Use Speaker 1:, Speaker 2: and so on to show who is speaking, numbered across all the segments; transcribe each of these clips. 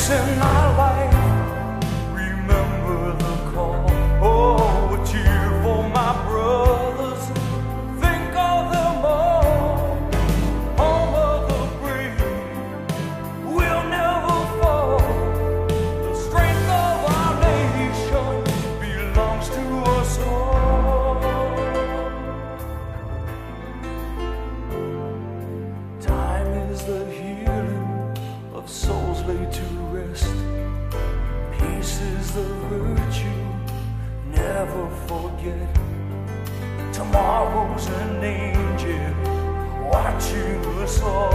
Speaker 1: Oh, soul,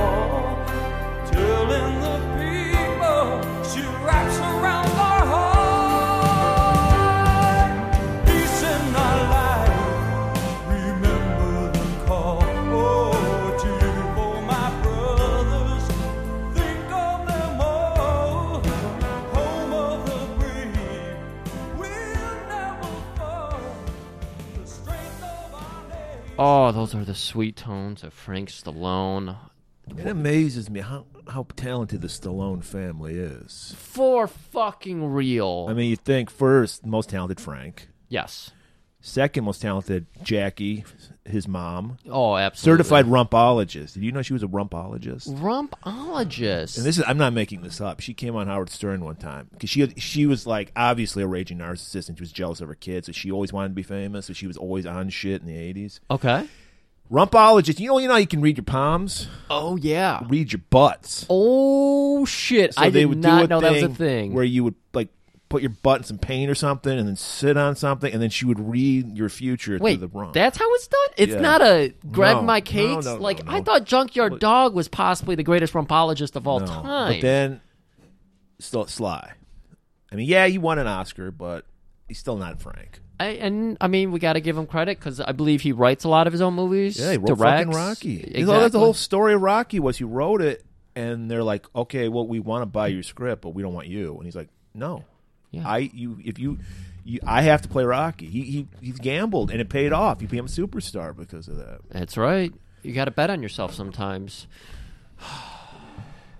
Speaker 1: telling the people she wraps around our heart. Peace in our life, remember the call. Oh, cheerful, my brothers, think of them all. Home of the brave, we'll never fall. The strength of our name.
Speaker 2: Oh, those are the sweet tones of Frank Stallone.
Speaker 3: It amazes me how, how talented the Stallone family is.
Speaker 2: For fucking real.
Speaker 3: I mean, you think first, most talented Frank.
Speaker 2: yes.
Speaker 3: Second most talented, Jackie, his mom.
Speaker 2: Oh, absolutely.
Speaker 3: Certified rumpologist. Did you know she was a rumpologist?
Speaker 2: rumpologist.
Speaker 3: And this is I'm not making this up. She came on Howard Stern one time because she she was like obviously a raging narcissist and she was jealous of her kids, so she always wanted to be famous. So she was always on shit in the eighties.
Speaker 2: okay.
Speaker 3: Rumpologist, you know you know how you can read your palms,
Speaker 2: Oh yeah.
Speaker 3: read your butts.
Speaker 2: Oh shit!
Speaker 3: So
Speaker 2: I
Speaker 3: they
Speaker 2: did
Speaker 3: would do
Speaker 2: not
Speaker 3: a
Speaker 2: know that
Speaker 3: thing
Speaker 2: was a thing.
Speaker 3: where you would like put your butt in some paint or something and then sit on something and then she would read your future
Speaker 2: Wait,
Speaker 3: through the rump.
Speaker 2: that's how it's done. It's
Speaker 3: Yeah.
Speaker 2: not a grab
Speaker 3: No,
Speaker 2: my
Speaker 3: no,
Speaker 2: cakes.
Speaker 3: no, no,
Speaker 2: like
Speaker 3: no.
Speaker 2: I thought, Junkyard Dog was possibly the greatest rumpologist of all
Speaker 3: No.
Speaker 2: time.
Speaker 3: But then still Sly. I mean, yeah, he won an Oscar, but he's still not Frank.
Speaker 2: I, and I mean, we got to give him credit because I believe he writes a lot of his own movies.
Speaker 3: Yeah, he wrote
Speaker 2: directs.
Speaker 3: fucking Rocky. You know,
Speaker 2: Exactly.
Speaker 3: That's the whole story of Rocky was he wrote it, and they're like, okay, well, we want to buy your script, but we don't want you. And he's like, no,
Speaker 2: Yeah.
Speaker 3: I you if you, you I have to play Rocky. He he he's gambled and it paid off. He became a superstar because of that.
Speaker 2: That's right. You got to bet on yourself sometimes.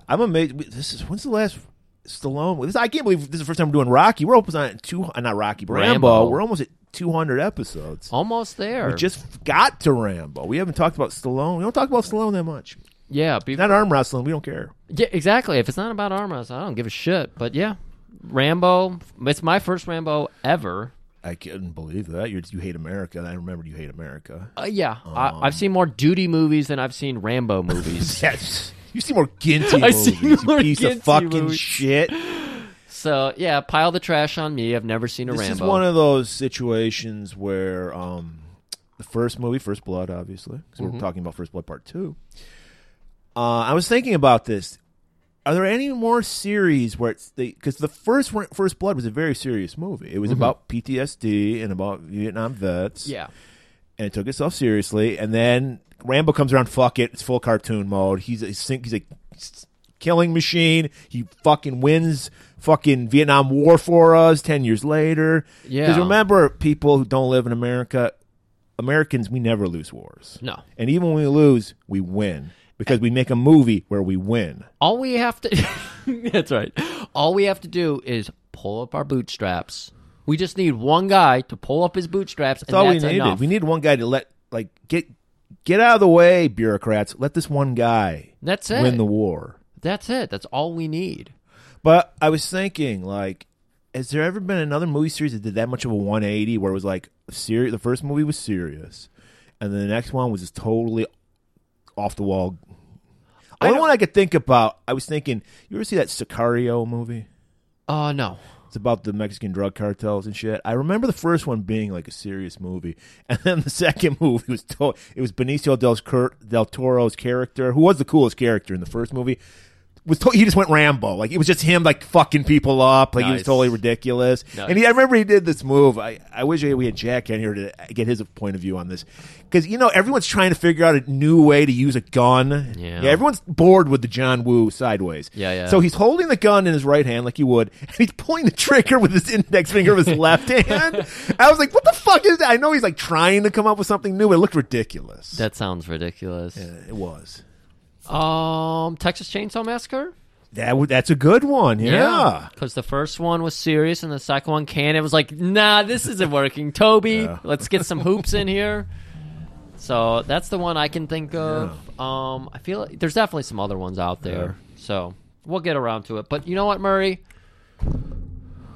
Speaker 3: I'm amazed. we- This is when's the last Stallone? This I can't believe this is the first time we're doing Rocky. We're almost on two, uh, not Rocky, but Rambo.
Speaker 2: Rambo.
Speaker 3: We're almost at 200 episodes.
Speaker 2: Almost there.
Speaker 3: We just got to Rambo. We haven't talked about Stallone. We don't talk about Stallone that much.
Speaker 2: yeah, be-
Speaker 3: Not arm wrestling. We don't care.
Speaker 2: yeah, exactly. If it's not about arm wrestling, I don't give a shit. But yeah, Rambo. It's my first Rambo ever.
Speaker 3: I couldn't believe that. You're, you hate America. I remembered you hate America.
Speaker 2: Uh, yeah, I, I've seen more duty movies than I've seen Rambo movies.
Speaker 3: Yes. You see more Ginty
Speaker 2: I
Speaker 3: movies,
Speaker 2: see more
Speaker 3: you piece
Speaker 2: Ginty
Speaker 3: of fucking
Speaker 2: movies.
Speaker 3: shit.
Speaker 2: So yeah, pile the trash on me. I've never seen a
Speaker 3: This
Speaker 2: Rambo.
Speaker 3: is one of those situations where um, the first movie, First Blood, obviously, 'cause we're talking about First Blood Part 2. Uh, I was thinking about this. Are there any more series where it's the because the first Ra- First Blood was a very serious movie. It was about PTSD and about Vietnam vets.
Speaker 2: yeah,
Speaker 3: and it took itself seriously. And then Rambo comes around. Fuck it, it's full cartoon mode. He's a he's a s- killing machine. He fucking wins fucking Vietnam War for us. Ten years later,
Speaker 2: Yeah.
Speaker 3: remember, people who don't live in America, Americans, we never lose wars.
Speaker 2: no.
Speaker 3: And even when we lose, we win because we make a movie where we win.
Speaker 2: All we have to That's right. All we have to do is pull up our bootstraps. We just need one guy to pull up his bootstraps and
Speaker 3: That's all we
Speaker 2: that's
Speaker 3: needed.
Speaker 2: enough.
Speaker 3: We need one guy to let like get get out of the way, bureaucrats. Let this one guy
Speaker 2: that's it.
Speaker 3: win the war.
Speaker 2: that's it. That's all we need.
Speaker 3: But I was thinking, like, has there ever been another movie series that did that much of a 180 where it was like serious? The first movie was serious, and then the next one was just totally off the wall. The only one I could think about, I was thinking, you ever see that Sicario movie?
Speaker 2: Oh no.
Speaker 3: It's about the Mexican drug cartels and shit. I remember the first one being like a serious movie, and then the second movie was to- it was Benicio del, Cur- del Toro's character, who was the coolest character in the first movie. Was to- he just went Rambo? Like it was just him like fucking people up. Like he was
Speaker 2: Nice.
Speaker 3: totally ridiculous.
Speaker 2: Nice.
Speaker 3: And he, I remember he did this move. I, I wish we had Jack in here to get his point of view on this because you know everyone's trying to figure out a new way to use a gun.
Speaker 2: Yeah.
Speaker 3: yeah everyone's bored with the John Woo sideways.
Speaker 2: Yeah, yeah.
Speaker 3: So he's holding the gun in his right hand like he would, and he's pulling the trigger with his index finger of his left hand. I was like, what the fuck is that? I know he's like trying to come up with something new, but it looked ridiculous.
Speaker 2: That sounds ridiculous.
Speaker 3: it was.
Speaker 2: Um Texas Chainsaw Massacre?
Speaker 3: That w- that's a good one. Yeah.
Speaker 2: Because the first one was serious and the second one can. It was like, nah, this isn't working. Toby, let's get some hoops in here. So that's the one I can think of. Um, I feel like there's definitely some other ones out there. So we'll get around to it. But you know what, Murray?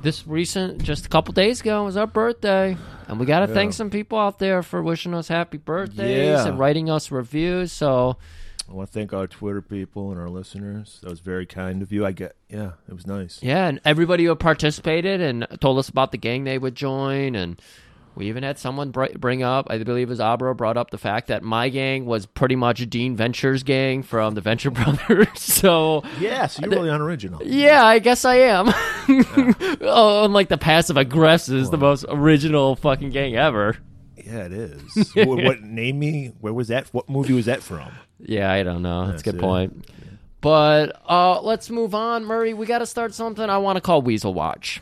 Speaker 2: This recent, just a couple days ago, was our birthday. And we got to thank some people out there for wishing us happy birthdays
Speaker 3: Yeah.
Speaker 2: and writing us reviews. So
Speaker 3: I want to thank our Twitter people and our listeners. That was very kind of you. I get. Yeah, it was nice.
Speaker 2: Yeah, and everybody who participated and told us about the gang they would join and We even had someone br- bring up, I believe it was Abra, brought up the fact that my gang was pretty much Dean Venture's gang from the Venture Brothers. so,
Speaker 3: Yeah, so you're really unoriginal.
Speaker 2: yeah, I guess I am. oh, unlike the passive aggressors, the most original fucking gang ever.
Speaker 3: Yeah, it is. what, what name me? Where was that? What movie was that from?
Speaker 2: Yeah, I don't know. That's, a good
Speaker 3: it.
Speaker 2: point. But uh, let's move on, Murray. We got to start something I want to call Weasel Watch.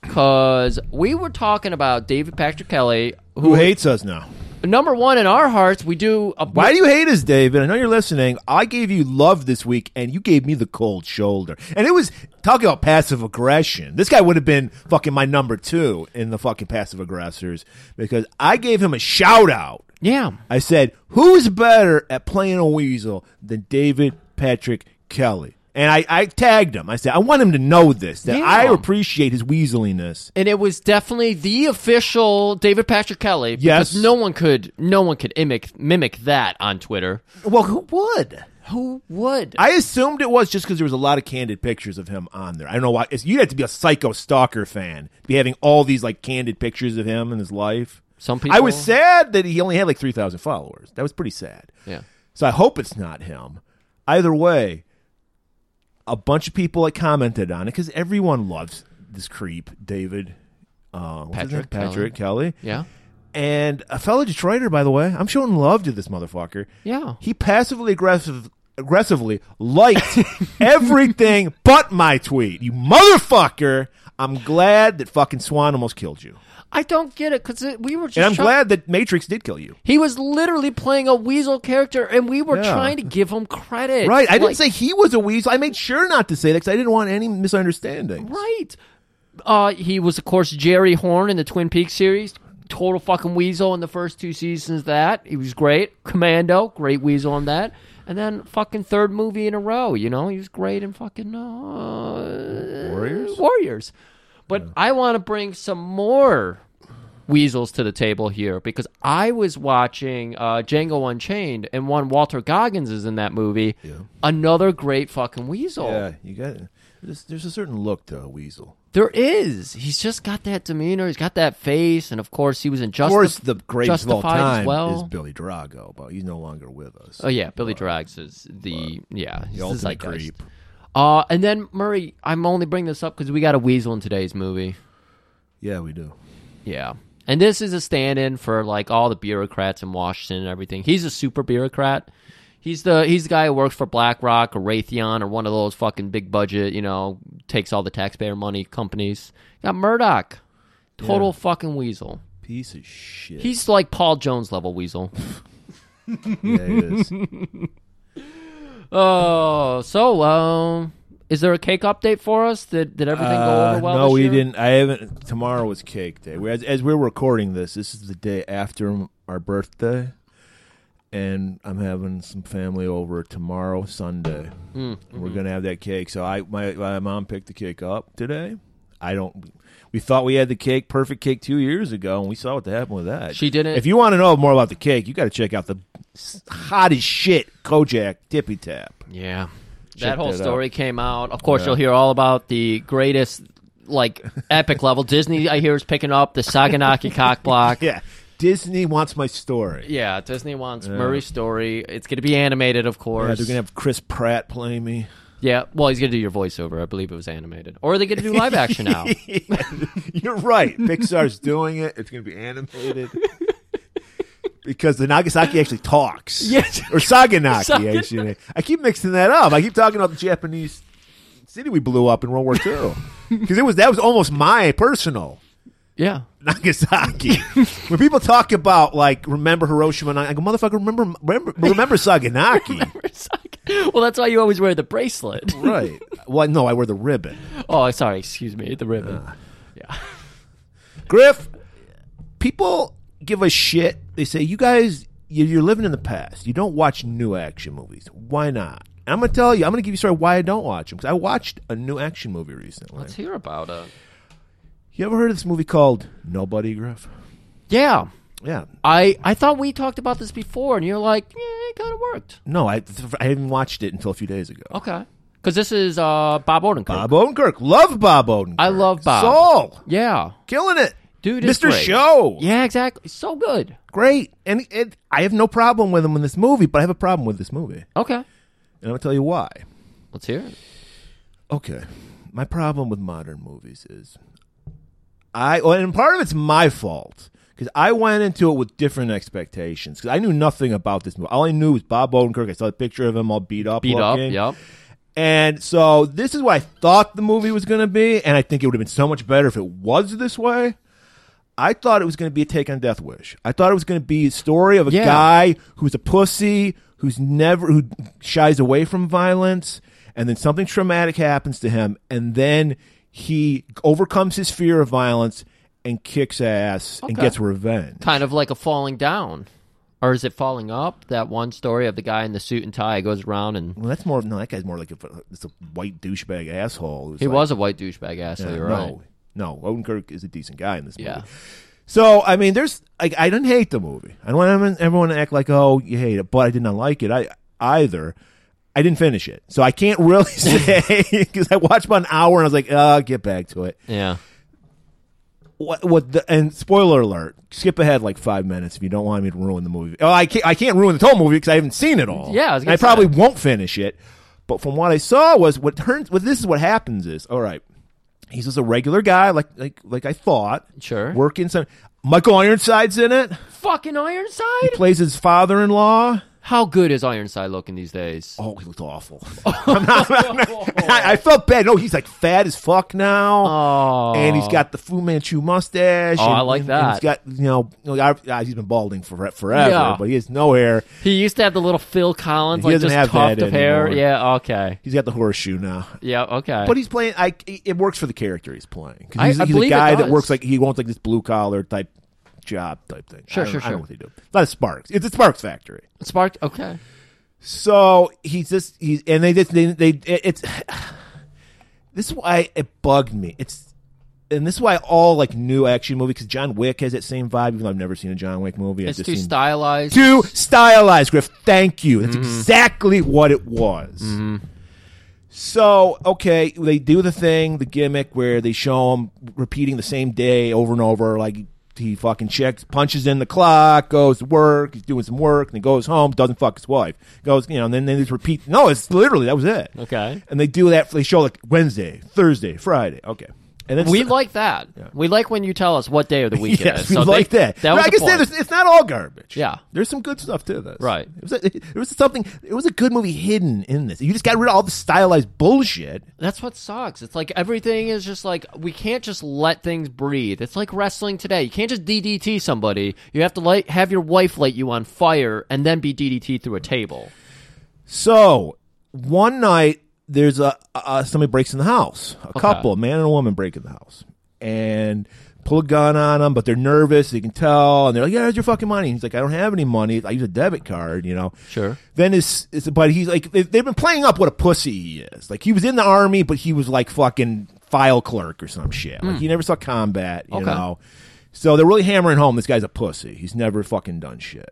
Speaker 2: Because we were talking about David Patrick Kelly,
Speaker 3: Who
Speaker 2: who,
Speaker 3: hates us now?
Speaker 2: number one in our hearts, we do. A,
Speaker 3: Why do you hate us, David? I know you're listening. I gave you love this week, and you gave me the cold shoulder. And it was talking about passive aggression. This guy would have been fucking my number two in the fucking passive aggressors because I gave him a shout out.
Speaker 2: Yeah.
Speaker 3: I said, "Who's better at playing a weasel than David Patrick Kelly?" And I, I tagged him. I said, "I want him to know this that
Speaker 2: Yeah.
Speaker 3: I appreciate his weaseliness."
Speaker 2: And it was definitely the official David Patrick Kelly.
Speaker 3: Yes.
Speaker 2: Because no one could, no one could mimic, mimic that on Twitter.
Speaker 3: Well, who would?
Speaker 2: Who would?
Speaker 3: I assumed it was just because there was a lot of candid pictures of him on there. I don't know why. It's, you'd have to be a psycho stalker fan to be having all these like candid pictures of him and his life.
Speaker 2: Some
Speaker 3: I was
Speaker 2: people-
Speaker 3: sad that he only had like three thousand followers. That was pretty sad.
Speaker 2: yeah.
Speaker 3: So I hope it's not him. Either way, a bunch of people like commented on it because everyone loves this creep, David. Uh, what's his name?
Speaker 2: Patrick Kelly.
Speaker 3: Patrick Kelly.
Speaker 2: Yeah.
Speaker 3: And a fellow Detroiter, by the way, I'm showing love to this motherfucker.
Speaker 2: Yeah.
Speaker 3: He passively aggressive aggressively liked everything but my tweet. You motherfucker. I'm glad that fucking Swan almost killed you.
Speaker 2: I don't get it because we were just.
Speaker 3: And I'm
Speaker 2: trying-
Speaker 3: glad that Matrix did kill you.
Speaker 2: He was literally playing a weasel character, and we were
Speaker 3: Yeah.
Speaker 2: trying to give him credit.
Speaker 3: Right. I didn't
Speaker 2: Like,
Speaker 3: say he was a weasel. I made sure not to say that because I didn't want any misunderstandings.
Speaker 2: right. Uh, he was, of course, Jerry Horn in the Twin Peaks series. Total fucking weasel in the first two seasons. Of that he was great. Commando, great weasel on that. And then fucking third movie in a row. You know he was great in fucking uh,
Speaker 3: Warriors?
Speaker 2: Warriors. But I want to bring some more weasels to the table here because I was watching uh, Django Unchained and one Walter Goggins is in that movie. Another great fucking weasel.
Speaker 3: Yeah, you got it. There's, there's a certain look to a weasel.
Speaker 2: There is. He's just got that demeanor. He's got that face, and of course he was in
Speaker 3: Of
Speaker 2: Justice.
Speaker 3: course, the greatest of all
Speaker 2: Justified as
Speaker 3: time
Speaker 2: well.
Speaker 3: is Billy Drago, but he's no longer with us.
Speaker 2: oh yeah, Billy Drax is the yeah he's the
Speaker 3: Uh, ultimate
Speaker 2: zeitgeist.
Speaker 3: creep.
Speaker 2: Uh, and then Murray, I'm only bringing this up because we got a weasel in today's movie.
Speaker 3: Yeah, we do.
Speaker 2: Yeah. And this is a stand in for like all the bureaucrats in Washington and everything. He's a super bureaucrat. He's the he's the guy who works for BlackRock or Raytheon or one of those fucking big budget, you know, takes all the taxpayer money companies. Got Murdoch. Total fucking weasel.
Speaker 3: Piece of shit.
Speaker 2: He's like Paul Jones level weasel.
Speaker 3: yeah, he is.
Speaker 2: Oh, so um is there a cake update for us? Did did everything go
Speaker 3: Uh,
Speaker 2: over well?
Speaker 3: no,
Speaker 2: this
Speaker 3: we
Speaker 2: year?
Speaker 3: didn't. I haven't. Tomorrow was cake day. We- As, as we're recording this, this is the day after m- our birthday, and I'm having some family over tomorrow, Sunday.
Speaker 2: Mm,
Speaker 3: And
Speaker 2: mm-hmm.
Speaker 3: We're gonna have that cake. So I, my, my mom picked the cake up today. I don't. We thought we had the cake, perfect cake, two years ago, and we saw what happened with that.
Speaker 2: She didn't-
Speaker 3: If you want to know more about the cake, you got to check out the s- hottest shit Kojak Tippy Tap.
Speaker 2: Yeah.
Speaker 3: Check
Speaker 2: that whole
Speaker 3: that out.
Speaker 2: story came out. Of course, you'll hear all about the greatest, like, epic level. Disney, I hear, is picking up the Saganaki cock block.
Speaker 3: Yeah, Disney wants my story.
Speaker 2: Yeah, Disney wants Murray's story. It's going to be animated, of
Speaker 3: Yeah,
Speaker 2: course.
Speaker 3: they're gonna have Chris Pratt play me.
Speaker 2: Yeah, well, he's going to do your voiceover. I believe it was animated. Or are they going to do live action now?
Speaker 3: You're right. Pixar's doing it. It's gonna be animated. Because the Nagasaki actually talks.
Speaker 2: Yes.
Speaker 3: Or Saganaki,
Speaker 2: Saganaki.
Speaker 3: actually. I keep mixing that up. I keep talking about the Japanese city we blew up in World War II. Because it was that was almost my personal
Speaker 2: yeah.
Speaker 3: Nagasaki. when people talk about like remember Hiroshima, and I go, motherfucker, remember remember, remember Saganaki.
Speaker 2: Well, that's why you always wear the bracelet.
Speaker 3: right. Well, no, I wear the ribbon.
Speaker 2: Oh, sorry. Excuse me. The ribbon.
Speaker 3: Ah,
Speaker 2: yeah.
Speaker 3: Griff, people give a shit. They say you guys, you- you're living in the past. You don't watch new action movies. Why not? And I'm gonna tell you. I'm gonna give you a story why I don't watch them because I watched a new action movie recently.
Speaker 2: Let's hear about it.
Speaker 3: You ever heard of this movie called Nobody, Griff?
Speaker 2: Yeah.
Speaker 3: Yeah.
Speaker 2: I, I thought we talked about this before, and you're like, yeah, it kind of worked.
Speaker 3: No, I I haven't watched it until a few days ago.
Speaker 2: Okay. Because this is uh, Bob Odenkirk.
Speaker 3: Bob Odenkirk, love Bob Odenkirk.
Speaker 2: I love Bob.
Speaker 3: Soul,
Speaker 2: Yeah.
Speaker 3: killing it.
Speaker 2: Dude, is
Speaker 3: Mr.
Speaker 2: great.
Speaker 3: Show.
Speaker 2: Yeah, exactly. So good.
Speaker 3: Great. And it, I have no problem with him in this movie, but I have a problem with this movie. And
Speaker 2: Okay,
Speaker 3: I'm going to tell you why.
Speaker 2: let's hear it.
Speaker 3: Okay. My problem with modern movies is I well, and part of it's my fault because I went into it with different expectations because I knew nothing about this movie. All I knew was Bob Odenkirk. I saw a picture of him all beat up,
Speaker 2: Beat up.
Speaker 3: looking.
Speaker 2: Yep.
Speaker 3: And so this is what I thought the movie was going to be, and I think it would have been so much better if it was this way. I thought it was going to be a take on Death Wish. I thought it was going to be a story of a
Speaker 2: Yeah.
Speaker 3: guy who's a pussy, who's never who shies away from violence, and then something traumatic happens to him, and then he overcomes his fear of violence and kicks ass and
Speaker 2: Okay.
Speaker 3: gets revenge.
Speaker 2: Kind of like a falling down, or is it falling up? That one story of the guy in the suit and tie goes around and
Speaker 3: Well, that's more. No, that guy's more like a, it's a white douchebag asshole. who's
Speaker 2: he
Speaker 3: like-
Speaker 2: was a white douchebag ass. so
Speaker 3: Yeah,
Speaker 2: you're right.
Speaker 3: No, no, Odenkirk is a decent guy in this movie.
Speaker 2: Yeah.
Speaker 3: So I mean, there's like I didn't hate the movie. I don't want everyone- everyone to act like oh you hate it, but I did not like it I either. I didn't finish it, so I can't really say because I watched about an hour and I was like, uh, get back to it.
Speaker 2: Yeah.
Speaker 3: What? What? The, and spoiler alert: skip ahead like five minutes if you don't want me to ruin the movie. Oh, I can't. I can't ruin the whole movie because I haven't seen it all.
Speaker 2: Yeah, I was
Speaker 3: And
Speaker 2: gonna
Speaker 3: I
Speaker 2: say.
Speaker 3: probably won't finish it. But from what I saw was what turns. What this is what happens is all right. He's just a regular guy, like like like I thought.
Speaker 2: Sure.
Speaker 3: Working some. Michael Ironside's in it.
Speaker 2: Fucking Ironside.
Speaker 3: Plays his father-in-law.
Speaker 2: How good is Ironside looking these days?
Speaker 3: Oh, he looked awful. I'm not- I'm not- I, I felt bad. No, he's like fat as fuck now.
Speaker 2: Oh.
Speaker 3: and he's got the Fu Manchu mustache.
Speaker 2: Oh,
Speaker 3: and-
Speaker 2: I like
Speaker 3: and- and
Speaker 2: that.
Speaker 3: he's got you know, you know, I- I- he's been balding for forever,
Speaker 2: Yeah.
Speaker 3: but he has no hair.
Speaker 2: He used to have the little Phil Collins,
Speaker 3: He
Speaker 2: like
Speaker 3: doesn't
Speaker 2: just
Speaker 3: have that
Speaker 2: tuft of hair.
Speaker 3: anymore.
Speaker 2: Yeah. Okay.
Speaker 3: He's got the horseshoe now.
Speaker 2: Yeah. Okay.
Speaker 3: But he's playing. I it works for the character he's playing 'Cause
Speaker 2: I-
Speaker 3: he's,
Speaker 2: I
Speaker 3: he's a
Speaker 2: believe it
Speaker 3: guy that
Speaker 2: does.
Speaker 3: works like he wants like this blue collar type job type thing.
Speaker 2: Sure,
Speaker 3: I don't-
Speaker 2: sure,
Speaker 3: I don't know
Speaker 2: sure.
Speaker 3: what they do. It's not a Sparks. It's a Sparks factory.
Speaker 2: sparked. Okay.
Speaker 3: So he's just he's and they just they, they it- it's this is why it bugged me. It's and this is why all like new action movie because John Wick has that same vibe. Even though I've never seen a John Wick movie, I've
Speaker 2: It's
Speaker 3: just
Speaker 2: too
Speaker 3: seen
Speaker 2: stylized. Mm-hmm.
Speaker 3: too stylized, Griff. Thank you. That's exactly what it was. So, okay, they do the thing, the gimmick where they show him repeating the same day over and over. Like, he fucking checks, punches in the clock, goes to work, he's doing some work, and he goes home, doesn't fuck his wife. Goes, you know, and then they just repeat. No, it's literally, that was it.
Speaker 2: Okay.
Speaker 3: And they do that, they show like Wednesday, Thursday, Friday. Okay. And then
Speaker 2: We like that. We like when you tell us what day of the week it
Speaker 3: Yes,
Speaker 2: is.
Speaker 3: we
Speaker 2: So
Speaker 3: like
Speaker 2: they-
Speaker 3: that.
Speaker 2: That
Speaker 3: But
Speaker 2: was
Speaker 3: like
Speaker 2: the
Speaker 3: I said,
Speaker 2: point.
Speaker 3: there's- it's not all garbage.
Speaker 2: Yeah.
Speaker 3: there's some good stuff to this.
Speaker 2: Right.
Speaker 3: It was, it, was something. It was a good movie hidden in this. You just got rid of all the stylized bullshit.
Speaker 2: That's what sucks. It's like everything is just like we can't just let things breathe. It's like wrestling today. You can't just DDT somebody. You have to light, have your wife light you on fire and then be DDT through a table.
Speaker 3: So one night there's a uh, somebody breaks in the house. A couple, a man and a woman, break in the house and pull a gun on them, but they're nervous. You can tell, and they're like, "Yeah, here's your fucking money." And he's like, "I don't have any money. I use a debit card." You know.
Speaker 2: Sure.
Speaker 3: Then it's, it's but he's like they, they've been playing up what a pussy he is. Like he was in the army, but he was like fucking file clerk or some shit. Like he never saw combat. You
Speaker 2: Okay.
Speaker 3: know. So they're really hammering home this guy's a pussy. He's never fucking done shit.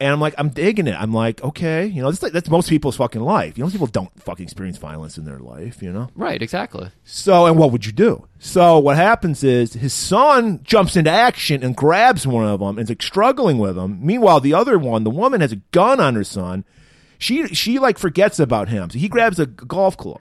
Speaker 3: And I'm like, I'm digging it. I'm like, okay, you know, that's like that's most people's fucking life. You know, most people don't fucking experience violence in their life, you know.
Speaker 2: Right, exactly.
Speaker 3: So, and what would you do? So, what happens is his son jumps into action and grabs one of them and is like struggling with him. Meanwhile, the other one, the woman, has a gun on her son. She she like forgets about him, so he grabs a golf club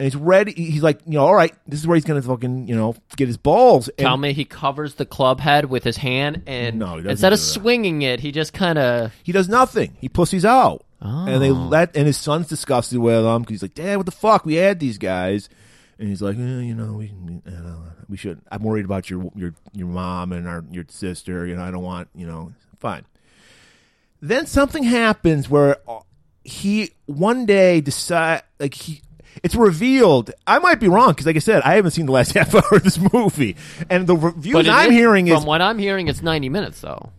Speaker 3: and he's ready. He's like, you know, all right, this is where he's gonna fucking you know get his balls. And
Speaker 2: Tell me he covers the club head with his hand and
Speaker 3: No, he doesn't
Speaker 2: instead of
Speaker 3: do that.
Speaker 2: swinging it, he just kind of
Speaker 3: He does nothing. He pussies out. And
Speaker 2: Oh.
Speaker 3: they let and his son's disgusted with him because he's like, Dad, what the fuck? We had these guys, and he's like, eh, you know, we we, uh, we should. I'm worried about your your your mom and our your sister. You know, I don't want you know. Fine. Then something happens where uh, he one day decide like he. It's revealed. I might be wrong because, like I said, I haven't seen the last half hour of this movie, and the reviews
Speaker 2: But it
Speaker 3: I'm
Speaker 2: is-
Speaker 3: hearing
Speaker 2: from
Speaker 3: is
Speaker 2: what I'm hearing, it's 90 minutes though.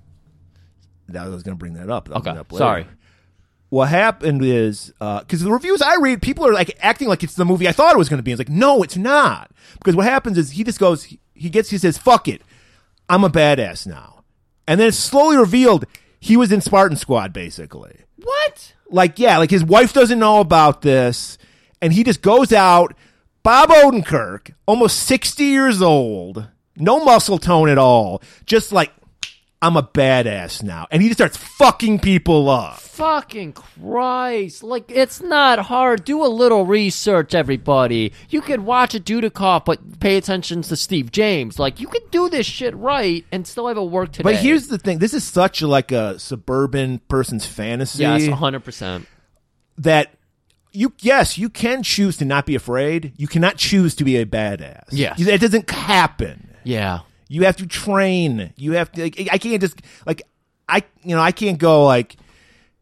Speaker 3: that I was going to bring that up. I'll bring
Speaker 2: Okay,
Speaker 3: that up later.
Speaker 2: sorry.
Speaker 3: What happened is because the reviews I read, people are like acting like it's the movie I thought it was going to be. It's like no, it's not. Because what happens is he just goes, he- he gets, he says, "Fuck it, I'm a badass now," and then it's slowly revealed he was in Spartan Squad basically
Speaker 2: What?
Speaker 3: like yeah, like his wife doesn't know about this, and he just goes out. Bob Odenkirk, almost sixty years old, No muscle tone at all. Just like I'm a badass now, and he just starts fucking people up.
Speaker 2: Fucking Christ. Like, it's not hard. Do a little research, everybody. You could watch a Dudikoff, but pay attention to Steve James. Like, you could do this shit right and still have it work today.
Speaker 3: But here's the thing: this is such like a suburban person's fantasy
Speaker 2: Yes, 100%.
Speaker 3: that you yes you can choose to not be afraid. You cannot choose to be a badass.
Speaker 2: Yes.
Speaker 3: that doesn't happen.
Speaker 2: Yeah.
Speaker 3: You have to train. You have to. Like, I can't just like I you know I can't go like.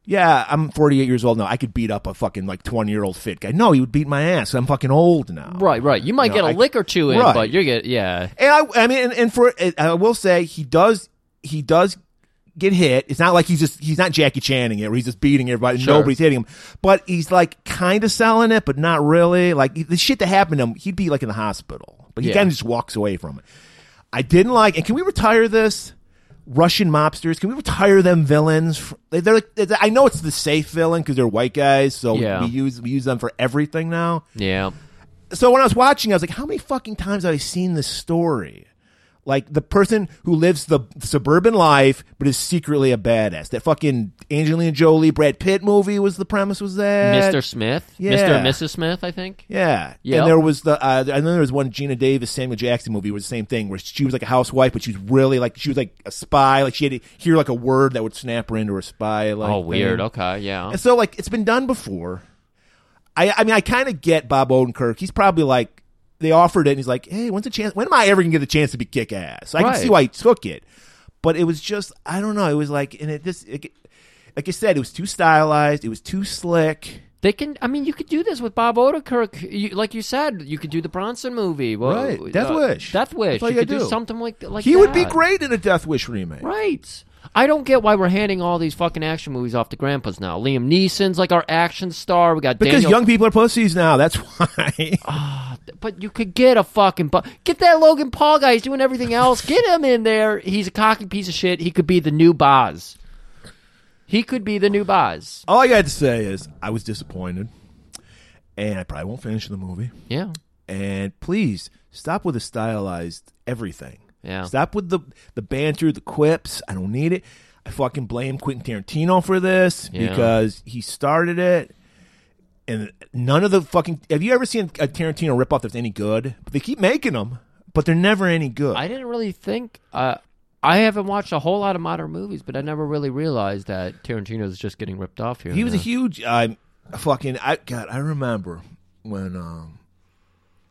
Speaker 3: Yeah, I'm 48 years old now. I could beat up a fucking like 20 year old fit guy. No, he would beat my ass. I'm fucking old now.
Speaker 2: Right, right. You might
Speaker 3: No,
Speaker 2: get a
Speaker 3: I-
Speaker 2: lick or two in,
Speaker 3: Right.
Speaker 2: but you're get yeah.
Speaker 3: And I, I mean, and, and for and I will say he does, he does get hit. It's not like he's just he's not Jackie Channing it, where he's just beating everybody. and
Speaker 2: Sure.
Speaker 3: Nobody's hitting him, but he's like kind of selling it, but not really. Like the shit that happened to him, he'd be like in the hospital, but he
Speaker 2: Yeah.
Speaker 3: kind of just walks away from it. I didn't like, and can we retire this? Russian mobsters, can we retire them villains? fr- they- They're like, they- I know it's the safe villain because they're white guys, so
Speaker 2: Yeah.
Speaker 3: we use we use them for everything now
Speaker 2: Yeah.
Speaker 3: so when I was watching, I was like, how many fucking times have I seen this story? Like the person who lives the suburban life but is secretly a badass. That fucking Angelina Jolie, Brad Pitt movie was the premise was that
Speaker 2: Mr. Smith? Mr.
Speaker 3: Yeah.
Speaker 2: and Mrs. Smith, I think.
Speaker 3: Yeah,
Speaker 2: Yep.
Speaker 3: and there was the uh, and then there was one Gina Davis Samuel Jackson movie where the same thing where she was like a housewife but she was really like she was like a spy like she had to hear like a word that would snap her into a spy like
Speaker 2: oh, weird.
Speaker 3: thing.
Speaker 2: Okay, yeah.
Speaker 3: And so like it's been done before. I I mean I kind of get Bob Odenkirk. He's probably like they offered it and he's like, "Hey, when's the chance? When am I ever going to get the chance to be kick ass?" I
Speaker 2: Right.
Speaker 3: can see why he took it. But it was just I don't know, it was like and it just it, like I said, it was too stylized, it was too slick.
Speaker 2: They can. I mean, you could do this with Bob Odenkirk. You, like you said, you could do the Bronson movie. Well,
Speaker 3: Right. Death Wish.
Speaker 2: Death Wish.
Speaker 3: That's all
Speaker 2: you
Speaker 3: you
Speaker 2: could do.
Speaker 3: gotta do.
Speaker 2: something like like
Speaker 3: he would be
Speaker 2: that.
Speaker 3: great in a Death Wish remake.
Speaker 2: Right. I don't get why we're handing all these fucking action movies off to grandpas now. Liam Neeson's like our action star. We got
Speaker 3: Because
Speaker 2: Daniel-
Speaker 3: young people are pussies now, that's why.
Speaker 2: but you could get a fucking bu- get that Logan Paul guy. He's doing everything else. Get him in there. He's a cocky piece of shit. He could be the new Boz. He could be the new Boz.
Speaker 3: all I got to say is I was disappointed. And I probably won't finish the movie.
Speaker 2: Yeah.
Speaker 3: and please stop with the stylized everything.
Speaker 2: Yeah.
Speaker 3: Stop with the the banter, the quips. I don't need it. I fucking blame Quentin Tarantino for this
Speaker 2: Yeah.
Speaker 3: because he started it. And none of the fucking have you ever seen a Tarantino ripoff that's any good? But they keep making them, but they're never any good.
Speaker 2: I didn't really think. Uh, I haven't watched a whole lot of modern movies, but I never really realized that Tarantino's just getting ripped off here.
Speaker 3: He was a
Speaker 2: and
Speaker 3: huge um, fucking. I God, I remember when um,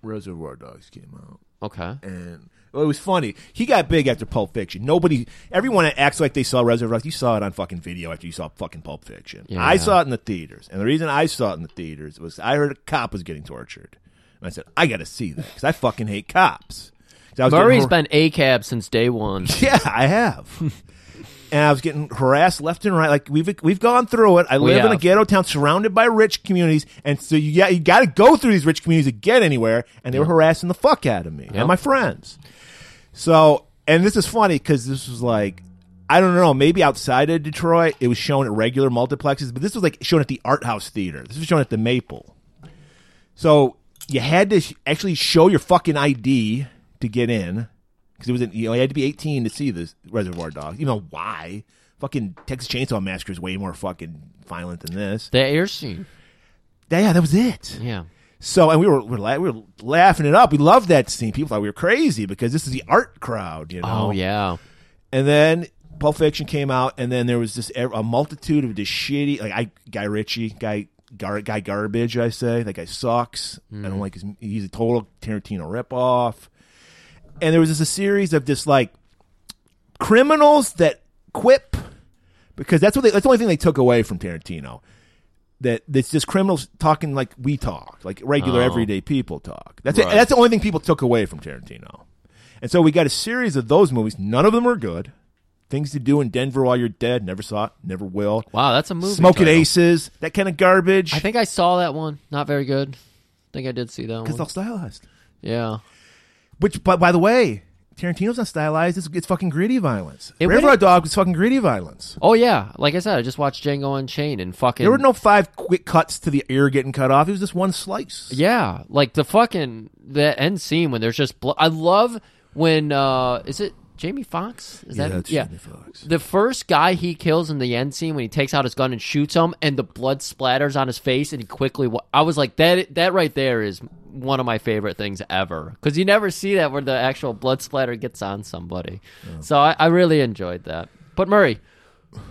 Speaker 3: Reservoir Dogs came out.
Speaker 2: there. okay.
Speaker 3: and well, it was funny. He got big after Pulp Fiction. Nobody, everyone acts like they saw Reservoir Dogs. You saw it on fucking video after you saw fucking Pulp Fiction.
Speaker 2: Yeah.
Speaker 3: I saw it in the theaters, and the reason I saw it in the theaters was I heard a cop was getting tortured, and I said I got to see that because I fucking hate cops. 'Cause I was getting
Speaker 2: Murray's
Speaker 3: har-
Speaker 2: been a cab since day one.
Speaker 3: yeah, I have. And I was getting harassed left and right. Like we've we've gone through it. I
Speaker 2: We
Speaker 3: live in a
Speaker 2: have.
Speaker 3: ghetto town surrounded by rich communities, and so you got you got to go through these rich communities to get anywhere. And they were harassing the fuck out of me
Speaker 2: Yep.
Speaker 3: and my friends. So, and this is funny because this was like I don't know, maybe outside of Detroit, it was shown at regular multiplexes, but this was like shown at the art house theater. This was shown at the Maple. So you had to sh- actually show your fucking ID to get in because it was in, you know you had to be 18 to see this Reservoir Dogs. You know why? Fucking Texas Chainsaw Massacre is way more fucking violent than this.
Speaker 2: The air scene.
Speaker 3: Yeah, yeah, that was it.
Speaker 2: Yeah.
Speaker 3: So and we were we were, la- we were laughing it up. We loved that scene. People thought we were crazy because this is the art crowd. You know.
Speaker 2: Oh yeah.
Speaker 3: And then Pulp Fiction came out, and then there was just ev- a multitude of just shitty, like I Guy Ritchie, guy gar, guy garbage. I say that guy sucks. I don't like his. He's a total Tarantino ripoff. And there was just a series of just like criminals that quip because that's what they, that's the only thing they took away from Tarantino. That it's just criminals talking like we talk, like regular
Speaker 2: Oh.
Speaker 3: everyday people talk. That's
Speaker 2: Right.
Speaker 3: it. That's the only thing people took away from Tarantino. And so we got a series of those movies. None of them were good. Things to do in Denver while you're dead. Never saw it. Never will.
Speaker 2: Wow, that's a movie.
Speaker 3: Smoking
Speaker 2: title.
Speaker 3: Aces. That kind of garbage.
Speaker 2: I think I saw that one. Not very good. I think I did see that
Speaker 3: it's
Speaker 2: one.
Speaker 3: all stylized.
Speaker 2: yeah.
Speaker 3: Which, but by the way, Tarantino's not stylized. It's, it's fucking gritty violence.
Speaker 2: It
Speaker 3: Reservoir
Speaker 2: would've-
Speaker 3: Dog was fucking gritty violence.
Speaker 2: Oh yeah. Like I said, I just watched Django Unchained and fucking.
Speaker 3: There were no five quick cuts to the ear getting cut off. It was just one slice.
Speaker 2: Yeah, like the fucking the end scene when there's just blo- I love when uh, is it Jamie Fox? Is
Speaker 3: yeah,
Speaker 2: that
Speaker 3: that's
Speaker 2: yeah?
Speaker 3: Jamie Fox.
Speaker 2: The first guy he kills in the end scene when he takes out his gun and shoots him, and the blood splatters on his face, and he quickly. Wa- I was like, that that right there is one of my favorite things ever because you never see that where the actual blood splatter gets on somebody.
Speaker 3: Oh.
Speaker 2: So I, I really enjoyed that. But Murray,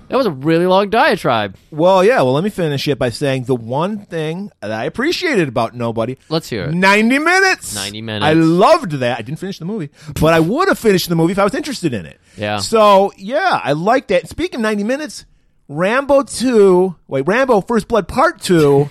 Speaker 2: that was a really long diatribe.
Speaker 3: Well, yeah. Well, let me finish it by saying the one thing that I appreciated about Nobody.
Speaker 2: Let's hear it.
Speaker 3: 90 minutes.
Speaker 2: 90 minutes.
Speaker 3: I loved that. I didn't finish the movie, but I would have finished the movie if I was interested in it.
Speaker 2: Yeah.
Speaker 3: So, yeah, I liked that. Speaking of 90 minutes, Rambo 2, wait, Rambo First Blood Part 2,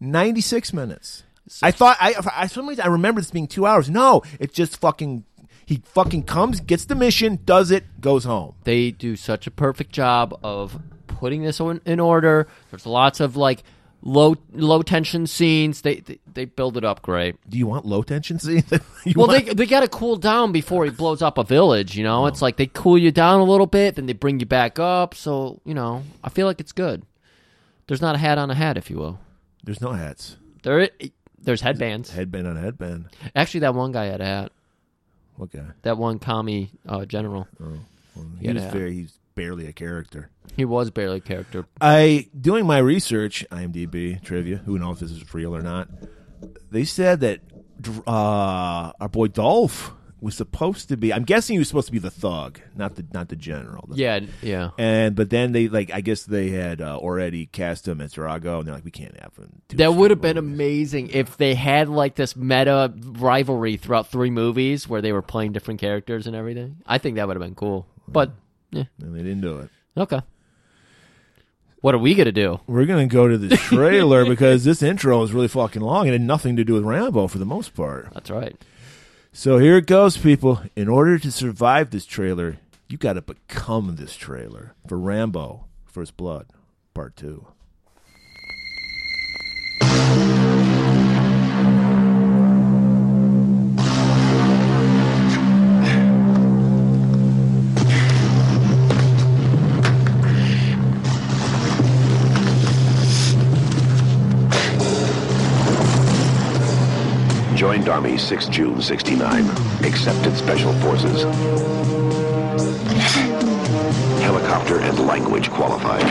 Speaker 3: 96 minutes. I thought, I, I, for some reason, I remember this being two hours. No, it just fucking, he fucking comes, gets the mission, does it, goes home.
Speaker 2: they do such a perfect job of putting this on, in order. There's lots of like low low tension scenes. They they, they build it up great.
Speaker 3: Do you want low tension scenes? You
Speaker 2: Well,
Speaker 3: want-
Speaker 2: they they got to cool down before he blows up a village. You know, it's like they cool you down a little bit, then they bring you back up. So you know, I feel like it's good. There's not a hat on a hat, if you will.
Speaker 3: There's no hats.
Speaker 2: There i- there's headbands.
Speaker 3: Headband on headband.
Speaker 2: Actually, that one guy had a hat.
Speaker 3: What guy?
Speaker 2: That one commie uh, general.
Speaker 3: He
Speaker 2: Yeah,
Speaker 3: was
Speaker 2: yeah.
Speaker 3: very. He's barely a character.
Speaker 2: He was barely a character.
Speaker 3: I doing my research, IMDb trivia. Who knows if this is real or not? They said that uh, our boy Dolph was supposed to be. I'm guessing he was supposed to be the thug, not the not the general. The-
Speaker 2: Yeah, yeah.
Speaker 3: And but then they like I guess they had uh, already cast him as Drago, and they're like, we can't have him. do
Speaker 2: That
Speaker 3: three
Speaker 2: would have been
Speaker 3: movies."
Speaker 2: amazing if they had like this meta rivalry throughout three movies where they were playing different characters and everything. I think that would have been cool. But yeah,
Speaker 3: and they didn't do it.
Speaker 2: okay. What are we gonna do?
Speaker 3: We're gonna go to the trailer because this intro is really fucking long and had nothing to do with Rambo for the most part.
Speaker 2: That's right.
Speaker 3: So here it goes, people. In order to survive this trailer, you got to become this trailer for Rambo First Blood Part 2.
Speaker 4: Joined Army 6 June 69. Accepted Special Forces. Helicopter and language qualified.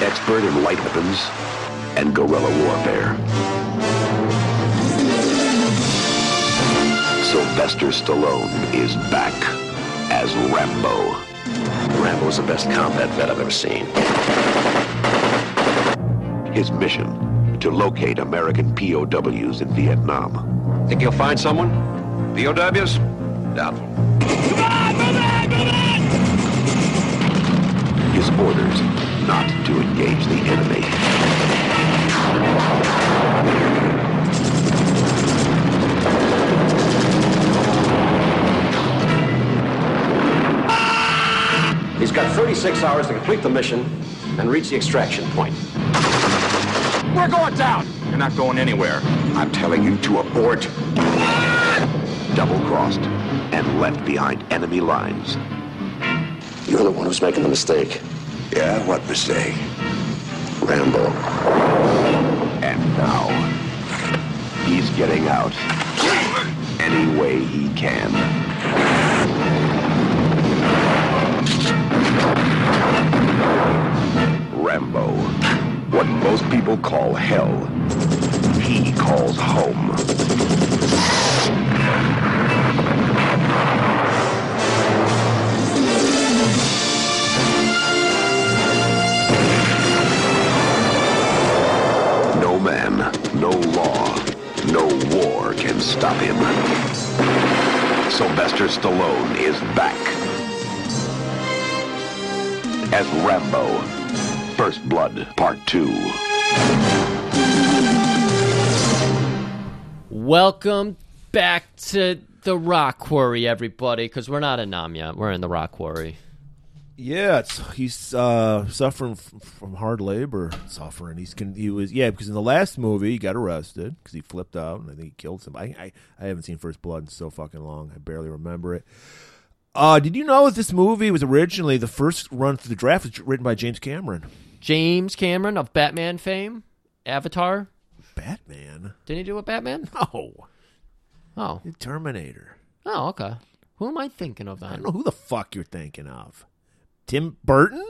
Speaker 4: Expert in light weapons and guerrilla warfare. Sylvester Stallone is back as Rambo. Rambo's the best combat vet I've ever seen. His mission to locate American POWs in Vietnam.
Speaker 5: Think you'll find someone? VOWs? Doubtful.
Speaker 4: His orders not to engage the enemy.
Speaker 5: He's got 36 hours to complete the mission and reach the extraction point. We're going down!
Speaker 4: You're not going anywhere. I'm telling you to abort. Double crossed and left behind enemy lines.
Speaker 5: You're the one who's making the mistake.
Speaker 4: Yeah, what mistake? Rambo. And now, he's getting out any way he can. Rambo. What most people call hell, he calls home. No man, no law, no war can stop him. Sylvester Stallone is back as Rambo. First Blood, Part 2.
Speaker 2: Welcome back to the Rock Quarry, everybody. Because we're not in Nam yet. We're in the Rock Quarry.
Speaker 3: Yeah, it's, he's uh, suffering f- from hard labor. Suffering. He's con- he was yeah because in the last movie he got arrested because he flipped out and I think he killed somebody. I, I I haven't seen First Blood in so fucking long. I barely remember it. Uh, did you know that this movie was originally the first run through the draft was written by James Cameron?
Speaker 2: James Cameron of Batman fame, Avatar.
Speaker 3: Batman.
Speaker 2: Didn't he do a Batman?
Speaker 3: No,
Speaker 2: Oh,
Speaker 3: Terminator.
Speaker 2: oh, okay. Who am I thinking of
Speaker 3: I
Speaker 2: then?
Speaker 3: don't know who the fuck you're thinking of. Tim Burton.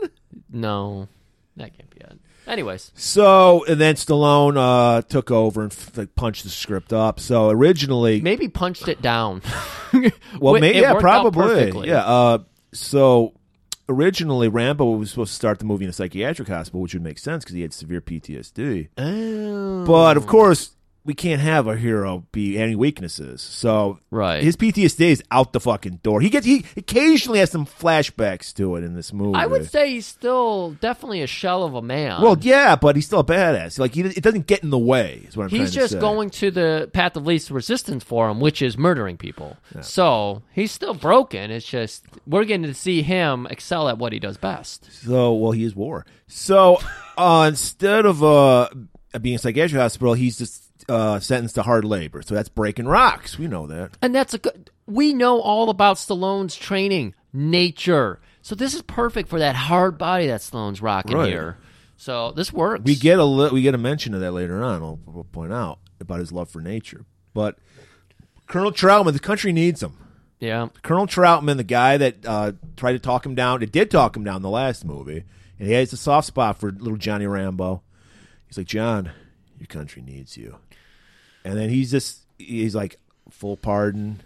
Speaker 2: No, that can't be it. Anyways,
Speaker 3: So and then Stallone uh, took over and f- like, punched the script up. So originally,
Speaker 2: maybe punched it down.
Speaker 3: well,
Speaker 2: Wait,
Speaker 3: maybe
Speaker 2: it
Speaker 3: yeah,
Speaker 2: worked out
Speaker 3: probably,
Speaker 2: perfectly.
Speaker 3: yeah. Uh, so originally, Rambo was supposed to start the movie in a psychiatric hospital, which would make sense because he had severe PTSD.
Speaker 2: Oh.
Speaker 3: But of course, we can't have a hero be any weaknesses. So
Speaker 2: Right.
Speaker 3: his PTSD is out the fucking door. He gets he occasionally has some flashbacks to it in this movie.
Speaker 2: I would say he's still definitely a shell of a man.
Speaker 3: Well, yeah, but he's still a badass. Like he, it doesn't get in the way. Is what I'm trying
Speaker 2: he's
Speaker 3: to
Speaker 2: just
Speaker 3: say.
Speaker 2: going to the path of least resistance for him, which is murdering people. So he's still broken. It's just we're getting to see him excel at what he does best.
Speaker 3: So, well, he is war. So, uh, instead of uh, being in a psychiatric hospital, he's just uh, sentenced to hard labor. So that's breaking rocks. We know that.
Speaker 2: And that's a good. We know all about Stallone's training nature, so this is perfect for that hard body that Stallone's rocking
Speaker 3: Right.
Speaker 2: here. So this works.
Speaker 3: We get a li- we get a mention of that later on. I'll, we'll point out about his love for nature. But Colonel Troutman, the country needs him.
Speaker 2: yeah.
Speaker 3: Colonel Troutman, the guy that uh, tried to talk him down, it did talk him down in the last movie, and he has a soft spot for little Johnny Rambo. He's like, John, your country needs you, and then he's just he's like full pardon.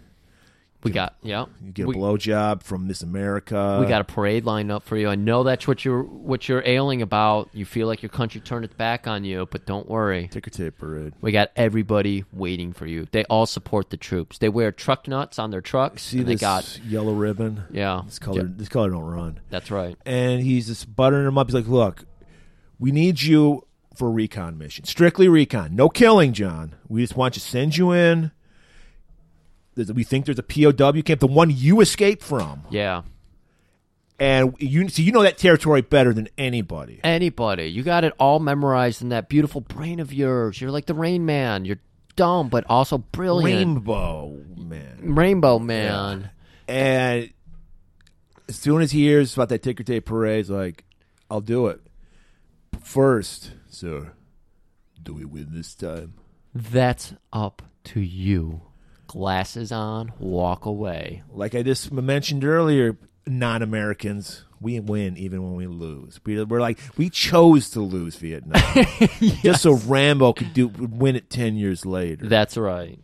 Speaker 2: We got yeah.
Speaker 3: You get a
Speaker 2: we,
Speaker 3: blowjob from Miss America.
Speaker 2: we got a parade lined up for you. I know that's what you're what you're ailing about. You feel like your country turned its back on you, but don't worry.
Speaker 3: ticker tape parade.
Speaker 2: We got everybody waiting for you. They all support the troops. They wear truck nuts on their trucks.
Speaker 3: See
Speaker 2: and
Speaker 3: this
Speaker 2: they got
Speaker 3: yellow ribbon?
Speaker 2: yeah.
Speaker 3: This color, this color don't run.
Speaker 2: That's right.
Speaker 3: and he's just buttering him up. He's like, "Look, we need you for a recon mission, strictly recon, no killing, John. We just want to send you in. There's- We think there's a POW camp, the one you escaped from,
Speaker 2: Yeah.
Speaker 3: and you so you know that territory better than anybody.
Speaker 2: Anybody. You got it all memorized in that beautiful brain of yours. You're like the Rain Man. You're dumb but also brilliant.
Speaker 3: Rainbow man,
Speaker 2: Rainbow Man.
Speaker 3: and as soon as he hears about that ticker tape parade, he's like, "I'll do it first, sir. Do we win this time?"
Speaker 2: That's up to you. Glasses on, walk away.
Speaker 3: like I just mentioned earlier, non-Americans, we win even when we lose. We, we're like we chose to lose Vietnam just so Rambo could do win it ten years later.
Speaker 2: That's right.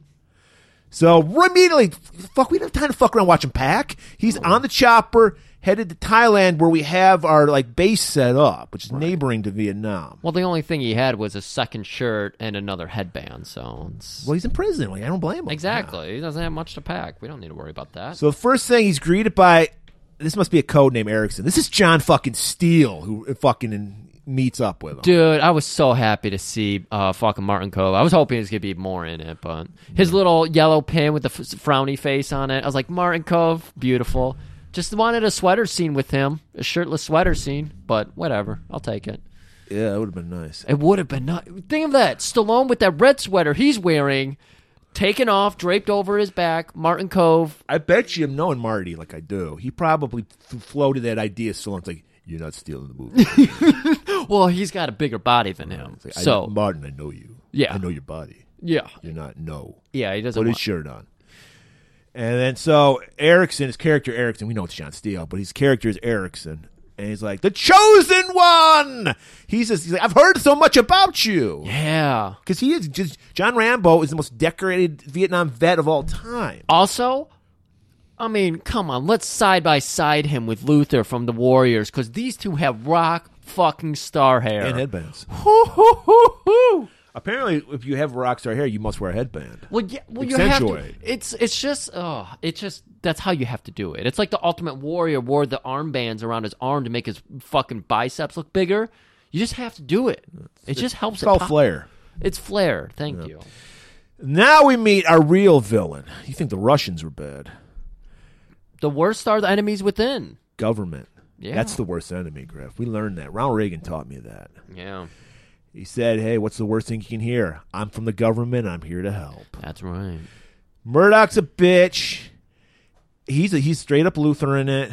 Speaker 3: so we're immediately, fuck, we don't have time to fuck around watching Pac. He's on the chopper headed to Thailand, where we have our like base set up, which is neighboring to Vietnam.
Speaker 2: Well, the only thing he had was a second shirt and another headband, so it's...
Speaker 3: Well, he's in prison. Like I don't blame him.
Speaker 2: Exactly. He doesn't have much to pack. We don't need to worry about that.
Speaker 3: So the first thing he's greeted by this must be a code name Erickson. This is John fucking Steele who fucking meets up with him.
Speaker 2: Dude, I was so happy to see uh, fucking Martin Cove. I was hoping there's gonna be more in it, but his little yellow pin with the f- frowny face on it. I was like, Martin Cove, beautiful. Just wanted a sweater scene with him, a shirtless sweater scene. But whatever, I'll take it.
Speaker 3: Yeah, that would have been nice.
Speaker 2: It would have been not. Think of that, Stallone with that red sweater he's wearing, taken off, draped over his back. Martin Cove.
Speaker 3: I bet you, knowing Marty like I do, he probably th- floated that idea. So it's like, you're not stealing the movie.
Speaker 2: Well, he's got a bigger body than him.
Speaker 3: It's like, I-
Speaker 2: So
Speaker 3: Martin, I know you.
Speaker 2: Yeah.
Speaker 3: I know your body.
Speaker 2: yeah,
Speaker 3: You're not no.
Speaker 2: yeah, he doesn't.
Speaker 3: Put his
Speaker 2: Want,
Speaker 3: shirt on. And then so Erickson, his character Erickson, we know it's John Steele, but his character is Erickson. And he's like, the chosen one. He's just, he's like, I've heard so much about you.
Speaker 2: yeah.
Speaker 3: Because he is just, John Rambo is the most decorated Vietnam vet of all time.
Speaker 2: Also, I mean, come on, let's side by side him with Luther from the Warriors because these two have rock fucking star hair.
Speaker 3: And headbands.
Speaker 2: Hoo, hoo, hoo, hoo.
Speaker 3: Apparently, if you have rock star hair, you must wear a headband.
Speaker 2: Well, yeah, well, you have to.
Speaker 3: Accentuate.
Speaker 2: It's it's just, oh, it's just that's how you have to do it. It's like the Ultimate Warrior wore the armbands around his arm to make his fucking biceps look bigger. You just have to do it. It just helps.
Speaker 3: It's called
Speaker 2: it pop-
Speaker 3: flair.
Speaker 2: It's flair. Thank you.
Speaker 3: Now we meet our real villain. You think the Russians were bad?
Speaker 2: The worst are the enemies within.
Speaker 3: Government.
Speaker 2: Yeah.
Speaker 3: That's the worst enemy, Griff. We learned that. Ronald Reagan taught me that.
Speaker 2: Yeah,
Speaker 3: He said, Hey, what's the worst thing you can hear? I'm from the government. I'm here to help.
Speaker 2: that's right.
Speaker 3: Murdoch's a bitch. He's a, he's straight up Lutheran in it.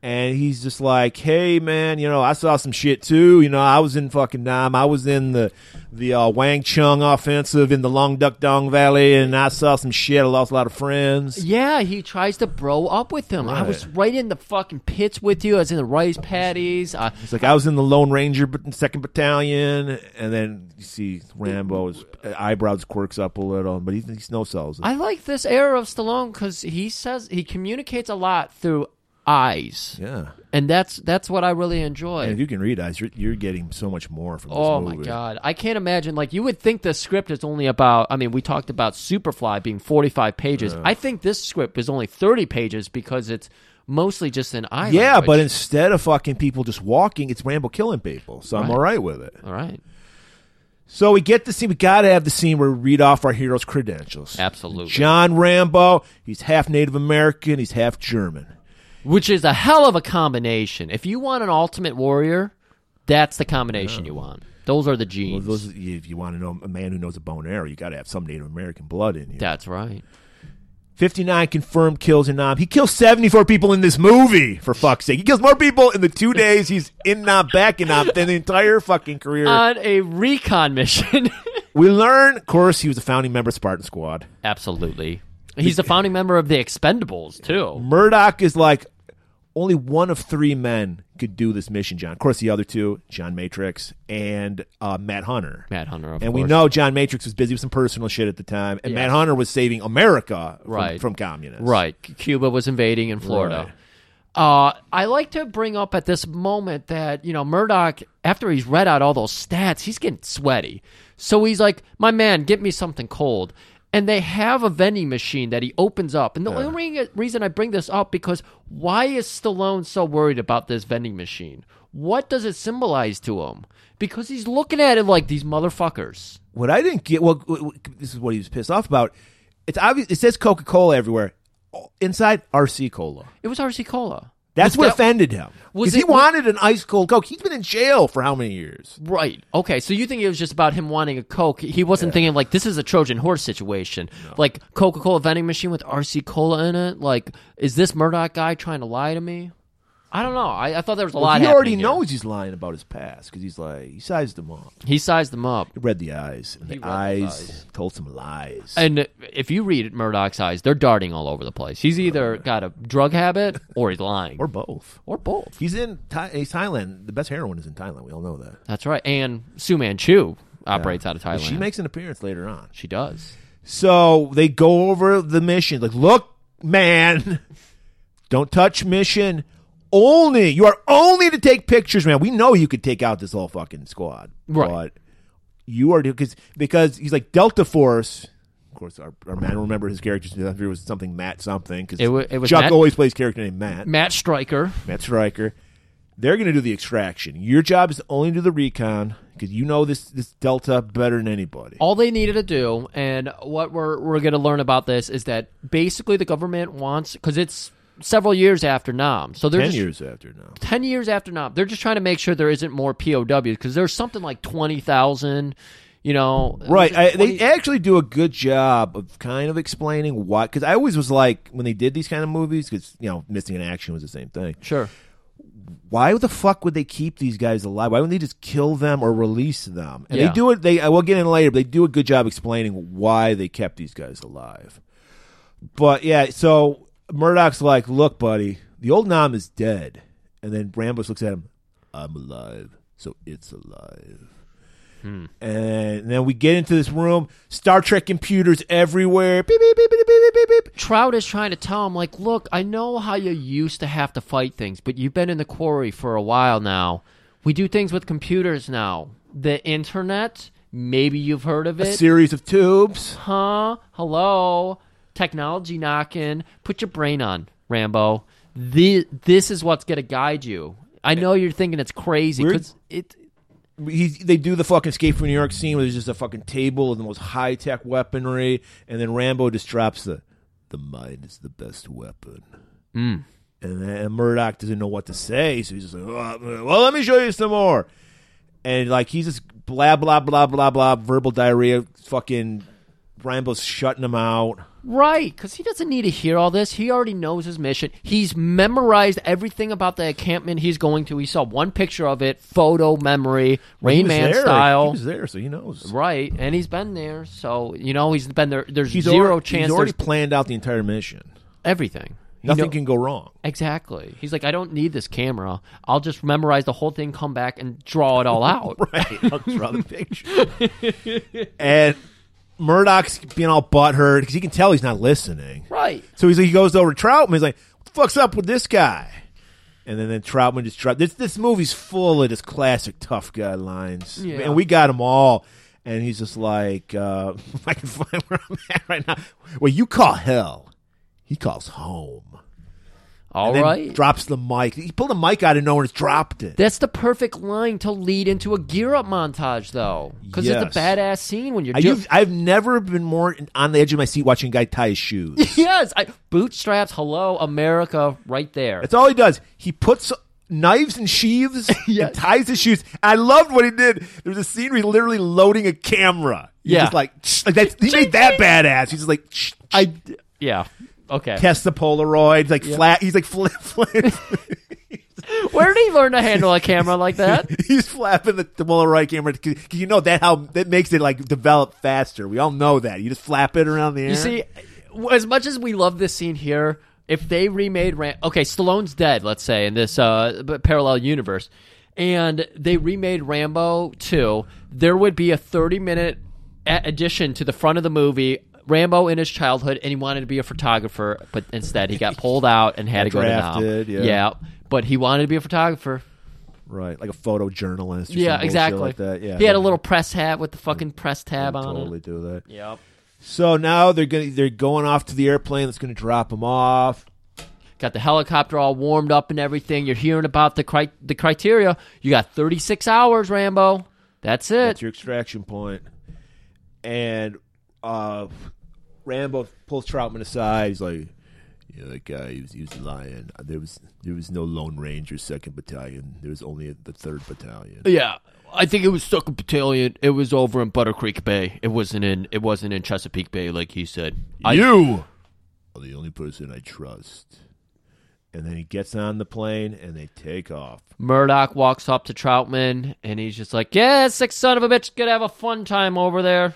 Speaker 3: and he's just like, "Hey, man, you know, I saw some shit too. You know, I was in fucking Nam. I was in the the uh, Wang Chung offensive in the Long Duck Dong Valley, and I saw some shit. I lost a lot of friends.
Speaker 2: Yeah, he tries to bro up with him. I was right in the fucking pits with you. I was in the rice patties. I,
Speaker 3: It's like I was in the Lone Ranger bat- Second Battalion, and then you see Rambo's eyebrows quirks up a little, but he, he snow sells it.
Speaker 2: I like this era of Stallone because he says he communicates a lot through eyes,
Speaker 3: yeah,
Speaker 2: and that's that's what I really enjoy.
Speaker 3: and if you can read eyes, you're, you're getting so much more from. This
Speaker 2: Oh
Speaker 3: movie.
Speaker 2: my god, I can't imagine. Like you would think the script is only about. I mean, we talked about Superfly being forty-five pages. I think this script is only thirty pages because it's mostly just an eye.
Speaker 3: Yeah,
Speaker 2: language.
Speaker 3: but instead of fucking people just walking, it's Rambo killing people. So I'm
Speaker 2: Right.
Speaker 3: all right with it.
Speaker 2: all right,
Speaker 3: So we get the scene. We got to have the scene where we read off our hero's credentials.
Speaker 2: Absolutely.
Speaker 3: John Rambo, he's half Native American, he's half German.
Speaker 2: which is a hell of a combination. If you want an Ultimate Warrior, that's the combination you want. Those are the
Speaker 3: Well,
Speaker 2: genes.
Speaker 3: those, if you want to know a man who knows a bone arrow, you got to have some Native American blood in you.
Speaker 2: that's right.
Speaker 3: 59 confirmed kills in Nam. He kills 74 people in this movie, for fuck's sake. He kills more people in the two days he's in Nam, back in Nam, than the entire fucking career.
Speaker 2: On a recon mission.
Speaker 3: we learn, of course, he was a founding member of Spartan Squad.
Speaker 2: Absolutely. He's the founding member of the Expendables too.
Speaker 3: Murdoch is like only one of three men could do this mission, John. Of course, the other two, John Matrix and uh, Matt Hunter.
Speaker 2: Matt Hunter, of
Speaker 3: and we
Speaker 2: course.
Speaker 3: know John Matrix was busy with some personal shit at the time, and Matt
Speaker 2: Yes.
Speaker 3: Hunter was saving America from,
Speaker 2: Right.
Speaker 3: from communists.
Speaker 2: Right. C- Cuba was invading in Florida. Uh, I like to bring up at this moment that, you know, Murdoch, after he's read out all those stats, he's getting sweaty. So he's like, my man, get me something cold. And they have a vending machine that he opens up. And the only re- reason I bring this up because why is Stallone so worried about this vending machine? What does it symbolize to him? Because he's looking at it like these motherfuckers.
Speaker 3: What I didn't get, well, w- w- this is what he was pissed off about. It's obvious. It says Coca Cola everywhere. Inside RC Cola.
Speaker 2: It was RC Cola.
Speaker 3: That's
Speaker 2: Was
Speaker 3: what
Speaker 2: that-
Speaker 3: offended him.
Speaker 2: was
Speaker 3: Because he
Speaker 2: it-
Speaker 3: wanted an ice cold Coke. He's been in jail for how many years?
Speaker 2: Right. Okay. So you think it was just about him wanting a Coke? He wasn't thinking like this is a Trojan horse situation, like Coca Cola vending machine with RC Cola in it. Like, is this Murdoch guy trying to lie to me? I don't know. I, I thought there was a lot.
Speaker 3: he already
Speaker 2: happening here.
Speaker 3: knows he's lying about his past because he's like, he sized them up.
Speaker 2: He sized them up,
Speaker 3: read the eyes, and the eyes, told some lies.
Speaker 2: and if you read Murdoch's eyes, they're darting all over the place. He's either got a drug habit or he's lying,
Speaker 3: or both.
Speaker 2: or both.
Speaker 3: He's in Thai- he's Thailand. The best heroin is in Thailand. We all know that.
Speaker 2: That's right. And Su Manchu operates out of Thailand.
Speaker 3: She makes an appearance later on.
Speaker 2: She does.
Speaker 3: So they go over the mission. Like, look, man, don't touch mission. Only you are only to take pictures, man. We know you could take out this whole fucking squad,
Speaker 2: Right.
Speaker 3: But you are because because he's like Delta Force. Of course, our, our man. I don't remember his character's name. I think It was something Matt something because
Speaker 2: It wa- it was
Speaker 3: Chuck
Speaker 2: Matt-
Speaker 3: always plays character named Matt.
Speaker 2: Matt Stryker.
Speaker 3: Matt Stryker. They're going to do the extraction. Your job is to only do the recon because you know this this Delta better than anybody.
Speaker 2: all they needed to do and what we're, we're going to learn about this is that basically the government wants because it's several years after nam so they're
Speaker 3: Ten
Speaker 2: just-
Speaker 3: years after now.
Speaker 2: 10 years after nam they're just trying to make sure there isn't more pows because there's something like 20000 you know
Speaker 3: Right.
Speaker 2: was it
Speaker 3: I, they
Speaker 2: 20
Speaker 3: actually do a good job of kind of explaining why. Because I always was like, when they did these kind of movies, because, you know, missing in action was the same thing.
Speaker 2: sure
Speaker 3: Why the fuck would they keep these guys alive? Why wouldn't they just kill them or release them? And
Speaker 2: Yeah.
Speaker 3: they do it, they, I will get in later, but they do a good job explaining why they kept these guys alive. But yeah, so Murdoch's like, look, buddy, the old Nam is dead. And then Rambus looks at him, I'm alive, so it's alive. And then we get into this room, Star Trek computers everywhere. Beep, beep, beep, beep, beep, beep, beep, beep.
Speaker 2: trout is trying to tell him like look i know how you used to have to fight things but you've been in the quarry for a while now we do things with computers now the internet maybe you've heard of
Speaker 3: A
Speaker 2: it
Speaker 3: series of tubes.
Speaker 2: huh? Hello, technology knocking. Put your brain on, Rambo. This, this is what's gonna guide you. I know you're thinking it's crazy
Speaker 3: We're-
Speaker 2: because it.
Speaker 3: he they do the fucking escape from New York scene where there's just a fucking table and the most high tech weaponry, and then Rambo just drops the the mind is the best weapon.
Speaker 2: Hmm.
Speaker 3: And then Murdoch doesn't know what to say, so he's just like, "Oh, well, let me show you some more. And like he's just blah blah blah blah blah verbal diarrhea, fucking Rambo's shutting him out.
Speaker 2: Right, because he doesn't need to hear all this. He already knows his mission. He's memorized everything about the encampment he's going to. He saw one picture of it, photo memory,
Speaker 3: He
Speaker 2: Rain
Speaker 3: was
Speaker 2: Man
Speaker 3: there. He
Speaker 2: style.
Speaker 3: was there, so he knows.
Speaker 2: Right, and he's been there, so you know he's been there. There's
Speaker 3: He's
Speaker 2: zero
Speaker 3: already,
Speaker 2: chance.
Speaker 3: He's already
Speaker 2: there's
Speaker 3: planned out the entire mission.
Speaker 2: everything. You
Speaker 3: Nothing
Speaker 2: know-
Speaker 3: can go wrong.
Speaker 2: exactly. He's like, I don't need this camera. I'll just memorize the whole thing, come back, and draw it all out.
Speaker 3: Right. I'll draw the picture. and Murdoch's being all butthurt because he can tell he's not listening.
Speaker 2: right.
Speaker 3: So he's, he goes over to Troutman. He's like, what the fuck's up with this guy? And then, then Troutman just dropped. This, this movie's full of just classic tough guy lines.
Speaker 2: Yeah.
Speaker 3: And we got them all. And he's just like, uh, I can find where I'm at right now. Well, you call hell. He calls home.
Speaker 2: All
Speaker 3: And then
Speaker 2: right.
Speaker 3: drops the mic. He pulled the mic out of nowhere and just dropped it.
Speaker 2: That's the perfect line to lead into a gear up montage, though, because it's a
Speaker 3: Yes.
Speaker 2: badass scene when you're.
Speaker 3: I,
Speaker 2: ju-
Speaker 3: you've, I've never been more in- on the edge of my seat watching a guy tie his shoes.
Speaker 2: yes, I, bootstraps. Hello, America, right there.
Speaker 3: That's all he does. He puts knives and sheaths and ties his shoes. I loved what he did. There was a scene where he's literally loading a camera. He's
Speaker 2: Yeah.
Speaker 3: just like, "Shh," like that's, he made that badass. He's just like, "Shh,"
Speaker 2: I. Yeah. Okay.
Speaker 3: tests the Polaroid. Like flat. He's like flip, flip.
Speaker 2: Where did he learn to handle a camera like that?
Speaker 3: he's flapping the, the Polaroid camera because you know that how that makes it like develop faster. We all know that. You just flap it around the air.
Speaker 2: You see, as much as we love this scene here, if they remade Ram, okay, Stallone's dead, let's say, in this uh, b- parallel universe, and they remade Rambo 2, there would be a 30 minute a- addition to the front of the movie. Rambo in his childhood, and he wanted to be a photographer, but instead he got pulled out and had to go
Speaker 3: Drafted,
Speaker 2: to
Speaker 3: yeah.
Speaker 2: Nam. but he wanted to be a photographer.
Speaker 3: right, like a photojournalist. Or some
Speaker 2: yeah,
Speaker 3: bullshit
Speaker 2: exactly.
Speaker 3: Like that. Yeah,
Speaker 2: he had a little press hat with the fucking press tab on
Speaker 3: Totally
Speaker 2: it.
Speaker 3: do that.
Speaker 2: Yep.
Speaker 3: So now they're gonna they're going off to the airplane that's gonna drop them off.
Speaker 2: Got the helicopter all warmed up and everything. You're hearing about the cri- the criteria. You got 36 hours, Rambo. That's it.
Speaker 3: That's your extraction point. And uh, Rambo pulls Troutman aside. He's like, "Yeah, that guy, he was, he was lying. There was there was no Lone Ranger Second Battalion. There was only the Third Battalion."
Speaker 2: yeah, I think it was Second Battalion. It was over in Butter Creek Bay. It wasn't in it wasn't in Chesapeake Bay like he said.
Speaker 3: you are the only person I trust. And then he gets on the plane and they take off.
Speaker 2: Murdoch walks up to Troutman and he's just like, "Yeah, sick son of a bitch, gonna have a fun time over there."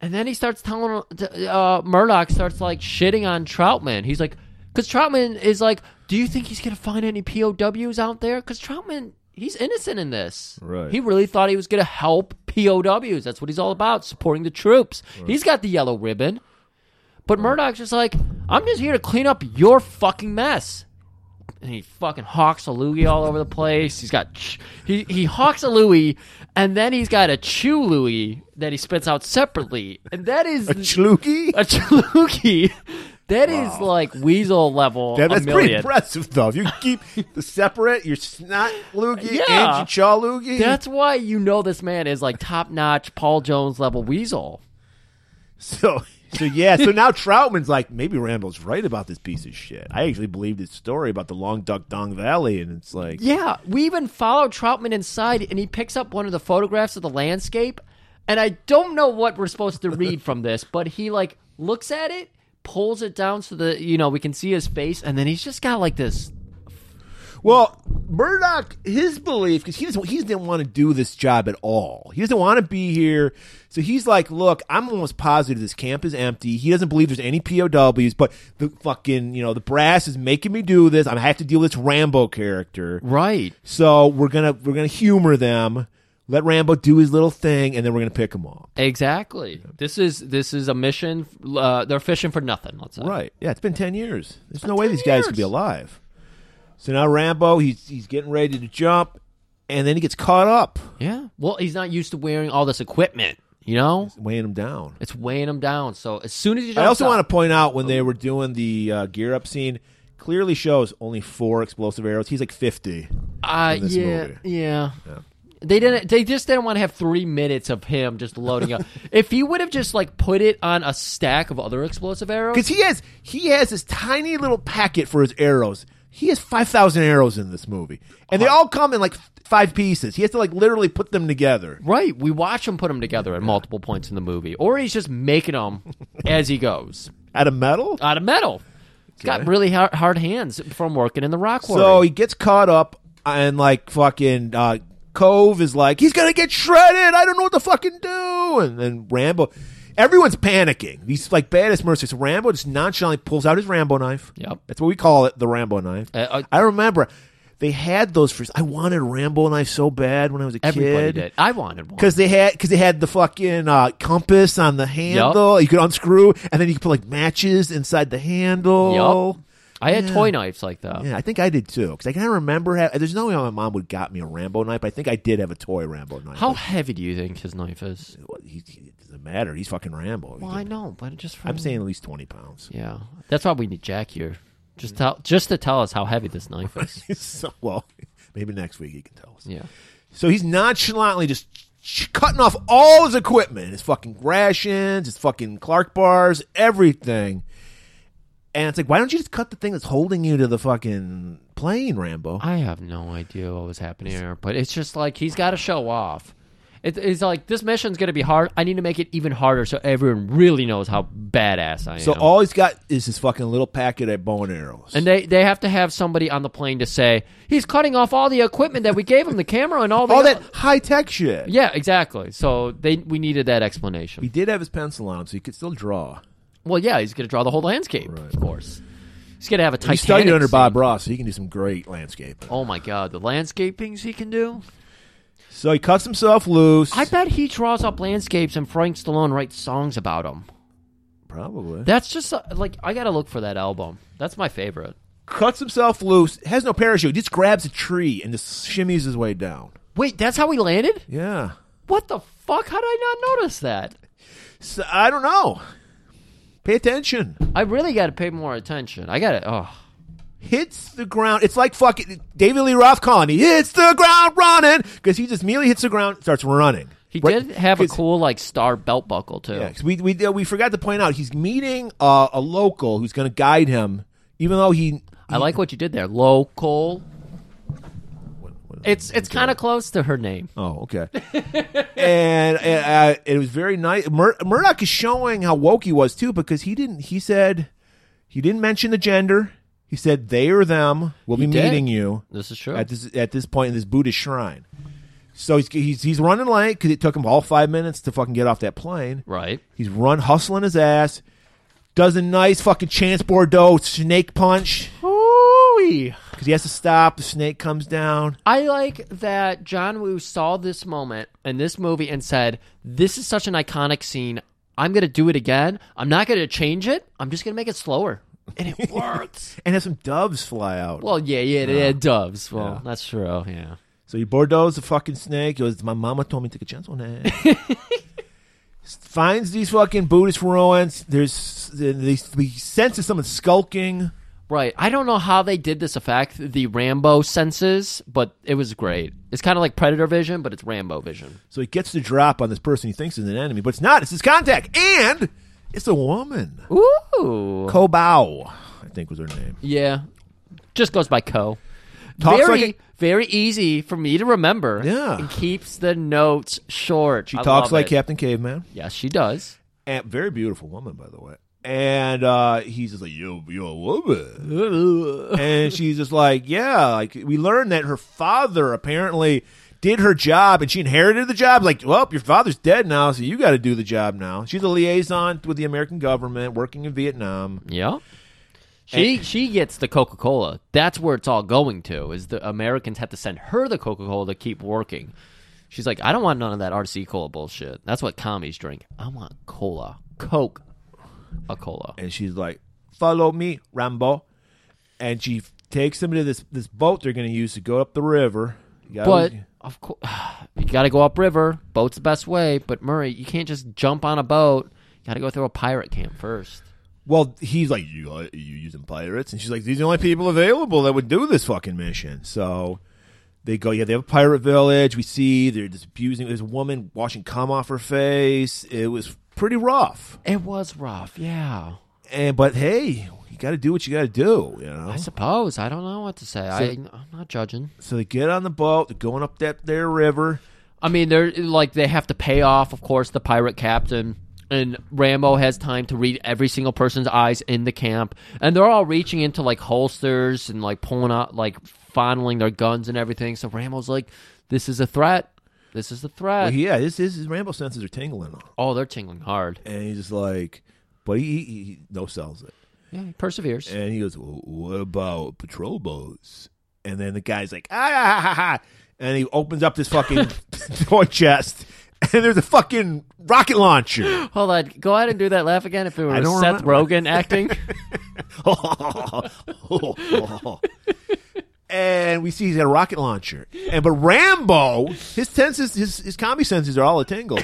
Speaker 2: And then he starts telling uh, Murdoch starts like shitting on Troutman. He's like, "Cause Troutman is like, do you think he's gonna find any POWs out there? Cause Troutman, he's innocent in this.
Speaker 3: Right.
Speaker 2: He really thought he was gonna help POWs. That's what he's all about, supporting the troops. He's got the yellow ribbon."
Speaker 3: Hmm.
Speaker 2: But Murdoch's just like, I'm just here to clean up your fucking mess. And he fucking hawks a loogie all over the place. He's got ch- he he hawks a loogie, and then he's got a chew loogie that he spits out separately, and that is a,
Speaker 3: Chlookie?
Speaker 2: chew loogie. That is like weasel level.
Speaker 3: Yeah,
Speaker 2: a
Speaker 3: that's pretty
Speaker 2: million.
Speaker 3: impressive, though. If you keep the separate, your snot loogie
Speaker 2: Yeah.
Speaker 3: and your chaw loogie.
Speaker 2: That's why you know this man is like top notch Paul Jones level weasel.
Speaker 3: so, so yeah. So now Troutman's like, maybe Rambo's right about this piece of shit. I actually believed his story about the Long Duck Dong Valley, and it's like,
Speaker 2: Yeah, we even follow Troutman inside, and he picks up one of the photographs of the landscape. And I don't know what we're supposed to read from this, but he like looks at it, pulls it down so that you know we can see his face, and then he's just got like this.
Speaker 3: well, Murdoch, his belief because he doesn't, he didn't want to do this job at all. He doesn't want to be here. So he's like, look, I'm almost positive this camp is empty. He doesn't believe there's any POWs, but the fucking you know the brass is making me do this. I have to deal with this Rambo character,
Speaker 2: Right.
Speaker 3: So we're gonna we're gonna humor them, let Rambo do his little thing, and then we're gonna pick him up.
Speaker 2: Exactly. This is this is a mission. Uh, they're fishing for nothing. Let's say.
Speaker 3: Right? Yeah, it's been ten years. There's no way these guys could be
Speaker 2: years.
Speaker 3: alive. So now Rambo, he's he's getting ready to jump, and then he gets caught up,
Speaker 2: Yeah. Well, he's not used to wearing all this equipment. You know,
Speaker 3: weighing him down.
Speaker 2: it's weighing him down. So as soon as you,
Speaker 3: I also want to point out when they were doing the uh, gear up scene, clearly shows only four explosive arrows. He's like fifty.
Speaker 2: Uh,
Speaker 3: in this
Speaker 2: yeah,
Speaker 3: movie.
Speaker 2: yeah, They didn't. They just didn't want to have three minutes of him just loading up. if he would have just like put it on a stack of other explosive arrows,
Speaker 3: because he has he has this tiny little packet for his arrows He has five thousand arrows in this movie, and they all come in like f- five pieces. He has to like literally put them together.
Speaker 2: Right, we watch him put them together at multiple points in the movie, or he's just making them as he goes
Speaker 3: Out of metal?
Speaker 2: out of metal. He's got really hard, hard hands from working in the rock quarry.
Speaker 3: So he gets caught up, and like fucking uh, Cove is like, he's gonna get shredded. I don't know what to fucking do. And then Rambo, everyone's panicking. These like baddest mercies. Rambo just nonchalantly pulls out his Rambo knife.
Speaker 2: Yep.
Speaker 3: that's what we call it, the Rambo knife.
Speaker 2: Uh, uh,
Speaker 3: I remember they had those for. I wanted a Rambo knife so bad when I was a
Speaker 2: Everybody
Speaker 3: kid.
Speaker 2: did. I wanted one.
Speaker 3: Because they had, because they had the fucking uh, compass on the handle. You could unscrew, and then you could put like matches inside the handle.
Speaker 2: Yup. I had
Speaker 3: oh, Yeah.
Speaker 2: toy knives like that.
Speaker 3: Yeah, I think I did too. Because I kind of remember. Ha- There's no way my mom would got me a Rambo knife. But I think I did have a toy Rambo knife.
Speaker 2: How heavy do you think his knife is?
Speaker 3: Well, he, he- it doesn't matter. He's fucking Rambo. He
Speaker 2: Well,
Speaker 3: can-
Speaker 2: I know, but just for
Speaker 3: I'm saying at least twenty pounds.
Speaker 2: yeah, that's why we need Jack here. Just tell, just to tell us how heavy this knife is.
Speaker 3: so, well, maybe next week he can tell us.
Speaker 2: Yeah,
Speaker 3: So he's nonchalantly just ch- cutting off all his equipment, his fucking rations, his fucking Clark bars, everything. And it's like, why don't you just cut the thing that's holding you to the fucking plane, Rambo?
Speaker 2: I have no idea what was happening here, but it's just like he's got to show off. It, it's like this mission's gonna be hard. I need to make it even harder so everyone really knows how badass I am.
Speaker 3: So all he's got is his fucking little packet of bow and arrows.
Speaker 2: and they, they have to have somebody on the plane to say he's cutting off all the equipment that we gave him, the camera and all the
Speaker 3: all that high tech shit.
Speaker 2: Yeah, exactly. So they we needed that explanation.
Speaker 3: He did have his pencil on him, so he could still draw.
Speaker 2: Well, yeah, he's going to draw the whole landscape, of course. He's going to have a
Speaker 3: He
Speaker 2: Titanic.
Speaker 3: studied under
Speaker 2: scene.
Speaker 3: Bob Ross, so he can do some great landscaping.
Speaker 2: Oh my God, the landscapings he can do!
Speaker 3: So he cuts himself loose.
Speaker 2: I bet he draws up landscapes, and Frank Stallone writes songs about them.
Speaker 3: probably
Speaker 2: That's just uh, like I got to look for that album. That's my favorite.
Speaker 3: cuts himself loose. Has no parachute. Just grabs a tree and just shimmies his way down.
Speaker 2: Wait, that's how he landed?
Speaker 3: Yeah.
Speaker 2: What the fuck? How did I not notice that?
Speaker 3: So, I don't know. Pay attention.
Speaker 2: I really got to pay more attention. I got to. Oh,
Speaker 3: Hits the ground. It's like fucking David Lee Roth calling. He hits the ground running because he just immediately hits the ground, starts running.
Speaker 2: he
Speaker 3: Right-
Speaker 2: did have a
Speaker 3: 'cause-
Speaker 2: cool like star belt buckle too.
Speaker 3: Yeah, 'cause we we uh, we forgot to point out he's meeting uh, a local who's going to guide him, even though he
Speaker 2: I like what you did there, local. It's it's kind of close to her name.
Speaker 3: Oh, okay. and and uh, it was very nice. Mur- Murdoch is showing how woke he was too, because he didn't. He said he didn't mention the gender. He said they or them will be
Speaker 2: did.
Speaker 3: meeting you
Speaker 2: This is true.
Speaker 3: at this at this point in this Buddhist shrine. So he's he's, he's running late because it took him all five minutes to fucking get off that plane.
Speaker 2: Right.
Speaker 3: He's run hustling his ass. Does a nice fucking chance Bordeaux snake punch because he has to stop. The snake comes down.
Speaker 2: I like that John Woo saw this moment in this movie and said, This is such an iconic scene. I'm going to do it again. I'm not going to change it. I'm just going to make it slower. And it works.
Speaker 3: and have some doves fly out.
Speaker 2: well, yeah, yeah, yeah, doves. Well, that's true. Yeah.
Speaker 3: so he Bordeaux's a fucking snake. He goes, My mama told me to take a chance on that. Finds these fucking Buddhist ruins. There's they, he senses someone skulking.
Speaker 2: Right. I don't know how they did this effect, the Rambo senses, but it was great. It's kind of like Predator vision, but it's Rambo vision.
Speaker 3: So he gets the drop on this person he thinks is an enemy, but it's not. It's his contact, and it's a woman.
Speaker 2: Ooh.
Speaker 3: Ko Bao, I think was her name.
Speaker 2: Yeah. Just goes by Co.
Speaker 3: Talks
Speaker 2: very,
Speaker 3: like
Speaker 2: very easy for me to remember.
Speaker 3: Yeah.
Speaker 2: And keeps the notes short.
Speaker 3: She
Speaker 2: I
Speaker 3: talks
Speaker 2: love
Speaker 3: like
Speaker 2: it.
Speaker 3: Captain Caveman.
Speaker 2: Yes, she does.
Speaker 3: And very beautiful woman, by the way. And uh, he's just like, yo, you're a woman.
Speaker 2: Ugh.
Speaker 3: and she's just like, yeah, like we learned that her father apparently did her job and she inherited the job. Like, well, your father's dead now, so you got to do the job now. She's a liaison with the American government working in Vietnam.
Speaker 2: Yeah. She she gets the Coca Cola. That's where it's all going to. Is the Americans have to send her the Coca Cola to keep working. She's like, I don't want none of that RC cola bullshit. That's what commies drink. I want cola, Coke, a cola.
Speaker 3: And she's like, follow me, Rambo. And she f- takes him to this, this boat they're going to use to go up the river. You gotta-
Speaker 2: But of course, you got to go upriver. Boat's the best way. But Murray, you can't just jump on a boat. You got to go through a pirate camp first.
Speaker 3: Well, he's like, you, are you using pirates? And she's like, these are the only people available that would do this fucking mission. So they go, yeah, they have a pirate village. We see they're just abusing this woman, washing cum off her face. It was pretty rough.
Speaker 2: It was rough, yeah.
Speaker 3: And but hey, you got to do what you got to do. You know.
Speaker 2: I suppose. I don't know what to say. I, I'm not judging.
Speaker 3: So they get on the boat. They're going up that there river.
Speaker 2: I mean, they're like they have to pay off, of course, the pirate captain, and Rambo has time to read every single person's eyes in the camp, and they're all reaching into like holsters and like pulling out, like fondling their guns and everything. So Rambo's like, "This is a threat. This is the threat."
Speaker 3: Well, yeah, this is his Rambo senses are tingling,
Speaker 2: oh, they're tingling hard.
Speaker 3: and he's just like, but he, he, he no sells it.
Speaker 2: Yeah, he perseveres.
Speaker 3: And he goes, well, "What about patrol boats?" And then the guy's like, "Ah!" ha, ha, ha." And he opens up this fucking toy chest, and there's a fucking rocket launcher.
Speaker 2: Hold on, go ahead and do that laugh again. If it
Speaker 3: I
Speaker 2: was
Speaker 3: don't
Speaker 2: Seth
Speaker 3: remember.
Speaker 2: Rogen acting,
Speaker 3: and we see he's got a rocket launcher. And but Rambo, his senses, his his combi senses are all a tingle.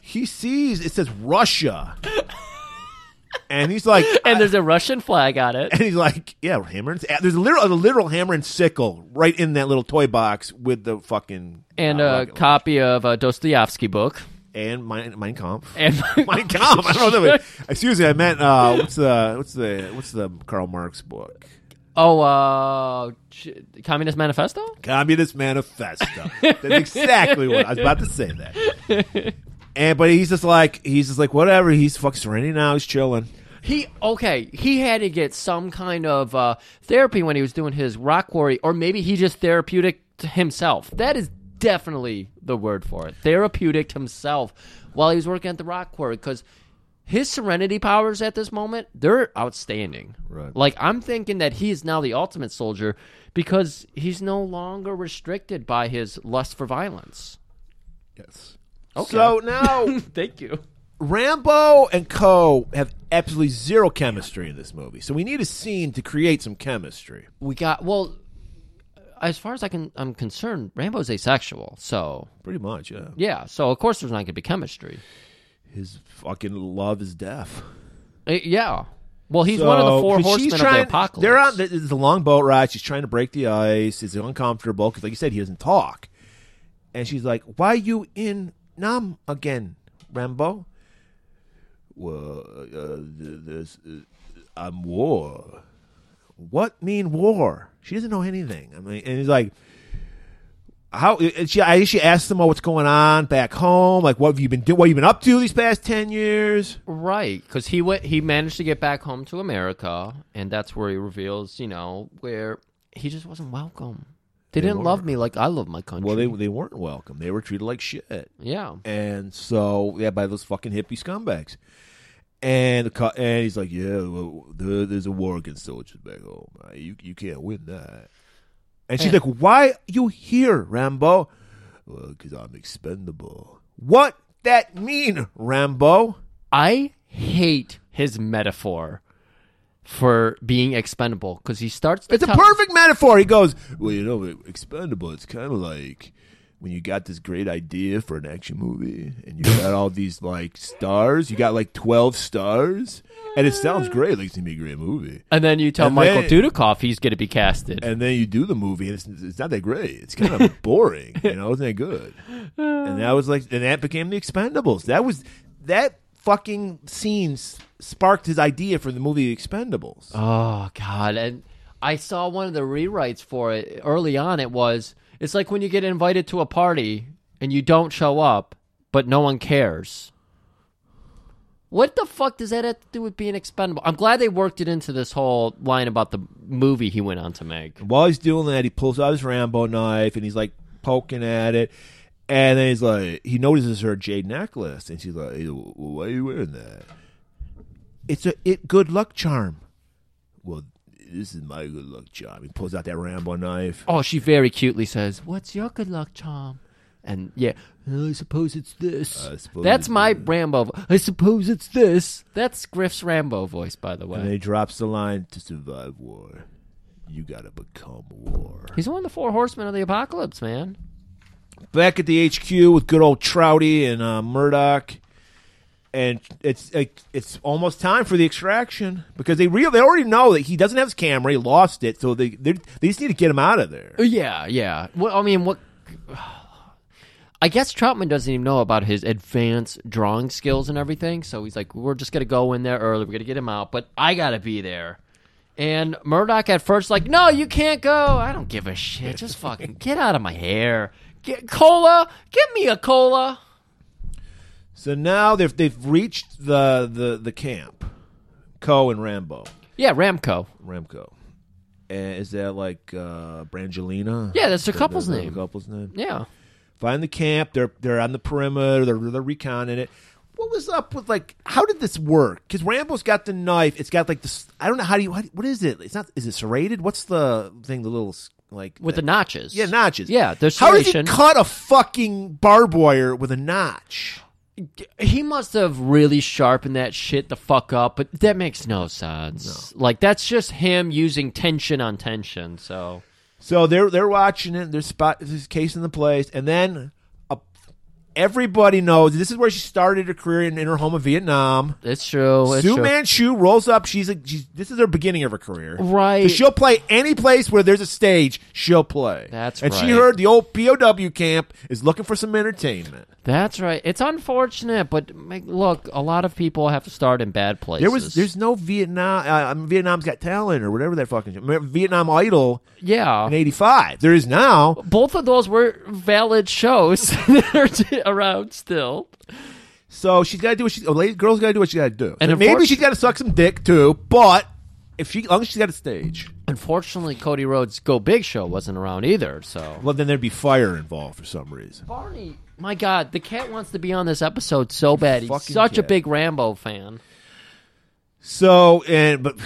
Speaker 3: he sees it says Russia, and he's like,
Speaker 2: and there's a Russian flag on it.
Speaker 3: And he's like, "Yeah, hammer and there's a literal, a literal hammer and sickle right in that little toy box with the fucking
Speaker 2: and
Speaker 3: uh,
Speaker 2: a
Speaker 3: rocket launcher.
Speaker 2: copy of a Dostoevsky book.
Speaker 3: and Mein, Mein Kampf.
Speaker 2: And
Speaker 3: Mein Kampf. I don't know. That Excuse me. I meant uh, what's the what's the what's the Karl Marx book?
Speaker 2: oh, uh, Ch- Communist Manifesto.
Speaker 3: Communist Manifesto. That's exactly what I was about to say. That. And but he's just like he's just like whatever. He's fucking serenity now. He's chilling.
Speaker 2: He okay. He had to get some kind of uh, therapy when he was doing his rock quarry, or maybe he just therapeutic to himself. That is definitely the word for it. Therapeutic himself while he was working at the rock quarry because his serenity powers at this moment they're outstanding.
Speaker 3: Right.
Speaker 2: Like I'm thinking that he is now the ultimate soldier because he's no longer restricted by his lust for violence.
Speaker 3: Yes. So now
Speaker 2: Thank you.
Speaker 3: Rambo and Co. have absolutely zero chemistry in this movie. So we need a scene to create some chemistry.
Speaker 2: We got well. As far as I can, I'm concerned. Rambo's asexual, so
Speaker 3: Pretty much, yeah.
Speaker 2: Yeah, so of course there's not going to be chemistry.
Speaker 3: His fucking love is deaf.
Speaker 2: Uh, yeah. Well, he's one of the four horsemen of the apocalypse.
Speaker 3: They're on the, the long boat ride. She's trying to break the ice. It's uncomfortable because, like you said, he doesn't talk. And she's like, "Why you in Nam again, Rambo?" Well, uh, th- this, uh, I'm war. What mean war? She doesn't know anything. I mean, and he's like, how and she I she asked him, "Oh, what's going on back home? Like, what have you been doing? What have you been up to these past ten years?"
Speaker 2: right, because he went. He managed to get back home to America, and that's where he reveals, you know, where he just wasn't welcome. They, didn't love me like I love my country.
Speaker 3: Well, they they weren't welcome. They were treated like shit.
Speaker 2: yeah.
Speaker 3: And so, yeah, by those fucking hippie scumbags. And the co- and he's like, yeah, well, there, there's a war against soldiers back home. Uh, You you can't win that. And she's
Speaker 2: Yeah.
Speaker 3: like, why you here, Rambo? Well, because I'm expendable. What that mean, Rambo?
Speaker 2: I hate his metaphor for being expendable because he starts. To
Speaker 3: It's a
Speaker 2: tell-
Speaker 3: perfect metaphor. He goes, well, you know, expendable. It's kind of like when you got this great idea for an action movie, and you got all these like stars. You got like twelve stars, and it sounds great. Like it's gonna be a great movie.
Speaker 2: And then you tell
Speaker 3: And
Speaker 2: Michael
Speaker 3: then-
Speaker 2: Dudikoff he's going to be casted.
Speaker 3: And then you do the movie, and it's, it's not that great. It's kind of boring. You know, it's not good. And that was like, and that became the Expendables. That was that fucking scene s- sparked his idea for the movie Expendables.
Speaker 2: Oh God! And I saw one of the rewrites for it early on. It was it's like when you get invited to a party and you don't show up, but no one cares. What the fuck does that have to do with being expendable? I'm glad they worked it into this whole line about the movie he went on to make.
Speaker 3: While he's doing that, he pulls out his Rambo knife and he's like poking at it. And then he's like, he notices her jade necklace, and she's like, "Hey, wh- "Why are you wearing that?" It's a it good luck charm. Well, this is my good luck charm. He pulls out that Rambo knife.
Speaker 2: Oh, she very cutely says, "What's your good luck charm?" And yeah, I suppose it's this.
Speaker 3: I suppose
Speaker 2: That's
Speaker 3: it's
Speaker 2: my
Speaker 3: this.
Speaker 2: Rambo. vo- I suppose it's this. That's Griff's Rambo voice, by the way.
Speaker 3: And then he drops the line to survive war. You gotta become war.
Speaker 2: He's one of the four horsemen of the apocalypse, man.
Speaker 3: Back at the HQ with good old Trouty and uh, Murdoch, and it's like it's almost time for the extraction because they real they already know that he doesn't have his camera. He lost it, so they they they just need to get him out of there.
Speaker 2: Yeah, yeah. Well, I mean, what? I guess Troutman doesn't even know about his advanced drawing skills and everything. So he's like, we're just going to go in there early. We're going to get him out, but I got to be there. And Murdoch at first, like, no, you can't go. I don't give a shit. Just fucking get out of my hair. Get cola. Get me a cola.
Speaker 3: So now they've they've reached the the the camp. Co and Rambo,
Speaker 2: Yeah, Ramco.
Speaker 3: Ramco. And is that like uh Brangelina?
Speaker 2: Yeah, that's their
Speaker 3: The-
Speaker 2: couple's
Speaker 3: the- the
Speaker 2: name.
Speaker 3: couple's name.
Speaker 2: Yeah.
Speaker 3: Find the camp. They're they're on the perimeter. They're they're reconning it. What was up with like? How did this work? Because Rambo's got the knife. It's got like this. I don't know how do you. How, do- what is it? It's not. Is it serrated? What's the thing? The little s- like
Speaker 2: With the
Speaker 3: that-
Speaker 2: notches.
Speaker 3: Yeah, notches.
Speaker 2: Yeah, there's
Speaker 3: how did he
Speaker 2: serration.
Speaker 3: cut a fucking barbed wire with a notch?
Speaker 2: he must have really sharpened that shit the fuck up, but that makes no sense. Like that's just him using tension on tension. So
Speaker 3: So they're they're watching it. They're spot this case in the place, and then a, everybody knows this is where she started her career in, in her home of Vietnam.
Speaker 2: it's true. It's
Speaker 3: Sue
Speaker 2: true.
Speaker 3: Manchu rolls up. She's, a, she's this is her beginning of her career,
Speaker 2: Right.
Speaker 3: So she'll play any place where there's a stage. She'll play.
Speaker 2: That's
Speaker 3: and she
Speaker 2: right.
Speaker 3: heard the old POW camp is looking for some entertainment.
Speaker 2: That's right. It's unfortunate, but make, look, a lot of people have to start in bad places.
Speaker 3: There was there's no Vietnam. Uh, um, Vietnam's Got Talent or whatever that fucking Amer- Vietnam Idol in
Speaker 2: yeah.
Speaker 3: '85. There is now.
Speaker 2: Both of those were valid shows that are t- around still.
Speaker 3: So she's got to do what she. A lady, girl's got to do what she got to do.
Speaker 2: And
Speaker 3: So maybe
Speaker 2: unfortunately-
Speaker 3: she's got to suck some dick too. But if she, as long as she's got a stage,
Speaker 2: Unfortunately, Cody Rhodes' Go Big show wasn't around either. So
Speaker 3: well, then there'd be fire involved for some reason.
Speaker 2: Barney, my God, the cat wants to be on this episode so bad. He's
Speaker 3: Fucking
Speaker 2: such a
Speaker 3: cat.
Speaker 2: big Rambo fan.
Speaker 3: So and but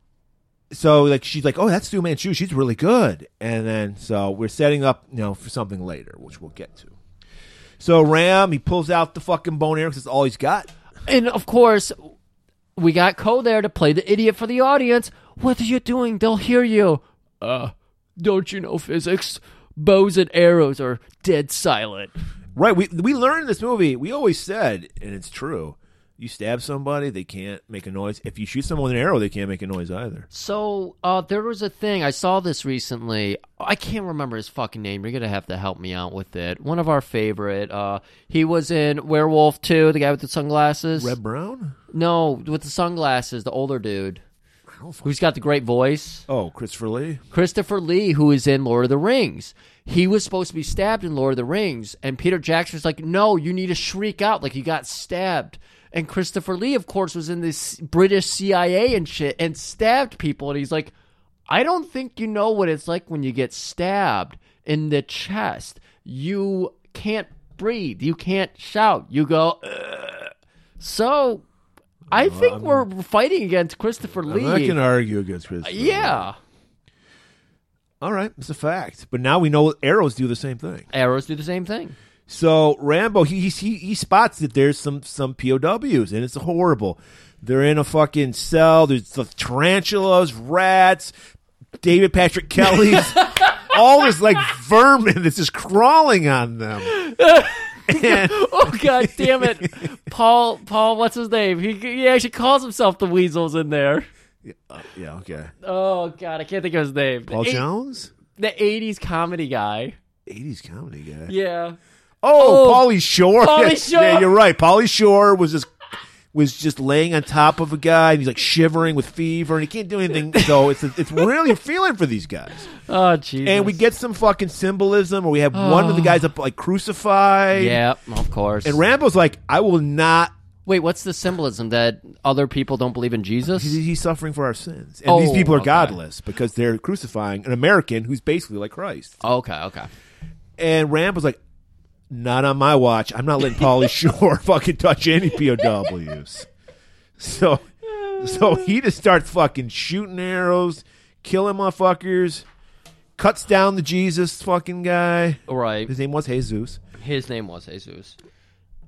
Speaker 3: so like she's like, oh, that's Stu Manchu. She's really good. And then so we're setting up, you know, for something later, which we'll get to. So Ram, he pulls out the fucking bone arrow because it's all he's got.
Speaker 2: And of course, we got Cole there to play the idiot for the audience. What are you doing? They'll hear you. Uh, don't you know physics? Bows and arrows are dead silent.
Speaker 3: Right. We we learned in this movie. We always said, and it's true. You stab somebody, they can't make a noise. If you shoot someone with an arrow, they can't make a noise either.
Speaker 2: So uh, there was a thing I saw this recently. I can't remember his fucking name. You're gonna have to help me out with it. One of our favorite. Uh, he was in Werewolf Two, the guy with the sunglasses.
Speaker 3: Red Brown?
Speaker 2: no, with the sunglasses, the older dude, who's got the great voice.
Speaker 3: Oh, Christopher Lee.
Speaker 2: Christopher Lee, who is in Lord of the Rings. He was supposed to be stabbed in Lord of the Rings, and Peter Jackson's like, no, you need to shriek out like you got stabbed. And Christopher Lee, of course, was in this British CIA and shit and stabbed people, and he's like, I don't think you know what it's like when you get stabbed in the chest. You can't breathe. You can't shout. You go, "Ugh." so I think we're fighting against Christopher
Speaker 3: I'm not
Speaker 2: Lee.
Speaker 3: going to argue against Christopher. Lee.
Speaker 2: yeah.
Speaker 3: All right, it's a fact. But now we know arrows do the same thing.
Speaker 2: Arrows do the same thing.
Speaker 3: So Rambo, he he he spots that there's some some POWs, and it's horrible. They're in a fucking cell. There's the tarantulas, rats, David Patrick Kelly's, all this like vermin that's just crawling on them. And
Speaker 2: Oh god damn it. Paul Paul what's his name? He he actually calls himself the Weasels in there.
Speaker 3: yeah, okay.
Speaker 2: Oh god, I can't think of his name.
Speaker 3: Paul
Speaker 2: the eight-
Speaker 3: Jones,
Speaker 2: the 80s comedy guy.
Speaker 3: '80s comedy guy.
Speaker 2: Yeah.
Speaker 3: Oh,
Speaker 2: Oh,
Speaker 3: Paulie Shore.
Speaker 2: Pauly
Speaker 3: Yeah,
Speaker 2: Shore.
Speaker 3: you're right. Paulie Shore was just was just laying on top of a guy, and he's like shivering with fever, and he can't do anything. So it's it's really feeling for these guys.
Speaker 2: Oh Jesus.
Speaker 3: And we get some fucking symbolism, or we have one
Speaker 2: Oh.
Speaker 3: of the guys up like crucified.
Speaker 2: Yeah, of course.
Speaker 3: And Rambo's like, I will not.
Speaker 2: Wait, what's the symbolism that other people don't believe in Jesus?
Speaker 3: He's, he's suffering for our sins, and
Speaker 2: Oh,
Speaker 3: these people are
Speaker 2: okay.
Speaker 3: godless because they're crucifying an American who's basically like Christ.
Speaker 2: Oh, Okay, okay.
Speaker 3: And Rambo's like, not on my watch. I'm not letting Polly Shore fucking touch any POWs. So, so he just starts fucking shooting arrows, killing motherfuckers, cuts down the Jesus fucking guy.
Speaker 2: All right.
Speaker 3: His name was Jesus.
Speaker 2: His name was Jesus.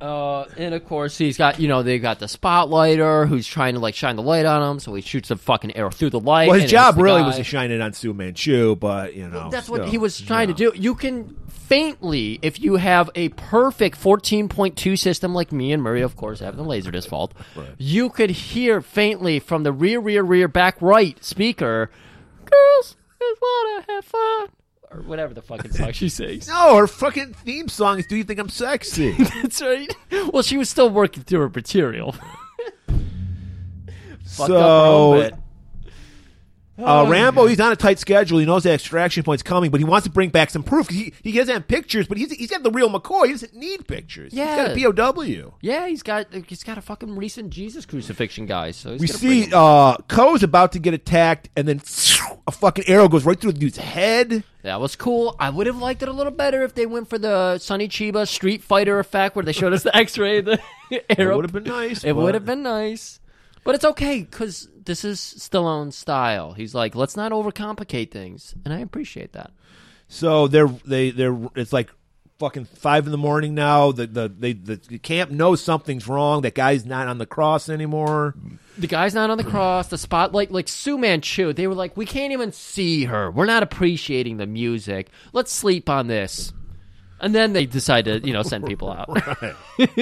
Speaker 2: Uh, and of course he's got you know they got the spotlighter who's trying to like shine the light on him, so he shoots a fucking arrow through the light.
Speaker 3: Well, his
Speaker 2: and it hits
Speaker 3: job
Speaker 2: the
Speaker 3: really
Speaker 2: guy.
Speaker 3: was to shine it on Su Manchu, but you know
Speaker 2: That's what
Speaker 3: Oh, still.
Speaker 2: he was trying to do. You can faintly, if you have a perfect 14.2 system like me and Murray, of course, have the Laserdisc fault, you could hear faintly from the rear, rear, rear, back, right speaker, girls just want to have fun. or whatever the fucking fuck she sings.
Speaker 3: No, her fucking theme song is "Do You Think I'm Sexy."
Speaker 2: That's right. Well, she was still working through her material. Fucked up her own
Speaker 3: so,
Speaker 2: bit.
Speaker 3: uh, Rambo, he's on a tight schedule. He knows the extraction point's coming, but he wants to bring back some proof. He he doesn't have pictures, but he's he's got the real McCoy. He doesn't need pictures.
Speaker 2: Yeah.
Speaker 3: he's got a POW.
Speaker 2: Yeah, he's got he's got a fucking recent Jesus crucifixion guy. So he's
Speaker 3: We
Speaker 2: gonna bring
Speaker 3: see
Speaker 2: him-
Speaker 3: uh, Co's about to get attacked, and then a fucking arrow goes right through the dude's head.
Speaker 2: that was cool. I would have liked it a little better if they went for the Sonny Chiba Street Fighter effect, where they showed us the X-ray, the arrow.
Speaker 3: It would have been nice.
Speaker 2: It
Speaker 3: but-
Speaker 2: would have been nice, but it's okay because this is Stallone's style. He's like, let's not overcomplicate things, and I appreciate that.
Speaker 3: So they're they they're it's like fucking five in the morning now. The the they the camp knows something's wrong. That guy's not on the cross anymore.
Speaker 2: The guy's not on the cross. The spotlight, like Sue Manchu, they were like, we can't even see her. We're not appreciating the music. Let's sleep on this. And then they decide to, you know, send people out.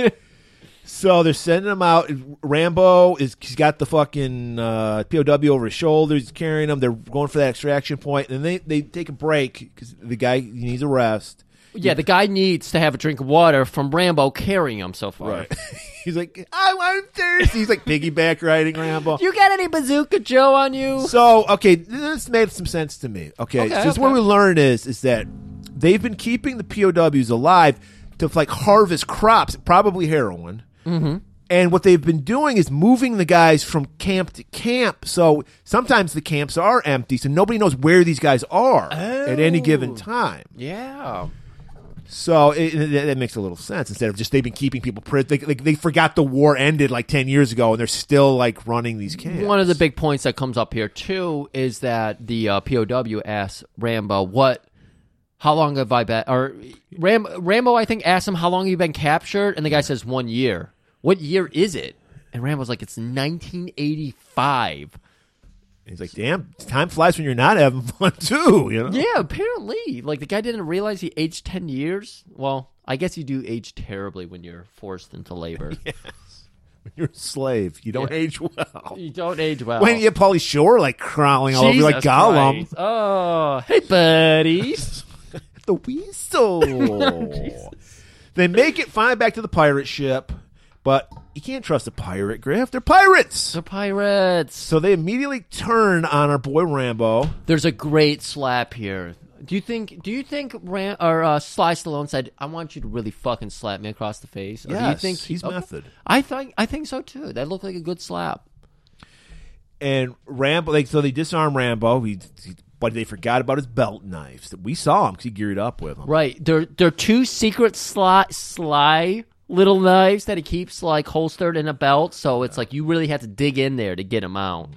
Speaker 3: So they're sending him out. Rambo is he's got the fucking uh, POW over his shoulder. He's carrying him. They're going for that extraction point, and they they take a break because the guy he needs a rest.
Speaker 2: yeah, the guy needs to have a drink of water from Rambo carrying him so far.
Speaker 3: he's like, I want thirsty. He's like piggyback riding Rambo.
Speaker 2: You got any bazooka Joe on you?
Speaker 3: So okay, this made some sense to me. Okay,
Speaker 2: Okay,
Speaker 3: so this is what
Speaker 2: okay.
Speaker 3: we learn is is that they've been keeping the POWs alive to like harvest crops, probably heroin. Mm-hmm. And what they've been doing is moving the guys from camp to camp. So sometimes the camps are empty, so nobody knows where these guys are at any given time.
Speaker 2: Yeah.
Speaker 3: So it, it- that makes a little sense. Instead of just they've been keeping people pri They, like, they forgot the war ended like ten years ago, and they're still like running these camps.
Speaker 2: One of the big points that comes up here too is that the uh, POW asks Rambo what. How long have I been? Or Ram, Rambo, I think, asked him how long have you been captured, and the guy says one year. What year is it? And Rambo's like, it's 1985.
Speaker 3: He's like, damn, time flies when you're not having fun too. You know?
Speaker 2: Yeah, apparently, like the guy didn't realize he aged 10 years. Well, I guess you do age terribly when you're forced into labor.
Speaker 3: You're a slave. You don't
Speaker 2: Yeah.
Speaker 3: age well.
Speaker 2: You don't age well.
Speaker 3: When you have Polly Shore like crawling all over you
Speaker 2: Jesus
Speaker 3: like Gollum,
Speaker 2: Christ. Oh, hey, buddies.
Speaker 3: the weasel. they make it fine back to the pirate ship, but you can't trust a pirate, Griff. They're pirates.
Speaker 2: They're pirates.
Speaker 3: So they immediately turn on our boy Rambo.
Speaker 2: There's a great slap here. Do you think? Do you think Ran, or uh, Sly Stallone said, "I want you to really fucking slap me across the face"? Or do you
Speaker 3: Yes,
Speaker 2: think
Speaker 3: he's
Speaker 2: okay.
Speaker 3: method.
Speaker 2: I think I think so too. That looked like a good slap.
Speaker 3: and Rambo, like, so they disarm Rambo. He, he- but they forgot about his belt knives. We saw him because he geared up with them.
Speaker 2: Right. There, there are two secret sly, sly little knives that he keeps like holstered in a belt. So it's like you really have to dig in there to get him out.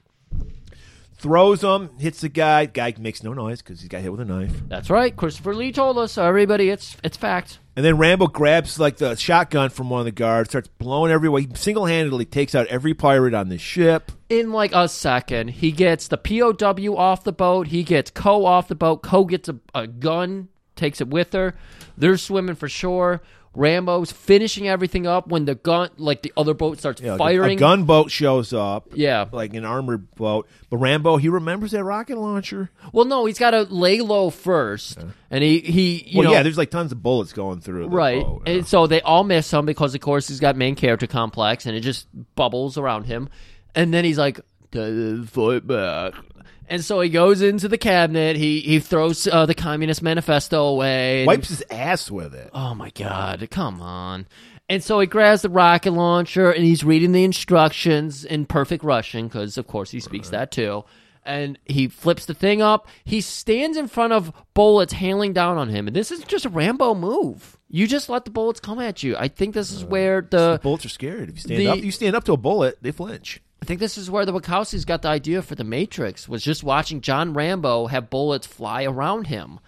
Speaker 3: Throws him, hits the guy. Guy makes no noise because he got hit with a knife.
Speaker 2: That's right. Christopher Lee told us. Everybody, it's it's fact.
Speaker 3: And then Rambo grabs like the shotgun from one of the guards, starts blowing everywhere. He single handedly takes out every pirate on this ship.
Speaker 2: in like a second, he gets the POW off the boat. He gets Co off the boat. Co gets a, a gun, takes it with her. They're swimming for shore. Rambo's finishing everything up when the gun, like the other boat, starts
Speaker 3: You know,
Speaker 2: firing.
Speaker 3: A gunboat shows up.
Speaker 2: Yeah.
Speaker 3: Like an armored boat. But Rambo, he remembers that rocket launcher.
Speaker 2: Well, no, he's got to lay low first, and he he you
Speaker 3: well,
Speaker 2: know
Speaker 3: yeah, there's like tons of bullets going through. The
Speaker 2: right.
Speaker 3: boat.
Speaker 2: And so they all miss him because of course he's got main character complex, and it just bubbles around him. And then he's like, "Take fight back." And so he goes into the cabinet. He he throws uh, the Communist Manifesto away. and-
Speaker 3: Wipes his ass with it.
Speaker 2: Oh my god, come on. And so he grabs the rocket launcher and he's reading the instructions in perfect Russian cuz of course he speaks that too. And he flips the thing up. He stands in front of bullets hailing down on him. And this is just a Rambo move. You just let the bullets come at you. I think this is where the
Speaker 3: Bullets are scared. If you stand
Speaker 2: the-
Speaker 3: up, you stand up to a bullet, they flinch.
Speaker 2: I think this is where the Wachowskis got the idea for the Matrix was just watching John Rambo have bullets fly around him,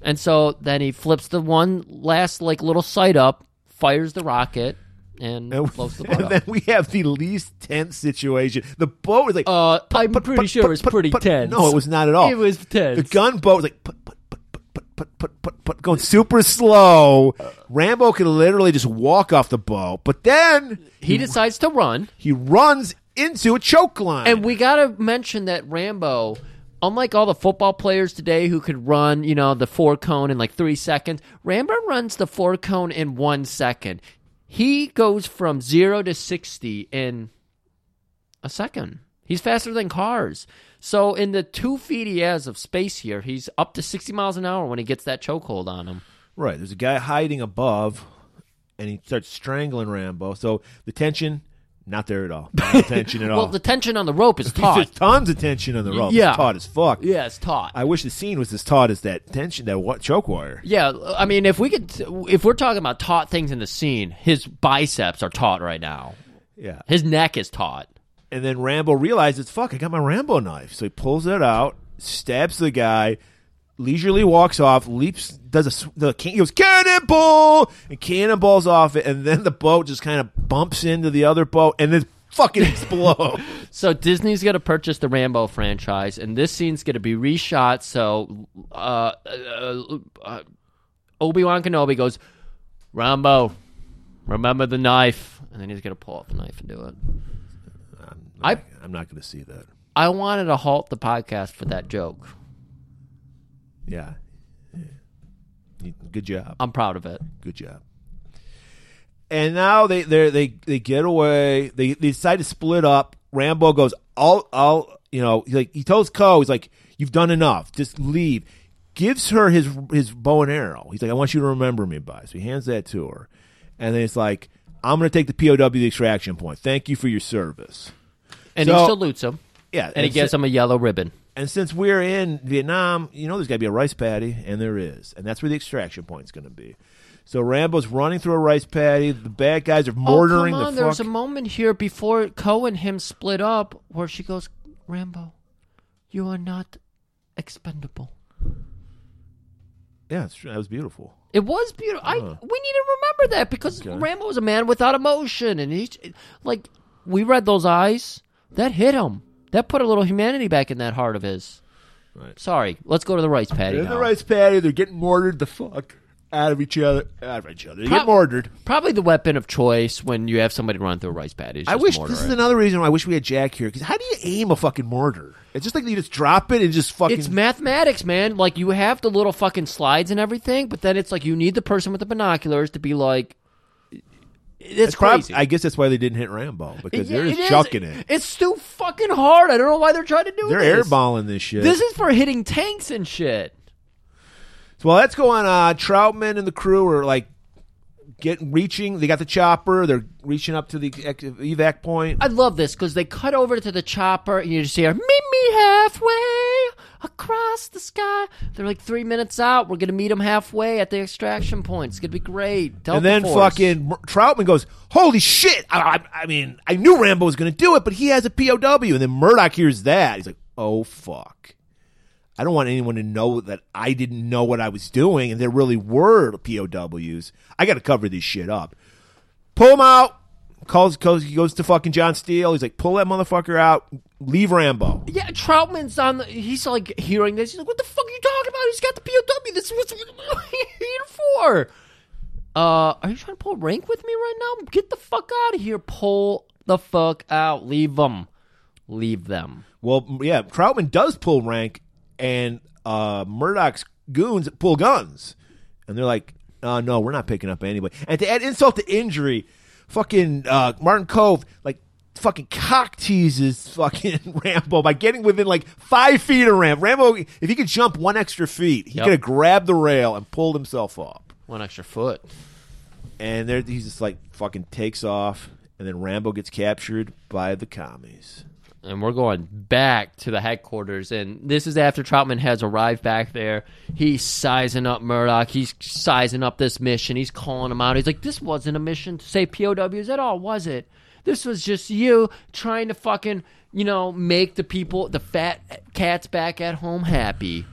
Speaker 2: and so then he flips the one last like little sight up, fires the rocket, and
Speaker 3: And,
Speaker 2: blows the
Speaker 3: and
Speaker 2: boat
Speaker 3: then
Speaker 2: up.
Speaker 3: we have the least tense situation. The boat was like,
Speaker 2: Uh, I'm
Speaker 3: put,
Speaker 2: pretty
Speaker 3: put,
Speaker 2: sure
Speaker 3: put,
Speaker 2: it's
Speaker 3: put,
Speaker 2: pretty
Speaker 3: put.
Speaker 2: tense.
Speaker 3: No, it was not at all.
Speaker 2: It was tense.
Speaker 3: The gunboat was like, put, put, put, put, put, put, put, put, put, going super slow. Rambo could literally just walk off the boat, but then
Speaker 2: He decides to run,
Speaker 3: he runs into a choke line.
Speaker 2: and we gotta mention that Rambo unlike all the football players today who could run, you know, the four cone in like three seconds, Ramburn runs the four cone in one second. He goes from zero to 60 in a second. He's faster than cars. So, in the two feet he has of space here, he's up to 60 miles an hour when he gets that chokehold on him.
Speaker 3: Right. There's a guy hiding above, and he starts strangling Rambo. So the tension, not there at all. No tension at
Speaker 2: Well,
Speaker 3: all.
Speaker 2: the tension on the rope is
Speaker 3: There's
Speaker 2: taut.
Speaker 3: tons of tension on the rope.
Speaker 2: yeah.
Speaker 3: It's taut as fuck.
Speaker 2: yeah, it's taut.
Speaker 3: I wish the scene was as taut as that tension, that wa- choke wire.
Speaker 2: Yeah, I mean, if we could, if we're talking about taut things in the scene, his biceps are taut right now.
Speaker 3: Yeah.
Speaker 2: His neck is taut.
Speaker 3: And then Rambo realizes, fuck, I got my Rambo knife. So he pulls it out, stabs the guy, leisurely walks off, leaps, does a, sw- the, can- he goes, cannonball! And cannonballs off it, and then the boat just kind of bumps into the other boat, and then fucking explodes.
Speaker 2: So Disney's going to purchase the Rambo franchise, and this scene's going to be reshot. So uh, uh, uh, Obi Wan Kenobi goes, Rambo, remember the knife, and then he's going to pull out the knife and do it. I
Speaker 3: I'm not going to see that.
Speaker 2: I wanted to halt the podcast for that joke.
Speaker 3: Yeah. You- Good job.
Speaker 2: I'm proud of it.
Speaker 3: Good job. And now they they they they get away. They they decide to split up. Rambo goes, "I'll I'll you know," he's like he tells Co, he's like, "You've done enough. Just leave." Gives her his his bow and arrow. He's like, "I want you to remember me by." So he hands that to her, and then it's like, "I'm going to take the POW to the extraction point. Thank you for your service."
Speaker 2: And he
Speaker 3: So-
Speaker 2: salutes him,
Speaker 3: Yeah,
Speaker 2: and he gives him a yellow ribbon.
Speaker 3: and since we're in Vietnam, you know there's got to be a rice paddy, and there is, and that's where the extraction point's going to be. So Rambo's running through a rice paddy. The bad guys are murdering
Speaker 2: oh, come on.
Speaker 3: the
Speaker 2: There
Speaker 3: fuck.
Speaker 2: was a moment here before Co and him split up where she goes, Rambo, you are not expendable.
Speaker 3: yeah, it's true. that was beautiful.
Speaker 2: It was beautiful. I we need to remember that because Rambo was a man without emotion, and he's like we read those eyes that hit him. That put a little humanity back in that heart of his.
Speaker 3: Right.
Speaker 2: Sorry, let's go to the rice paddy.
Speaker 3: They're in the
Speaker 2: now.
Speaker 3: rice paddy. They're getting mortared the fuck out of each other. Out of each other. They get
Speaker 2: Prob-
Speaker 3: mortared.
Speaker 2: Probably the weapon of choice when you have somebody run through a rice paddy. is
Speaker 3: I
Speaker 2: just
Speaker 3: wish
Speaker 2: mortar
Speaker 3: this
Speaker 2: it.
Speaker 3: is another reason why I wish we had Jack here. Because how do you aim a fucking mortar? It's just like you just drop it and just fucking.
Speaker 2: It's mathematics, man. Like you have the little fucking slides and everything, but then it's like you need the person with the binoculars to be like, it's,
Speaker 3: prob-
Speaker 2: crazy.
Speaker 3: I guess that's why they didn't hit Rambo because they're
Speaker 2: It
Speaker 3: just
Speaker 2: is.
Speaker 3: chucking it.
Speaker 2: It's too fucking hard. I don't know why they're trying to do
Speaker 3: They're
Speaker 2: this.
Speaker 3: airballing this shit.
Speaker 2: This is for hitting tanks and shit.
Speaker 3: So while that's going on, uh, Troutman and the crew are like getting reaching. They got the chopper. They're reaching up to the ex- evac point.
Speaker 2: I love this because they cut over to the chopper and you just hear, meet me halfway across the sky. They're like three minutes out. We're going to meet them halfway at the extraction point. It's going to be great. Delta
Speaker 3: and then
Speaker 2: Force.
Speaker 3: fucking Troutman goes, "Holy shit!" I, I, I mean, I knew Rambo was going to do it, but he has a POW. And then Murdoch hears that. He's like, "Oh fuck." I don't want anyone to know that I didn't know what I was doing, and there really were POWs. I got to cover this shit up. Pull him out. Calls, calls. He goes to fucking John Steele. He's like, "Pull that motherfucker out. Leave Rambo."
Speaker 2: Yeah, Troutman's on. The, he's like hearing this. He's like, "What the fuck are you talking about? He's got the POW. This is what's what are you here for." Uh, are you trying to pull rank with me right now? Get the fuck out of here. Pull the fuck out. Leave them. Leave them.
Speaker 3: Well, m- yeah, Troutman does pull rank, and uh, Murdoch's goons pull guns, and they're like, "Uh, no, we're not picking up anybody." And to add insult to injury, fucking uh, Martin Cove like fucking cock teases fucking Rambo by getting within like five feet of Rambo. Rambo, if he could jump one extra feet, he
Speaker 2: Yep.
Speaker 3: could have grabbed the rail and pulled himself up.
Speaker 2: One extra foot.
Speaker 3: And there, he's just like fucking takes off, and then Rambo gets captured by the commies.
Speaker 2: and we're going back to the headquarters. And this is after Troutman has arrived back there. He's sizing up Murdoch. He's sizing up this mission. He's calling him out. He's like, "This wasn't a mission to say POWs at all, was it? This was just you trying to fucking, you know, make the people, the fat cats back at home happy."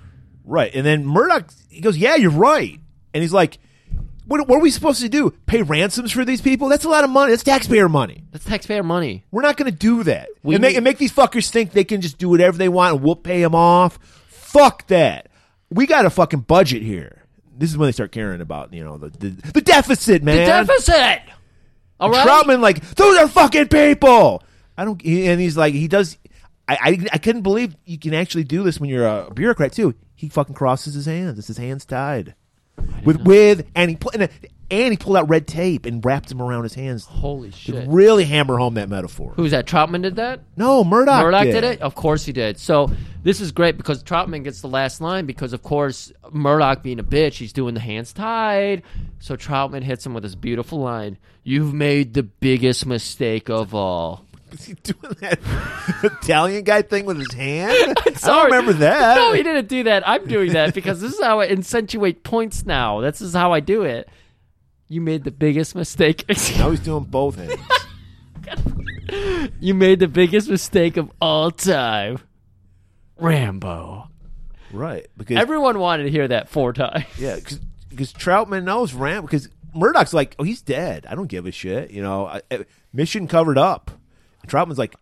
Speaker 3: Right. And then Murdoch he goes, Yeah, you're right. And he's like, what, what are we supposed to do? Pay ransoms for these people? That's a lot of money. That's taxpayer money.
Speaker 2: That's taxpayer money.
Speaker 3: We're not going to do that.
Speaker 2: We
Speaker 3: and, make,
Speaker 2: need-
Speaker 3: and make these fuckers think they can just do whatever they want and we'll pay them off. Fuck that. We got a fucking budget here. This is when they start caring about, you know, the, the, the deficit, man.
Speaker 2: The deficit. All right.
Speaker 3: Troutman, like, those are fucking people. I don't. he- And he's like, he does. I, I I couldn't believe you can actually do this when you're a bureaucrat too. He fucking crosses his hands. It's his hands tied, with with and he pu- and, and he pulled out red tape and wrapped them around his hands.
Speaker 2: Holy
Speaker 3: to
Speaker 2: shit.
Speaker 3: really hammer home that metaphor.
Speaker 2: Who's that? Troutman did that?
Speaker 3: No, Murdoch.
Speaker 2: Murdoch
Speaker 3: did.
Speaker 2: did it? Of course he did. So this is great because Troutman gets the last line because, of course, Murdoch being a bitch, he's doing the hands tied. So Troutman hits him with this beautiful line You've made the biggest mistake of all.
Speaker 3: Is he doing that Italian guy thing with his hand? I
Speaker 2: Sorry.
Speaker 3: don't remember that.
Speaker 2: No, he didn't do that. I'm doing that because this is how I accentuate points now. This is how I do it. You made the biggest mistake.
Speaker 3: Now he's doing both hands.
Speaker 2: you made the biggest mistake of all time. Rambo.
Speaker 3: right. Because
Speaker 2: Everyone wanted to hear that four times.
Speaker 3: Yeah, because Troutman knows Ram. Because Murdoch's like, oh, he's dead. I don't give a shit. You know, I, I- mission covered up. And Troutman's like,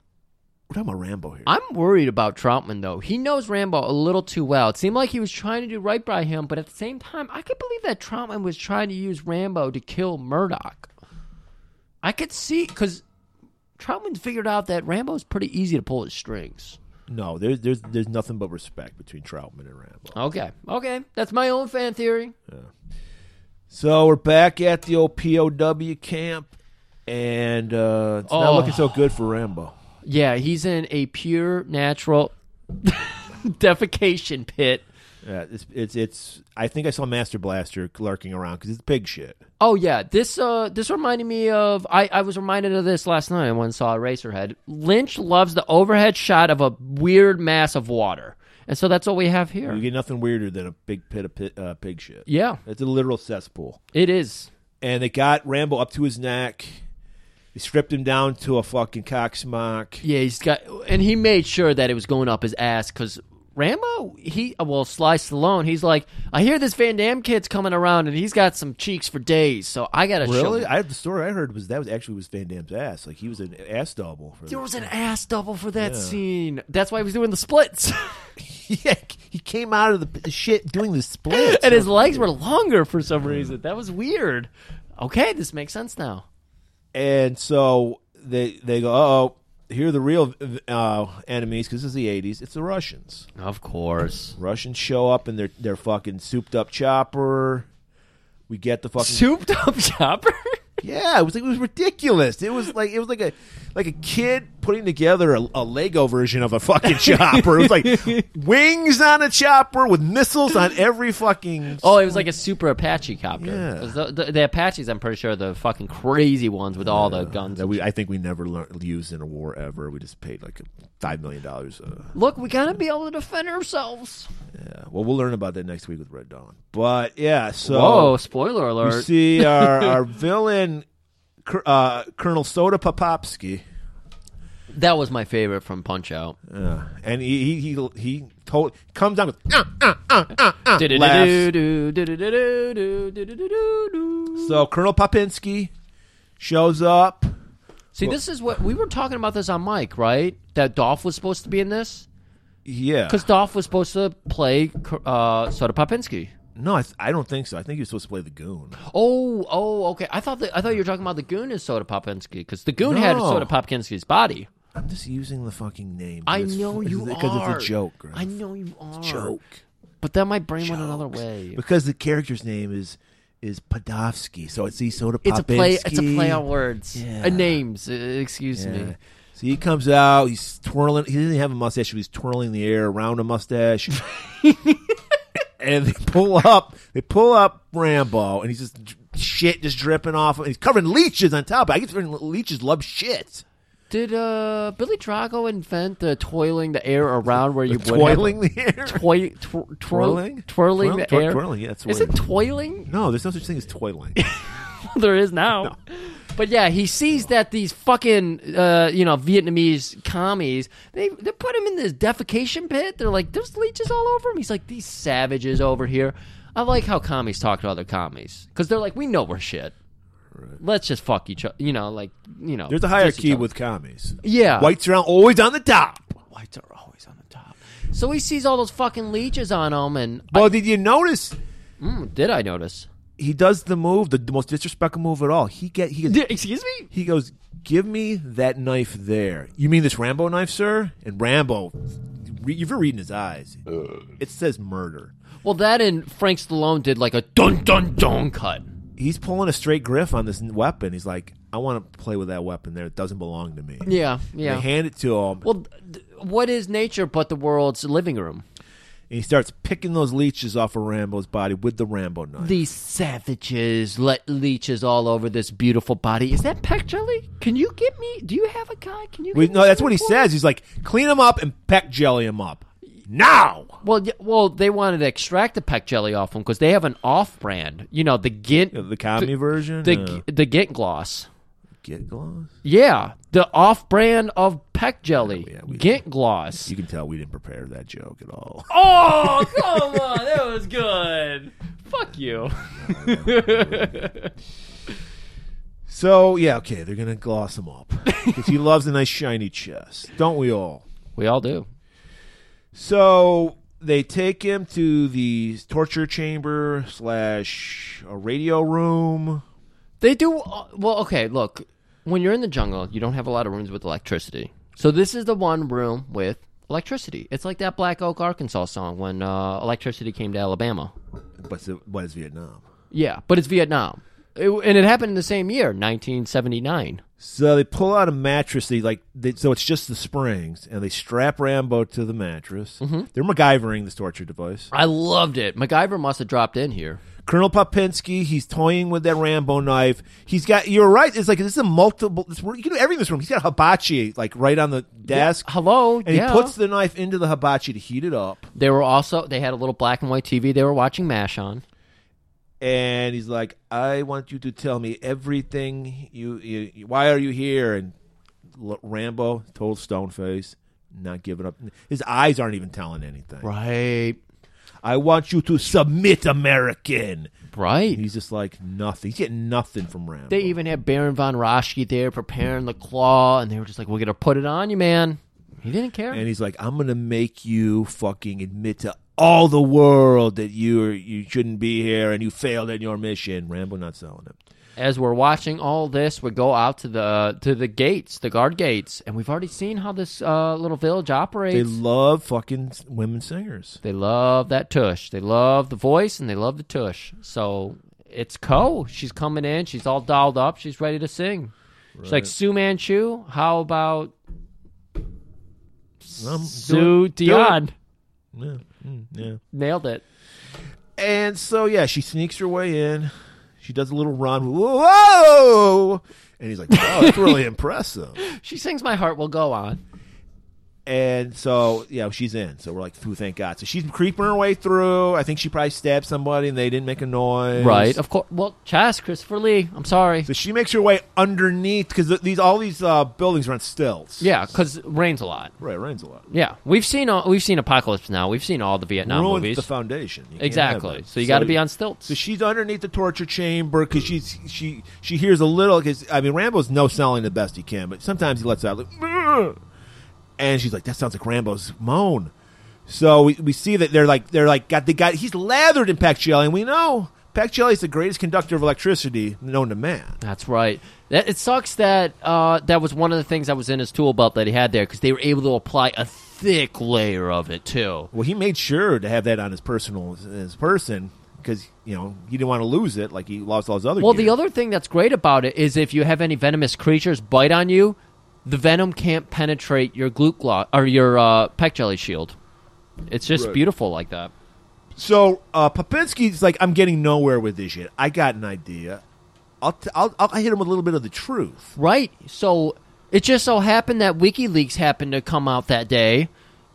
Speaker 3: we're talking about Rambo here.
Speaker 2: I'm worried about Troutman though. He knows Rambo a little too well. It seemed like he was trying to do right by him, but at the same time, I could believe that Troutman was trying to use Rambo to kill Murdoch. I could see because Troutman figured out that Rambo's pretty easy to pull his strings.
Speaker 3: no, there's there's there's nothing but respect between Troutman and Rambo.
Speaker 2: Okay, okay, that's my own fan theory.
Speaker 3: So we're back at the old POW camp, and uh, it's not
Speaker 2: Oh.
Speaker 3: looking so good for Rambo.
Speaker 2: Yeah, he's in a pure natural defecation pit.
Speaker 3: Yeah, it's, it's it's. I think I saw Master Blaster lurking around because it's pig shit.
Speaker 2: Oh yeah, this uh this reminded me of I I was reminded of this last night when I saw Eraserhead. Lynch loves the overhead shot of a weird mass of water, and so that's what we have
Speaker 3: You
Speaker 2: here.
Speaker 3: get nothing weirder than a big pit of pit, uh, pig shit.
Speaker 2: Yeah,
Speaker 3: it's a literal cesspool.
Speaker 2: it is.
Speaker 3: and they got Rambo up to his neck. They stripped him down to a fucking cocksmock.
Speaker 2: Yeah, he's got, and he made sure that it was going up his ass because Rambo, he well Sly Stallone, he's like, I hear this Van Damme kid's coming around, and he's got some cheeks for days, so I gotta show.
Speaker 3: Really, I the story I heard was that was actually was Van Damme's ass. Like he was an ass double. For
Speaker 2: There was an ass double for that scene. That's why he was doing the splits.
Speaker 3: yeah, he came out of the, the shit doing the split.
Speaker 2: and his legs were longer for some reason. That was weird. Okay, this makes sense now.
Speaker 3: and so they they go, oh, here are the real uh, enemies because this is the '80s. It's the Russians.
Speaker 2: Of course.
Speaker 3: Russians show up in their their fucking souped up chopper. We get the fucking
Speaker 2: Souped up chopper?
Speaker 3: Yeah, it was like it was ridiculous. It was like it was like a like a kid putting together a, a Lego version of a fucking chopper. It was like wings on a chopper with missiles on every fucking.
Speaker 2: oh, it was like a super Apache copter.
Speaker 3: Yeah.
Speaker 2: 'Cause The, the- the Apaches, I'm pretty sure, are the fucking crazy ones with all the guns.
Speaker 3: that we I think we never lear- used in a war ever. We just paid like five million dollars. Uh,
Speaker 2: Look, we gotta be able to defend ourselves.
Speaker 3: yeah. Well, we'll learn about that next week with Red Dawn. But yeah, so
Speaker 2: Whoa, Oh, spoiler
Speaker 3: we
Speaker 2: alert.
Speaker 3: see our our villain, Cur- uh, Colonel Soda Popopsky.
Speaker 2: that was my favorite from Punch Out.
Speaker 3: Yeah, uh, and he he he, he told comes down with.
Speaker 2: Ah,
Speaker 3: So Colonel Popinski shows up.
Speaker 2: See, this is what we were talking about this on Mike, right? That Dolph was supposed to be in this?
Speaker 3: Yeah.
Speaker 2: Because Dolph was supposed to play uh, Soda Popinski.
Speaker 3: No, I, th- I don't think so. I think he was supposed to play the goon.
Speaker 2: Oh, oh, okay. I thought that, I thought you were talking about the goon is Soda Popinski because the goon had
Speaker 3: No.
Speaker 2: Soda Popinski's body.
Speaker 3: I'm just using the fucking name.
Speaker 2: I know you are
Speaker 3: Because it's a joke. Griff.
Speaker 2: I know you are
Speaker 3: Joke.
Speaker 2: but then my brain went another way.
Speaker 3: Because the character's name is is Podovsky, so it's the soda
Speaker 2: It's a play. It's a
Speaker 3: Popinski.
Speaker 2: play on words,
Speaker 3: Yeah.
Speaker 2: uh, names. Uh, excuse
Speaker 3: Yeah.
Speaker 2: me.
Speaker 3: Mm-hmm. So he comes out. He's twirling. He didn't have a mustache. He was twirling the air around a mustache. and they pull up. They pull up Rambo, and he's just dr- shit just dripping off. him. He's covered in leeches on top. I guess leeches love shit.
Speaker 2: Did uh, Billy Drago invent the toiling the air around where you would have-
Speaker 3: Twirling the air.
Speaker 2: Toi- twir- twirl-
Speaker 3: Twirling?
Speaker 2: twirling
Speaker 3: Twirl-
Speaker 2: the
Speaker 3: twir-
Speaker 2: air.
Speaker 3: twirling, yeah, that's the
Speaker 2: is
Speaker 3: word.
Speaker 2: it toiling?
Speaker 3: no, there's no such thing as twirling.
Speaker 2: there is now. But yeah, he sees that these fucking uh, you know Vietnamese commies they they put him in this defecation pit. They're like, there's leeches all over him. He's like, these savages over here. I like how commies talk to other commies because they're like, we know we're shit. Let's just fuck each other. You know, like you know.
Speaker 3: There's a
Speaker 2: diss each
Speaker 3: hierarchy
Speaker 2: other.
Speaker 3: with commies.
Speaker 2: Yeah.
Speaker 3: whites are on- always on the top.
Speaker 2: whites are always on the top. So he sees all those fucking leeches on him, and
Speaker 3: Well, did you notice
Speaker 2: Mm, did I notice?
Speaker 3: he does the move, the, the most disrespectful move at all. He get he
Speaker 2: D-
Speaker 3: gets,
Speaker 2: Excuse me?
Speaker 3: he goes, "Give me that knife there." You mean this Rambo knife, sir? And Rambo, re- if you're reading his eyes, it says murder.
Speaker 2: Well, that and Frank Stallone did like a dun dun dun cut.
Speaker 3: He's pulling a straight grip on this n- weapon. He's like, "I want to play with that weapon there. It doesn't belong to me."
Speaker 2: Yeah,
Speaker 3: They
Speaker 2: yeah.
Speaker 3: hand it to him,
Speaker 2: Well, th- what is nature but the world's living room?
Speaker 3: and he starts picking those leeches off of Rambo's body with the Rambo knife.
Speaker 2: These savages let leeches all over this beautiful body. Is that peck jelly? Can you get me? Do you have a guy? Can you?
Speaker 3: We,
Speaker 2: get
Speaker 3: no,
Speaker 2: me
Speaker 3: that's
Speaker 2: some
Speaker 3: what he
Speaker 2: for-
Speaker 3: says. He's like, "Clean him up and peck jelly him up now."
Speaker 2: Well, yeah, well, they wanted to extract the peck jelly off them because they have an off-brand. You know, the Gint,
Speaker 3: The comedy version,
Speaker 2: the
Speaker 3: Yeah.
Speaker 2: the Gint gloss.
Speaker 3: get gloss.
Speaker 2: Yeah, the off-brand of peck jelly,
Speaker 3: Yeah, we-
Speaker 2: Gint gloss.
Speaker 3: You can tell we didn't prepare that joke at all.
Speaker 2: Oh, come on. That was good. Fuck you.
Speaker 3: So yeah, okay, they're gonna gloss him up because he loves a nice shiny chest, don't we all?
Speaker 2: We all do.
Speaker 3: So they take him to the torture chamber slash a radio room.
Speaker 2: They do. uh, Well, okay, look. When you're in the jungle, you don't have a lot of rooms with electricity. So this is the one room with electricity. It's like that Black Oak, Arkansas song when uh, electricity came to Alabama.
Speaker 3: But so- what is Vietnam?
Speaker 2: Yeah, but it's Vietnam. It, and it happened in the same year, 1979.
Speaker 3: So they pull out a mattress. They like they, so it's just the springs, and they strap Rambo to the mattress. They're MacGyvering this torture device.
Speaker 2: I loved it. MacGyver must have dropped in here.
Speaker 3: Colonel Popinski, he's toying with that Rambo knife. He's got. You're right. It's like this is a multiple. This, you can do everything in this room. He's got hibachi like right on the desk.
Speaker 2: Hello.
Speaker 3: And
Speaker 2: yeah.
Speaker 3: he puts the knife into the hibachi to heat it up.
Speaker 2: they were also they had a little black and white TV. They were watching Mash on.
Speaker 3: And he's like, "I want you to tell me everything. You, you, you- why are you here?" And L- Rambo, total stone face, not giving up. His eyes aren't even telling anything.
Speaker 2: Right.
Speaker 3: I want you to submit, American.
Speaker 2: Right.
Speaker 3: He's just like nothing. He's getting nothing from Rambo.
Speaker 2: They even had Baron von Raschke there preparing the claw, and they were just like, "We're gonna put it on you, man." He didn't care.
Speaker 3: and he's like, "I'm gonna make you fucking admit to all the world that you are, you shouldn't be here and you failed in your mission." Rambo not selling it.
Speaker 2: As we're watching all this, we go out to the to the gates, the guard gates, and we've already seen how this uh, little village
Speaker 3: They
Speaker 2: operates. They,
Speaker 3: love fucking women singers.
Speaker 2: love that tush. They love the voice, and they love the tush. So it's Co. She's coming in. She's all dolled up. She's ready to sing. She's like Sue Manchu. How about
Speaker 3: Um, do
Speaker 2: Sue
Speaker 3: it, do
Speaker 2: Dion?
Speaker 3: it. Yeah, mm, yeah.
Speaker 2: Nailed it.
Speaker 3: And so yeah, she sneaks her way in. She does a little run. Whoa! And he's like, "Wow, that's really impressive."
Speaker 2: She sings "My Heart Will Go On."
Speaker 3: And so, yeah, she's in. So we're like, "Phew, thank God." So she's creeping her way through. I think she probably stabbed somebody, and they didn't make a noise.
Speaker 2: Right, of course. Well, Chas, Christopher Lee. I'm sorry.
Speaker 3: So she makes her way underneath because these all these uh, buildings are on stilts.
Speaker 2: Yeah, because rains a lot.
Speaker 3: right. it Rains a lot.
Speaker 2: Yeah, we've seen all, we've seen apocalypse now. We've seen all the Vietnam
Speaker 3: Ruins
Speaker 2: movies.
Speaker 3: the foundation. You can't have
Speaker 2: exactly.
Speaker 3: that.
Speaker 2: So you got to be on stilts.
Speaker 3: So she's underneath the torture chamber because she's she she hears a little because I mean Rambo's no selling the best he can, but sometimes he lets out like, "Ugh." and she's like that sounds like Rambo's moan. So we, we see that they're like they're like got the guy he's lathered in Pac jelly, and we know Pac jelly is the greatest conductor of electricity known to man.
Speaker 2: That's right. That, it sucks that uh, that was one of the things that was in his tool belt that he had there because they were able to apply a thick layer of it too.
Speaker 3: Well, he made sure to have that on his personal his person because you know he didn't want to lose it like he lost all his other.
Speaker 2: Well,
Speaker 3: gear.
Speaker 2: the other thing that's great about it is if you have any venomous creatures bite on you, the venom can't penetrate your glute glo- or your uh, pec jelly shield. It's just beautiful like that.
Speaker 3: So uh, Popinski's like, I'm getting nowhere with this shit. I got an idea. I'll, t- I'll I'll hit him with a little bit of the truth.
Speaker 2: Right. So it just so happened that WikiLeaks happened to come out that day,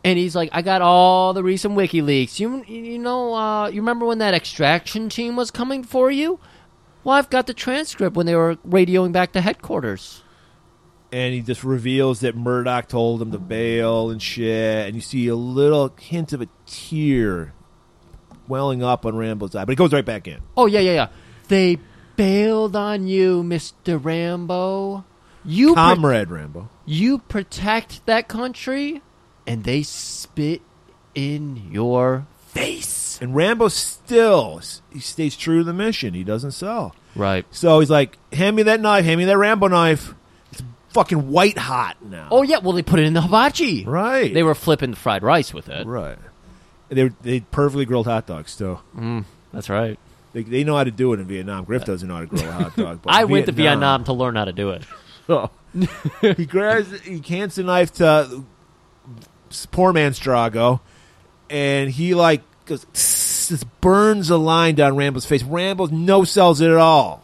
Speaker 2: and he's like, "I got all the recent WikiLeaks. You you know, uh, you remember when that extraction team was coming for you? Well, I've got the transcript when they were radioing back to headquarters.
Speaker 3: And he just reveals that Murdoch told him to bail and shit. And you see a little hint of a tear welling up on Rambo's eye, but it goes right back in.
Speaker 2: Oh yeah, yeah, yeah. They bailed on you, Mister Rambo. You pro-
Speaker 3: Comrade Rambo.
Speaker 2: you protect that country, and they spit in your face."
Speaker 3: And Rambo still s- he stays true to the mission. He doesn't sell.
Speaker 2: Right.
Speaker 3: So he's like, "Hand me that knife. Hand me that Rambo knife. It's fucking white hot now."
Speaker 2: Oh yeah, well they put it in the hibachi.
Speaker 3: right.
Speaker 2: They were flipping fried rice with it.
Speaker 3: right. They were, they perfectly grilled hot dogs too.
Speaker 2: That's right.
Speaker 3: They, they know how to do it in Vietnam. Griff doesn't know how to grill a hot dog. But
Speaker 2: Uh, I went to Vietnam to learn how to do it.
Speaker 3: Oh. he grabs, he hands the knife to poor man's Drago, and he like goes, "Tss," just burns a line down Rambo's face. Rambo no sells it at all.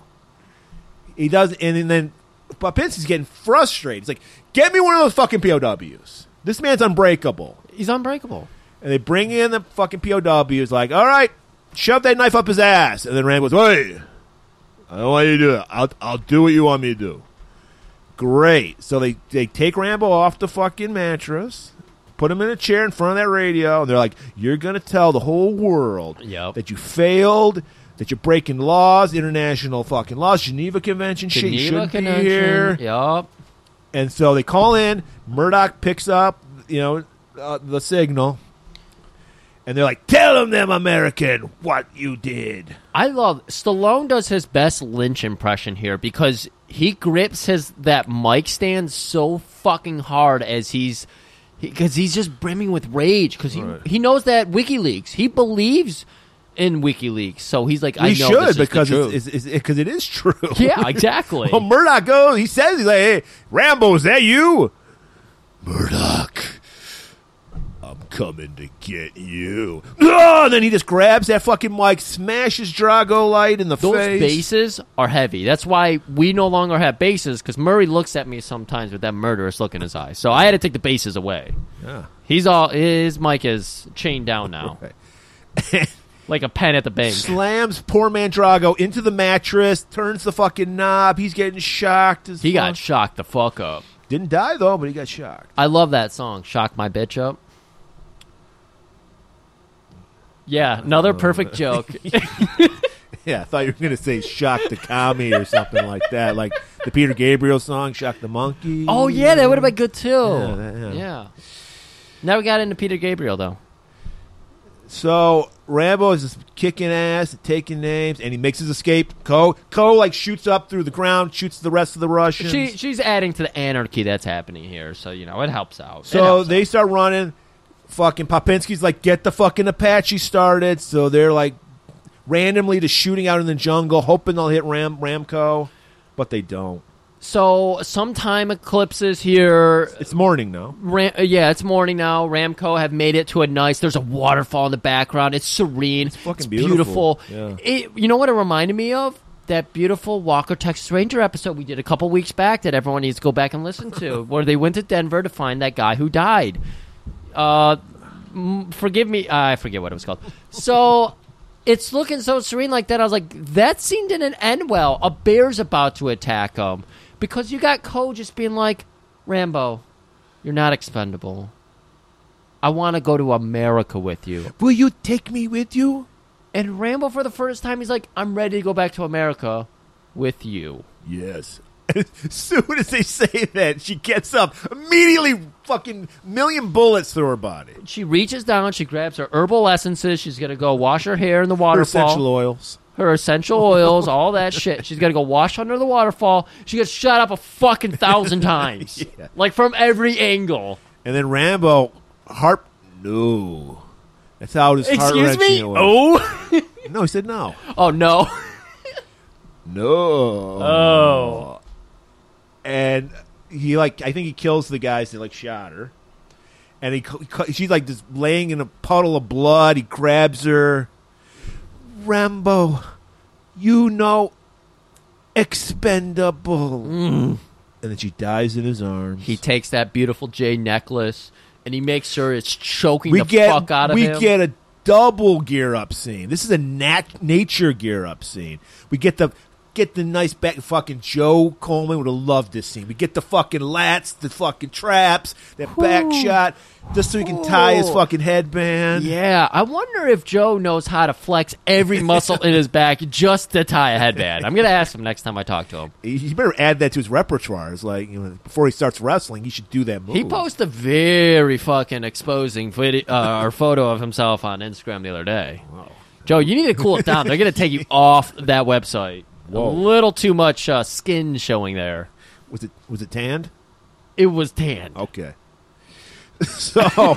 Speaker 3: He does, and, and then Babinski's getting frustrated. He's like, "Get me one of those fucking POWs. This man's unbreakable."
Speaker 2: He's unbreakable.
Speaker 3: And they bring in the fucking POWs, like, all right, shove that knife up his ass. And then Rand goes, hey, I don't want you to do that. I'll, I'll do what you want me to do. Great. So they, they take Rambo off the fucking mattress, put him in a chair in front of that radio, and they're like, you're going to tell the whole world
Speaker 2: Yep.
Speaker 3: that you failed, that you're breaking laws, international fucking laws, Geneva Convention shit. You shouldn't
Speaker 2: Convention.
Speaker 3: be here.
Speaker 2: Yup.
Speaker 3: And so they call in. Murdoch picks up, you know, uh, the signal, and they're like, "Tell them, them American, what you did."
Speaker 2: I love Stallone does his best Lynch impression here because he grips his that mic stand so fucking hard as he's because he's just brimming with rage because he he knows that WikiLeaks he believes in WikiLeaks so he's like I
Speaker 3: we
Speaker 2: know
Speaker 3: should
Speaker 2: this is the
Speaker 3: because
Speaker 2: truth.
Speaker 3: it's, it's, it's, 'cause it is true.
Speaker 2: yeah exactly
Speaker 3: well, Murdoch goes. He says, "He's like, hey, Rambo, is that you?" Murdoch, I'm coming to get you. Ah! And then he just grabs that fucking mic, smashes Drago Light in the
Speaker 2: those
Speaker 3: face.
Speaker 2: bases are heavy that's why we no longer have bases because Murray looks at me sometimes with that murderous look in his eyes so I had to take the bases away
Speaker 3: Yeah.
Speaker 2: he's all his mic is chained down now like a pen at the bank.
Speaker 3: slams poor man Drago into the mattress, turns the fucking knob. He's getting shocked. As
Speaker 2: He got
Speaker 3: fuck.
Speaker 2: shocked the fuck up.
Speaker 3: didn't die though, but he got shocked.
Speaker 2: I love that song, Shock My Bitch Up. Yeah,
Speaker 3: Oh.
Speaker 2: another perfect joke.
Speaker 3: Yeah, I thought you were gonna say "shock the commie" or something like that, like the Peter Gabriel song "Shock the Monkey."
Speaker 2: oh, yeah, that would have been good too. Yeah,
Speaker 3: that- yeah.
Speaker 2: Now we got into Peter Gabriel, though.
Speaker 3: So Rambo is just kicking ass, taking names, and he makes his escape. Co Co like shoots up through the ground, shoots the rest of the Russians.
Speaker 2: She She's adding to the anarchy that's happening here, so, you know, it helps out. It
Speaker 3: So
Speaker 2: helps
Speaker 3: they
Speaker 2: out.
Speaker 3: start running. Fucking Popinski's like, get the fucking Apache started. So they're like randomly just shooting out in the jungle, hoping they'll hit Ram Ramco, but they don't.
Speaker 2: So sometime eclipses here.
Speaker 3: It's morning now.
Speaker 2: Ram- uh, yeah, it's morning now. Ramco have made it to a nice. There's a waterfall in the background. It's serene. It's
Speaker 3: fucking
Speaker 2: beautiful.
Speaker 3: beautiful. Yeah.
Speaker 2: It, you know what it reminded me of? That beautiful Walker Texas Ranger episode we did a couple weeks back that everyone needs to go back and listen to, where they went to Denver to find that guy who died. Uh, m- forgive me, I forget what it was called. So. It's looking so serene like that. I was like, that scene didn't end well. A bear's about to attack him because you got Cole just being like, Rambo, you're not expendable. I want to go to America with you.
Speaker 3: Will you take me with you?
Speaker 2: And Rambo, for the first time, he's like, I'm ready to go back to America with you.
Speaker 3: Yes. As soon as they say that, she gets up immediately. Fucking million bullets through her body.
Speaker 2: She reaches down, she grabs her herbal essences. She's going to go wash her hair in the
Speaker 3: Her
Speaker 2: waterfall.
Speaker 3: essential oils.
Speaker 2: her essential oils, all that shit. She's gonna go wash under the waterfall. She gets shot up a fucking thousand times, like from every angle.
Speaker 3: And then Rambo, harp. No. That's how it is.
Speaker 2: Excuse me?
Speaker 3: Oh.
Speaker 2: Oh,
Speaker 3: No, he said no.
Speaker 2: oh no.
Speaker 3: No.
Speaker 2: Oh.
Speaker 3: And he like I think he kills the guys that like shot her. And he, cu- cu- she's like just laying in a puddle of blood. He grabs her. Rambo, you know, expendable. And then she dies in his arms.
Speaker 2: Mm. He takes that beautiful J necklace and he makes sure it's choking
Speaker 3: we
Speaker 2: the
Speaker 3: get
Speaker 2: fuck out of
Speaker 3: we
Speaker 2: him.
Speaker 3: get a double gear up scene. This is a nat- nature gear up scene. We get the get the nice back. Fucking Joe Coleman would have loved this scene. We get the fucking lats, the fucking traps, that back shot, just so he can tie his
Speaker 2: Ooh.
Speaker 3: fucking headband.
Speaker 2: Yeah, I wonder if Joe knows how to flex every muscle in his back just to tie a headband. I'm gonna ask him next time I talk to him.
Speaker 3: He better add that to his repertoire. It's like you know, before he starts wrestling, he should do that move.
Speaker 2: He posted a very fucking exposing video uh, or photo of himself on Instagram the other day. Joe, you need to cool it down. They're gonna take you off that website.
Speaker 3: Whoa.
Speaker 2: A little too much uh, skin showing there.
Speaker 3: was it was it tanned?
Speaker 2: It was tan.
Speaker 3: Okay. So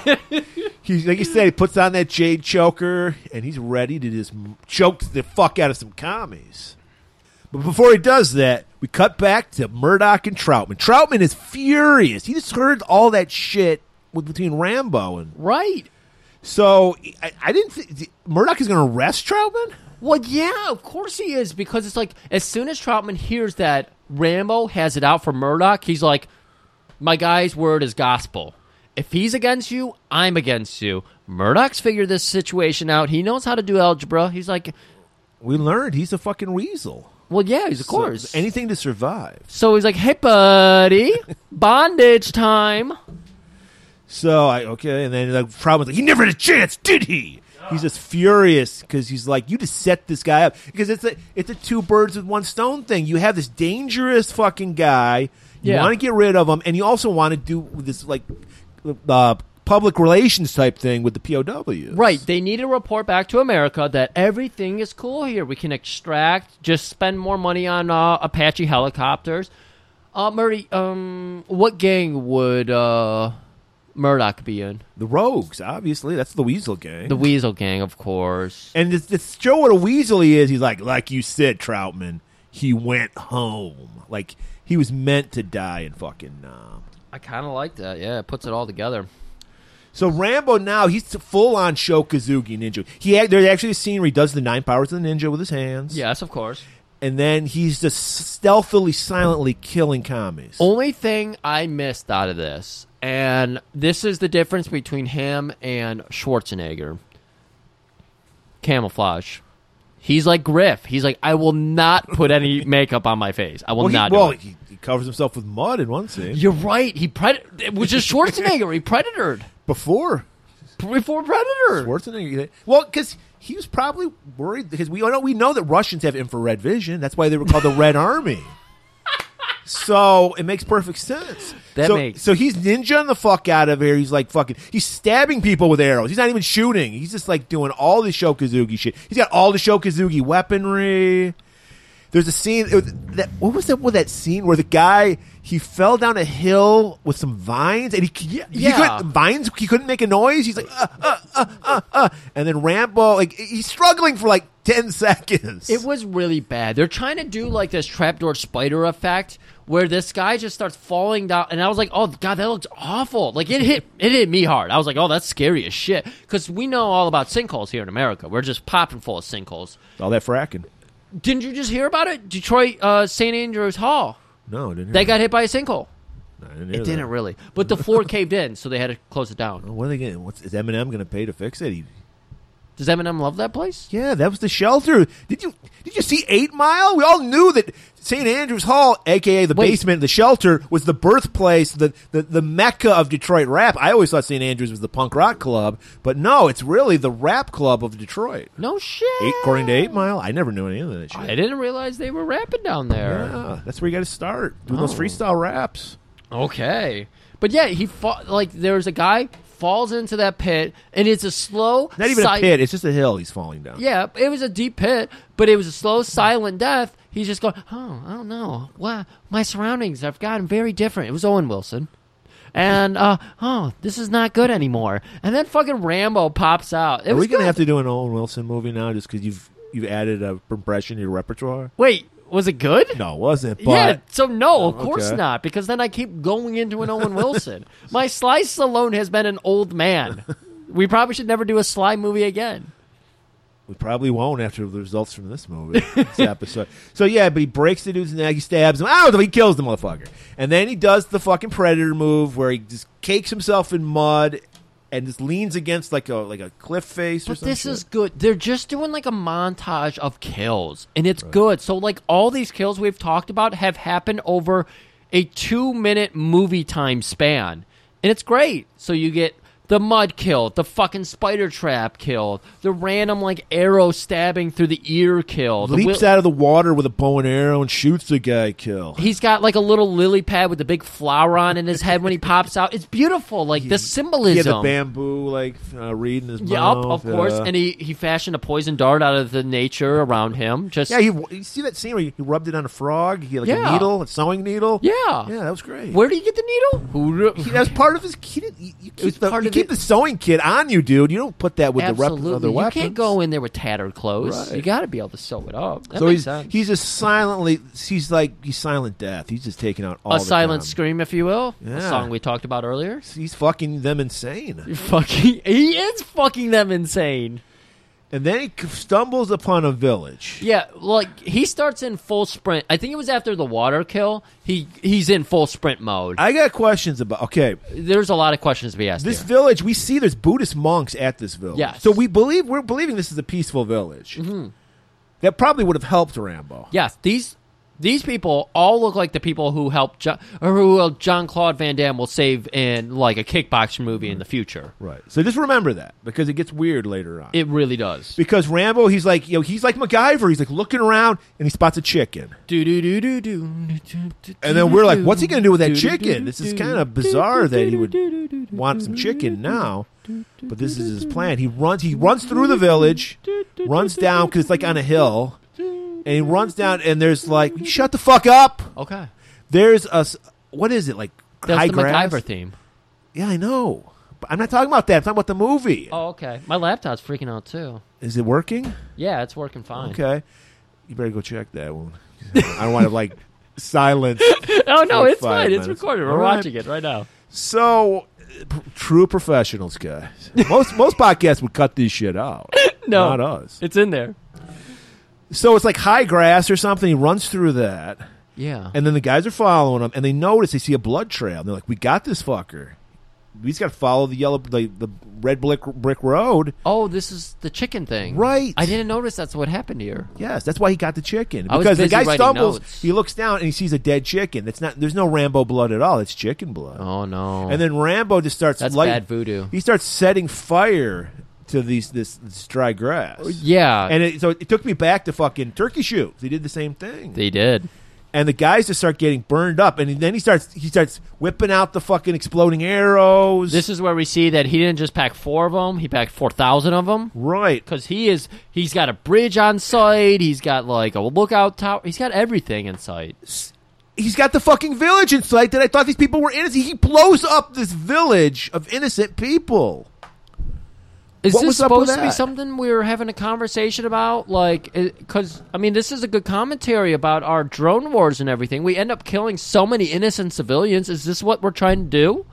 Speaker 3: he's like you said, he puts on that jade choker and he's ready to just m- choke the fuck out of some commies. But before he does that, we cut back to Murdoch and Troutman. Troutman is furious. He just heard all that shit with, between Rambo and
Speaker 2: Right.
Speaker 3: so I, I didn't. Th- Murdoch is going to arrest Troutman.
Speaker 2: Well, yeah, of course he is because it's like as soon as Troutman hears that Rambo has it out for Murdoch, he's like, "My guy's word is gospel. If he's against you, I'm against you." Murdoch's figured this situation out. He knows how to do algebra. He's like,
Speaker 3: We learned he's a fucking weasel.
Speaker 2: "Well, yeah, he's of
Speaker 3: So
Speaker 2: course."
Speaker 3: anything to survive.
Speaker 2: so he's like, "Hey, buddy, bondage time."
Speaker 3: So I okay, and then the problem is like, he never had a chance, did he? He's just furious because he's like, you just set this guy up because it's a it's a two birds with one stone thing. You have this dangerous fucking guy, you
Speaker 2: Yeah.
Speaker 3: want to get rid of him, and you also want to do this like uh, public relations type thing with the POW.
Speaker 2: Right. They need to report back to America that everything is cool here. We can extract, just spend more money on uh, Apache helicopters. Uh, Murray, um, what gang would uh, Murdoch be in?
Speaker 3: The Rogues, obviously, that's the Weasel gang.
Speaker 2: The Weasel Gang, of course.
Speaker 3: and this, this show what a weasel he is. He's like, like you said, Troutman. He went home. Like he was meant to die in fucking um, Nam.
Speaker 2: I kind of like that. Yeah, it puts it all together.
Speaker 3: So Rambo now he's full on Shokazugi ninja. He act- there's actually a scene where he does the nine powers of the ninja with his hands.
Speaker 2: Yes, of course.
Speaker 3: and then he's just stealthily, silently killing commies.
Speaker 2: Only thing I missed out of this, and this is the difference between him and Schwarzenegger camouflage. He's like Griff. He's like, I will not put any makeup on my face. I will
Speaker 3: well, he,
Speaker 2: not.
Speaker 3: well,
Speaker 2: do it.
Speaker 3: he, he covers himself with mud in one scene
Speaker 2: You're right. He predated, which is Schwarzenegger. he predatored
Speaker 3: before
Speaker 2: before Predator.
Speaker 3: Schwarzenegger. Well, because he was probably worried because we know we know that Russians have infrared vision. That's why they were called the Red Army. So it makes perfect sense.
Speaker 2: That
Speaker 3: so,
Speaker 2: makes-
Speaker 3: so he's ninjaing the fuck out of here. He's like fucking. He's stabbing people with arrows. He's not even shooting. He's just like doing all the Shokazugi shit. He's got all the Shokazugi weaponry. There's a scene. It was, that, what was that? With that scene where the guy he fell down a hill with some vines and he yeah, he
Speaker 2: Yeah.
Speaker 3: couldn't vines. He couldn't make a noise. He's like uh, uh, uh, uh, uh, and then Rambo like he's struggling for like ten seconds.
Speaker 2: It was really bad. They're trying to do like this trapdoor spider effect where this guy just starts falling down, and I was like, "Oh god, that looks awful!" Like it hit, it hit me hard. I was like, "Oh, that's scary as shit," because we know all about sinkholes here in America. We're just popping full of sinkholes.
Speaker 3: all that fracking.
Speaker 2: Didn't you just hear about it? Detroit uh, St. Andrews Hall,
Speaker 3: No, I didn't.
Speaker 2: they
Speaker 3: hear
Speaker 2: got hit by a sinkhole.
Speaker 3: that. I didn't
Speaker 2: It
Speaker 3: hear
Speaker 2: didn't
Speaker 3: that.
Speaker 2: really, but the floor caved in, so they had to close it down.
Speaker 3: What are they getting? What's is Eminem going to pay to fix it? He,
Speaker 2: Does Eminem love that place?
Speaker 3: yeah, that was the shelter. Did you did you see Eight Mile? We all knew that St. Andrews Hall, aka the
Speaker 2: Wait.
Speaker 3: basement, the shelter, was the birthplace, the, the the mecca of Detroit rap. I always thought St. Andrews was the punk rock club, but no, it's really the rap club of Detroit.
Speaker 2: No shit.
Speaker 3: Eight, according to Eight Mile, I never knew any of that shit.
Speaker 2: I didn't realize they were rapping down there.
Speaker 3: Yeah, that's where you got to start doing
Speaker 2: Oh.
Speaker 3: those freestyle raps.
Speaker 2: Okay. But yeah, he fa- like there's a guy falls into that pit and it's a slow
Speaker 3: Not even
Speaker 2: si-
Speaker 3: a pit; it's just a hill he's falling down.
Speaker 2: Yeah, it was a deep pit, but it was a slow silent death. He's just going, "Oh, I don't know. Wow, my surroundings have gotten very different." It was Owen Wilson. And uh, oh, this is not good anymore. And then fucking Rambo pops out. It
Speaker 3: Are
Speaker 2: was
Speaker 3: we gonna
Speaker 2: good.
Speaker 3: have to do an Owen Wilson movie now just because you've you've added a impression to your repertoire?
Speaker 2: Wait, was it good?
Speaker 3: No, it wasn't.
Speaker 2: yeah,
Speaker 3: But Oh,
Speaker 2: so no, of course
Speaker 3: okay.
Speaker 2: not, because then I keep going into an Owen Wilson. My Sly Stallone has been an old man. We probably should never do a Sly movie again.
Speaker 3: we probably won't after the results from this movie, this episode. So yeah, but he breaks the dude's neck, he stabs him. Oh, he kills the motherfucker, and then he does the fucking predator move where he just cakes himself in mud and just leans against like a like a cliff face. or
Speaker 2: But
Speaker 3: some
Speaker 2: this
Speaker 3: shit.
Speaker 2: is good. They're just doing like a montage of kills, and it's good. So like all these kills we've talked about have happened over a two minute movie time span, and it's great. So you get the mud kill, the fucking spider trap kill, the random like arrow stabbing through the ear kill, the
Speaker 3: leaps
Speaker 2: wheel-
Speaker 3: out of the water with a bow and arrow and shoots the guy. Kill.
Speaker 2: He's got like a little lily pad with a big flower on in his head when he pops out. It's beautiful, like the symbolism.
Speaker 3: He had the bamboo like uh, reed in his
Speaker 2: Yep,
Speaker 3: mouth.
Speaker 2: of course.
Speaker 3: uh,
Speaker 2: And he, he fashioned a poison dart out of the nature around him. Just
Speaker 3: yeah, he, you see that scene where he he rubbed it on a frog. He had like
Speaker 2: Yeah.
Speaker 3: a needle, a sewing needle.
Speaker 2: Yeah.
Speaker 3: yeah, that was great.
Speaker 2: Where do you get the needle? Who
Speaker 3: He- that was part of his kid. You, you
Speaker 2: was
Speaker 3: keep, the,
Speaker 2: part
Speaker 3: you
Speaker 2: of
Speaker 3: keep
Speaker 2: it.
Speaker 3: the sewing kit on you, dude. You don't put that with the rep-
Speaker 2: Absolutely.
Speaker 3: other
Speaker 2: you
Speaker 3: weapons.
Speaker 2: can't go in there with tattered clothes.
Speaker 3: Right.
Speaker 2: You got to be able to sew it up. That
Speaker 3: so
Speaker 2: makes
Speaker 3: he's
Speaker 2: sense.
Speaker 3: he's just silently. He's like he's silent death. He's just taking out all
Speaker 2: a
Speaker 3: the
Speaker 2: silent
Speaker 3: time.
Speaker 2: scream, if you will. A
Speaker 3: Yeah.
Speaker 2: song we talked about earlier.
Speaker 3: He's fucking them insane.
Speaker 2: Fucking, he is fucking them insane.
Speaker 3: And then he c- stumbles upon a village.
Speaker 2: Yeah, like he starts in full sprint. I think it was after the water kill. He he's in full sprint mode.
Speaker 3: I got questions about. Okay,
Speaker 2: There's a lot of questions to be asked.
Speaker 3: this
Speaker 2: here.
Speaker 3: village we see there's Buddhist monks at this village.
Speaker 2: Yes. Mm-hmm.
Speaker 3: So we believe we're believing this is a peaceful village. That probably would have helped Rambo.
Speaker 2: Yes, these these people all look like the people who helped John, or who John Claude Van Damme will save in like a kickboxing movie in the future.
Speaker 3: Right. So just remember that because it gets weird later on.
Speaker 2: It really does.
Speaker 3: because Rambo, he's like, you know, he's like MacGyver. He's like looking around and he spots a chicken.
Speaker 2: Do do do do do. do,
Speaker 3: And then we're like,
Speaker 2: do,
Speaker 3: what's he going to do with that
Speaker 2: do, do, do,
Speaker 3: chicken? This is
Speaker 2: do,
Speaker 3: kind of
Speaker 2: do,
Speaker 3: bizarre
Speaker 2: do,
Speaker 3: that he
Speaker 2: do,
Speaker 3: would
Speaker 2: do, do, do, do,
Speaker 3: want
Speaker 2: do,
Speaker 3: some
Speaker 2: do,
Speaker 3: chicken
Speaker 2: do,
Speaker 3: now. But this is his plan. He runs. He runs through the village, runs down because it's like on a hill, and he runs down. And there's like, shut the fuck up.
Speaker 2: Okay,
Speaker 3: There's a s- what is it like
Speaker 2: that's
Speaker 3: high
Speaker 2: the
Speaker 3: grass?
Speaker 2: MacGyver theme.
Speaker 3: Yeah, I know. But I'm not talking about that. I'm talking about the movie.
Speaker 2: Oh, okay. My laptop's freaking out too.
Speaker 3: Is it working?
Speaker 2: Yeah, it's working fine.
Speaker 3: Okay, you better go check that one. I don't want to like silence.
Speaker 2: Oh no,
Speaker 3: Like
Speaker 2: it's
Speaker 3: five
Speaker 2: fine. It's
Speaker 3: minutes.
Speaker 2: recorded. We're
Speaker 3: All right.
Speaker 2: watching it right now.
Speaker 3: So p- true professionals, guys. Most most podcasts would cut this shit out.
Speaker 2: No,
Speaker 3: not us.
Speaker 2: It's in there.
Speaker 3: So it's like high grass or something. He runs through that,
Speaker 2: Yeah.
Speaker 3: and then the guys are following him, and they notice they see a blood trail. And they're like, "We got this fucker. We just got to follow the yellow, the, the red brick brick road."
Speaker 2: Oh, this is the chicken thing.
Speaker 3: Right.
Speaker 2: I didn't notice that's what happened here.
Speaker 3: Yes, that's why he got the chicken
Speaker 2: I was
Speaker 3: because the
Speaker 2: busy
Speaker 3: guy
Speaker 2: writing
Speaker 3: stumbles.
Speaker 2: notes.
Speaker 3: He looks down and he sees a dead chicken. That's not. There's no Rambo blood at all. It's chicken blood.
Speaker 2: Oh no.
Speaker 3: And then Rambo just starts
Speaker 2: That's
Speaker 3: light-
Speaker 2: bad voodoo.
Speaker 3: He starts setting fire to these this, this dry grass.
Speaker 2: yeah,
Speaker 3: And it, so it took me back to fucking turkey shoot. They did the same thing,
Speaker 2: they did.
Speaker 3: and the guys just start getting burned up. And then he starts he starts whipping out the fucking exploding arrows.
Speaker 2: This is where we see that he didn't just pack four of them; he packed four thousand of them.
Speaker 3: right.
Speaker 2: Because he is—he's got a bridge on site. He's got like a lookout tower. He's got everything in sight.
Speaker 3: He's got the fucking village in sight that I thought these people were innocent. He blows up this village of innocent people.
Speaker 2: Is
Speaker 3: What
Speaker 2: this
Speaker 3: was up with
Speaker 2: supposed to be
Speaker 3: that?
Speaker 2: something we were having a conversation about? Like, because I mean, this is a good commentary about our drone wars and everything. We end up killing so many innocent civilians. Is this what we're trying to do?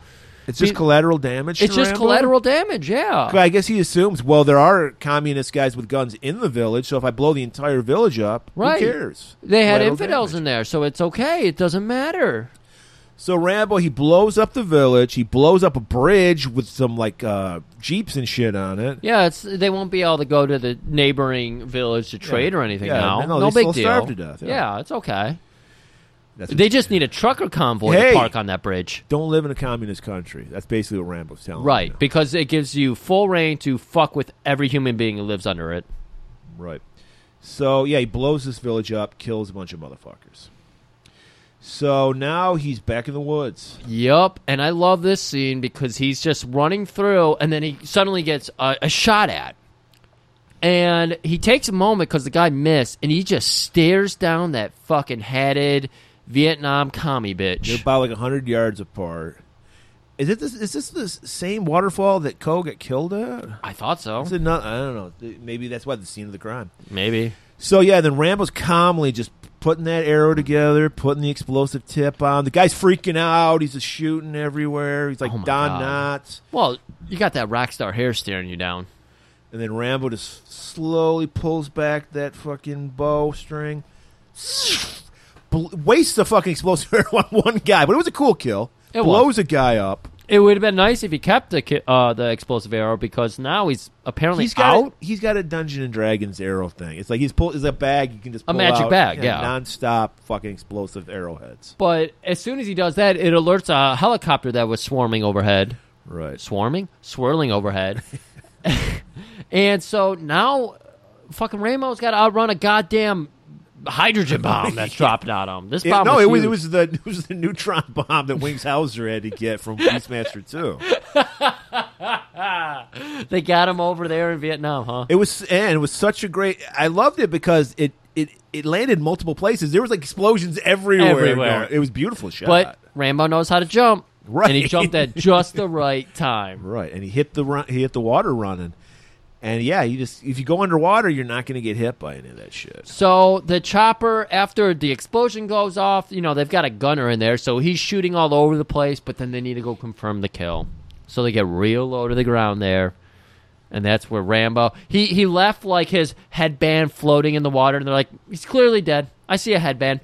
Speaker 3: It's just
Speaker 2: Be-
Speaker 3: collateral damage. to
Speaker 2: It's just
Speaker 3: Rambo?
Speaker 2: collateral damage. Yeah.
Speaker 3: But I guess he assumes, well, there are communist guys with guns in the village, so if I blow the entire village up,
Speaker 2: Right.
Speaker 3: who cares?
Speaker 2: They had
Speaker 3: Collateral
Speaker 2: infidels
Speaker 3: damage.
Speaker 2: in there, so it's okay. It doesn't matter.
Speaker 3: So Rambo, he blows up the village. He blows up a bridge with some like uh, jeeps and shit on it.
Speaker 2: Yeah, it's they won't be able to go to the neighboring village to trade or anything
Speaker 3: Yeah,
Speaker 2: now. no
Speaker 3: no, they
Speaker 2: big
Speaker 3: still
Speaker 2: deal.
Speaker 3: starve to death, yeah.
Speaker 2: it's okay.
Speaker 3: That's
Speaker 2: They just need a trucker convoy
Speaker 3: Hey!
Speaker 2: to park on that bridge.
Speaker 3: don't live in a communist country. That's basically what Rambo's telling.
Speaker 2: Right,
Speaker 3: them.
Speaker 2: because it gives you full reign to fuck with every human being who lives under it.
Speaker 3: Right. So yeah, he blows this village up, kills a bunch of motherfuckers. So now he's back in the woods.
Speaker 2: Yup, and I love this scene because he's just running through, and then he suddenly gets a, a shot at, and he takes a moment because the guy missed, and he just stares down that fucking hatted Vietnam commie
Speaker 3: They're
Speaker 2: bitch.
Speaker 3: about like hundred yards apart. Is it this? Is this the s- same waterfall that Ko got killed at?
Speaker 2: I thought so.
Speaker 3: Is it not? I don't know. Th- Maybe that's why the scene of the crime.
Speaker 2: Maybe.
Speaker 3: So yeah, then Rambo's calmly just putting that arrow together, putting the explosive tip on. The guy's freaking out. He's just shooting everywhere. He's like
Speaker 2: Oh my
Speaker 3: Don
Speaker 2: God.
Speaker 3: Knotts.
Speaker 2: Well, you got that rock star hair staring you down.
Speaker 3: And then Rambo just slowly pulls back that fucking bowstring, Bl- wastes the fucking explosive arrow on one guy, but it was a cool kill.
Speaker 2: It was.
Speaker 3: Blows a guy up.
Speaker 2: It would have been nice if he kept the ki- uh, the explosive arrow because now he's apparently
Speaker 3: He's got
Speaker 2: out.
Speaker 3: A, he's got a Dungeon and Dragons arrow thing. It's like he's pull. It's a bag you can just
Speaker 2: A
Speaker 3: pull
Speaker 2: magic
Speaker 3: out.
Speaker 2: bag, yeah.
Speaker 3: nonstop fucking explosive arrowheads.
Speaker 2: But as soon as he does that, it alerts a helicopter that was swarming overhead.
Speaker 3: Right.
Speaker 2: Swarming? Swirling overhead. and so now fucking Ramo's got to outrun a goddamn hydrogen bomb that's dropped on him. This
Speaker 3: It-
Speaker 2: bomb
Speaker 3: no,
Speaker 2: was
Speaker 3: it
Speaker 2: huge.
Speaker 3: was it was the it was the neutron bomb that Wings Hauser had to get from Beastmaster Two.
Speaker 2: They got him over there in Vietnam, huh?
Speaker 3: It was and it was such a great. I loved it because it it it landed multiple places. There was like explosions everywhere.
Speaker 2: Everywhere.
Speaker 3: No, It was beautiful shot.
Speaker 2: but Rambo knows how to jump. And he
Speaker 3: Right.
Speaker 2: jumped at just the right time.
Speaker 3: right, and he hit the run, he hit the water running, and yeah, you just if you go underwater, you're not going to get hit by any of that shit.
Speaker 2: So the chopper, after the explosion goes off, you know, they've got a gunner in there, so he's shooting all over the place, but then they need to go confirm the kill. So they get real low to the ground there. And that's where Rambo he he left like his headband floating in the water and they're like, he's clearly dead. I see a headband.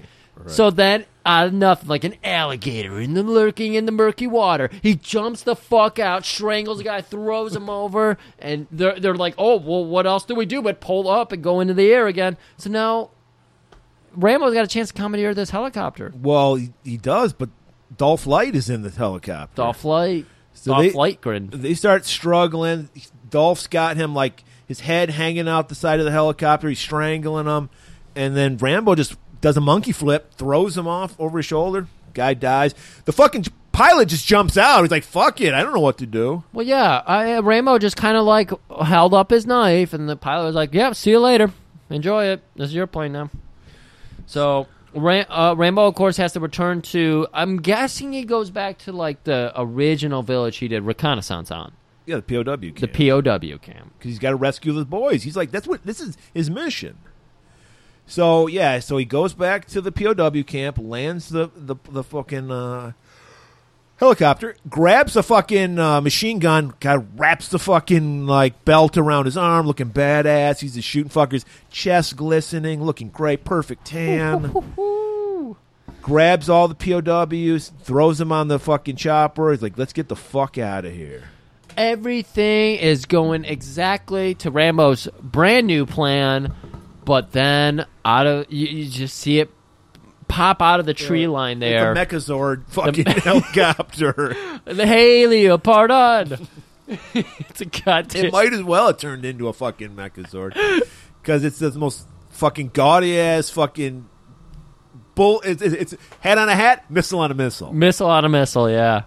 Speaker 2: So then out of nothing, like an alligator in the lurking in the murky water, he jumps the fuck out, strangles the guy, throws him over, and they're they're like, Oh, well what else do we do but pull up and go into the air again? So now Rambo's got a chance to commandeer this helicopter.
Speaker 3: Well, he, he does, but Dolph Light is in the helicopter.
Speaker 2: Dolph Light.
Speaker 3: So
Speaker 2: Dolph
Speaker 3: they-
Speaker 2: Lightgren.
Speaker 3: They start struggling. Dolph's got him like his head hanging out the side of the helicopter. He's strangling him, and then Rambo just does a monkey flip, throws him off over his shoulder. Guy dies. The fucking pilot just jumps out. He's like, "Fuck it, I don't know what to do."
Speaker 2: Well, yeah, I, uh, Rambo just kind of like held up his knife, and the pilot was like, "Yeah, see you later. Enjoy it. This is your plane now." So Ram- uh, Rambo, of course, has to return to. I'm guessing he goes back to like the original village he did reconnaissance on,
Speaker 3: Yeah, the POW.
Speaker 2: the POW camp.
Speaker 3: because he's got to rescue the boys. He's like, that's what this is his mission. So yeah, so he goes back to the POW camp, lands the the, the fucking uh, helicopter, grabs the fucking uh, machine gun, God wraps the fucking like belt around his arm, looking badass. He's just shooting fuckers, chest glistening, looking great, perfect tan. grabs all the POWs, throws them on the fucking chopper. He's like, let's get the fuck out of here.
Speaker 2: Everything is going exactly to Rambo's brand new plan, but then out of you, you just see it pop out of the tree line
Speaker 3: The
Speaker 2: there.
Speaker 3: Mechazord fucking helicopter.
Speaker 2: The Haley Pardon. it's a goddamn.
Speaker 3: It might as well have turned into a fucking Mechazord because it's the most fucking gaudy ass fucking bull. It's, it's, it's head on a hat, missile on a missile,
Speaker 2: missile on a missile, yeah.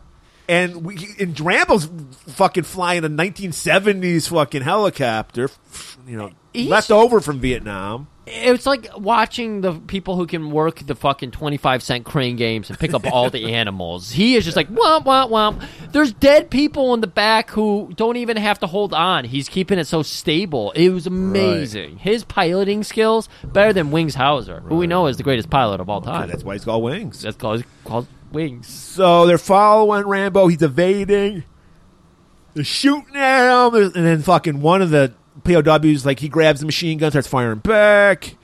Speaker 3: and we and Rambo's fucking flying a 1970s fucking helicopter, you know,
Speaker 2: He's-
Speaker 3: left over from Vietnam.
Speaker 2: It's like watching the people who can work the fucking 25 cent crane games and pick up all the animals. He is just like, womp, womp, womp. There's dead people in the back who don't even have to hold on. He's keeping it so stable. It was amazing. His piloting skills, better than Wings Hauser, who we know is the greatest pilot of all time.
Speaker 3: That's why he's called Wings.
Speaker 2: That's called, called Wings.
Speaker 3: So they're following Rambo. He's evading. They're shooting at him, and then fucking one of the POWs like he grabs the machine gun, starts firing back,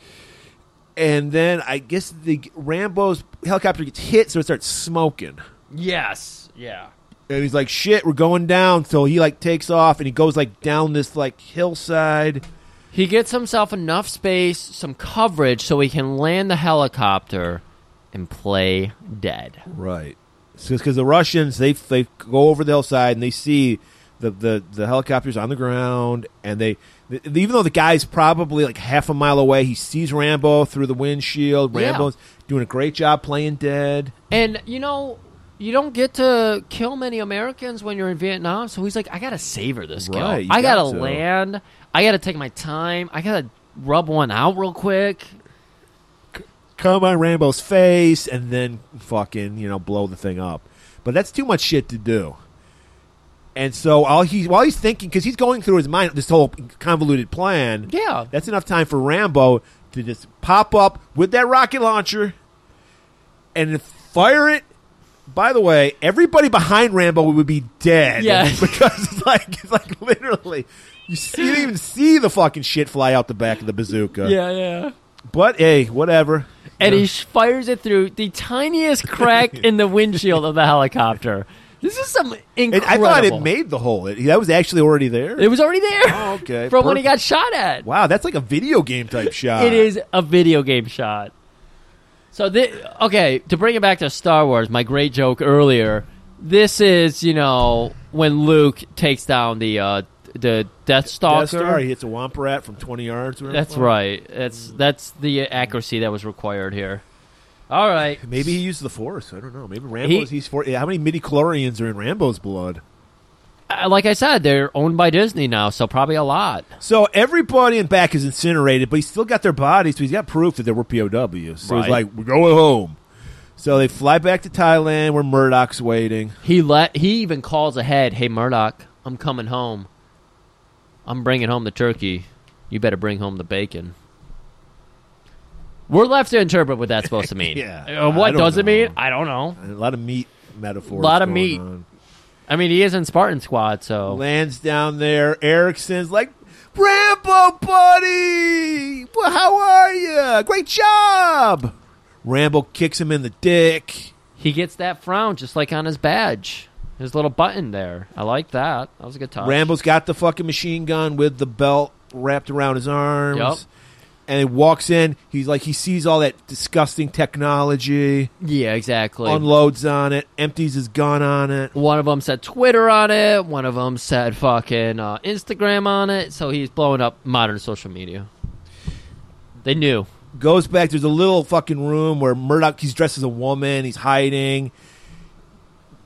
Speaker 3: and then I guess the Rambo's helicopter gets hit, so it starts smoking.
Speaker 2: Yes. Yeah.
Speaker 3: And he's like, "Shit, we're going down." So he like takes off, and he goes like down this like hillside.
Speaker 2: He gets himself enough space, some coverage, so he can land the helicopter and play dead.
Speaker 3: Right. Because the Russians, they they go over the hillside and they see the, the, the helicopters on the ground, and they, th even though the guy's probably like half a mile away, he sees Rambo through the windshield.
Speaker 2: Yeah.
Speaker 3: Rambo's doing a great job playing dead.
Speaker 2: And, you know, you don't get to kill many Americans when you're in Vietnam, so he's like, I gotta savor this kill.
Speaker 3: Right, you
Speaker 2: I gotta
Speaker 3: got to."
Speaker 2: land. I gotta take my time. I gotta rub one out real quick.
Speaker 3: Come on Rambo's face, and then fucking you know blow the thing up. But that's too much shit to do. And so all he's while he's thinking, because he's going through his mind this whole convoluted plan.
Speaker 2: Yeah.
Speaker 3: That's enough time for Rambo to just pop up with that rocket launcher and fire it. By the way, everybody behind Rambo would be dead.
Speaker 2: Yeah.
Speaker 3: Because it's like it's like literally you see, you didn't even see the fucking shit fly out the back of the bazooka.
Speaker 2: yeah.
Speaker 3: But hey, whatever.
Speaker 2: And he sh- fires it through the tiniest crack in the windshield of the helicopter. This is some
Speaker 3: It,
Speaker 2: incredible.
Speaker 3: I thought it made the hole. It, that was actually already there.
Speaker 2: It was already there.
Speaker 3: Oh, okay.
Speaker 2: From when he got
Speaker 3: Perfect.
Speaker 2: shot at.
Speaker 3: wow, that's like a video game type shot.
Speaker 2: It is a video game shot. So this, okay, to bring it back to Star Wars, my great joke earlier. This is you know when Luke takes down the uh, the Death Stalker.
Speaker 3: Death Star, he hits a womp rat from 20 yards. or whatever
Speaker 2: That's
Speaker 3: it was.
Speaker 2: right. That's that's the accuracy that was required here. All right.
Speaker 3: Maybe he used the force. I don't know. Maybe Rambo's. he's for. yeah, How many midi chlorians are in Rambo's blood?
Speaker 2: Uh, Like I said, they're owned by Disney now, so probably a lot.
Speaker 3: So everybody in back is incinerated, but he's still got their bodies. So he's got proof that there were POWs. So
Speaker 2: Right.
Speaker 3: he's like, "We're going home." So they fly back to Thailand, where Murdoch's waiting.
Speaker 2: He let he even calls ahead. Hey Murdoch, I'm coming home. I'm bringing home the turkey. You better bring home the bacon. We're left to interpret what that's supposed to mean.
Speaker 3: Yeah,
Speaker 2: Uh, what
Speaker 3: I don't
Speaker 2: does it mean?
Speaker 3: know.
Speaker 2: I don't know.
Speaker 3: And a lot of meat metaphors.
Speaker 2: Lot of
Speaker 3: going
Speaker 2: meat.
Speaker 3: on.
Speaker 2: I mean, he is in Spartan Squad, so
Speaker 3: Lands down there. Erickson's like, "Rambo, buddy, well, how are you? Great job." Rambo kicks him in the dick.
Speaker 2: he gets that frown just like on his badge, his little button there. I like that. That was a good touch.
Speaker 3: Rambo's got the fucking machine gun with the belt wrapped around his arms.
Speaker 2: Yup.
Speaker 3: And he walks in. He's like, he sees all that disgusting technology,
Speaker 2: Yeah, exactly.
Speaker 3: unloads on it, empties his gun on it.
Speaker 2: One of them said Twitter on it. One of them said fucking uh, Instagram on it. So he's blowing up modern social media. They knew.
Speaker 3: Goes back. There's a little fucking room where Murdoch, he's dressed as a woman. He's hiding.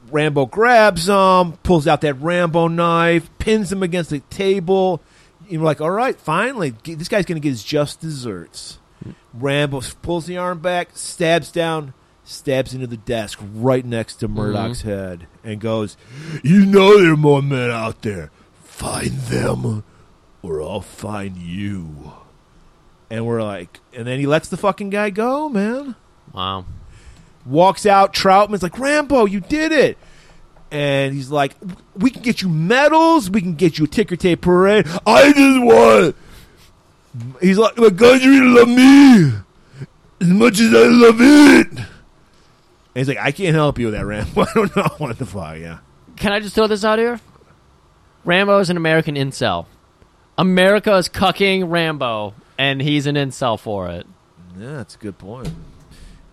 Speaker 3: Rambo grabs him, pulls out that Rambo knife, pins him against the table. You're like, all right, finally, g- this guy's going to get his just desserts. Rambo s- pulls the arm back, stabs down, stabs into the desk right next to Murdoch's head, and goes, You know there are more men out there. Find them, or I'll find you. And we're like, and then he lets the fucking guy go, man
Speaker 2: Wow.
Speaker 3: walks out. Troutman's like, Rambo, you did it. And he's like, we can get you medals. We can get you a ticker tape parade. I just want. He's like, my country love me as much as I love it. And he's like, I can't help you with that, Rambo. I don't know what the fuck, yeah.
Speaker 2: Can I just throw this out here? Rambo is an American incel. America is cucking Rambo, and he's an incel for it.
Speaker 3: Yeah, that's a good point.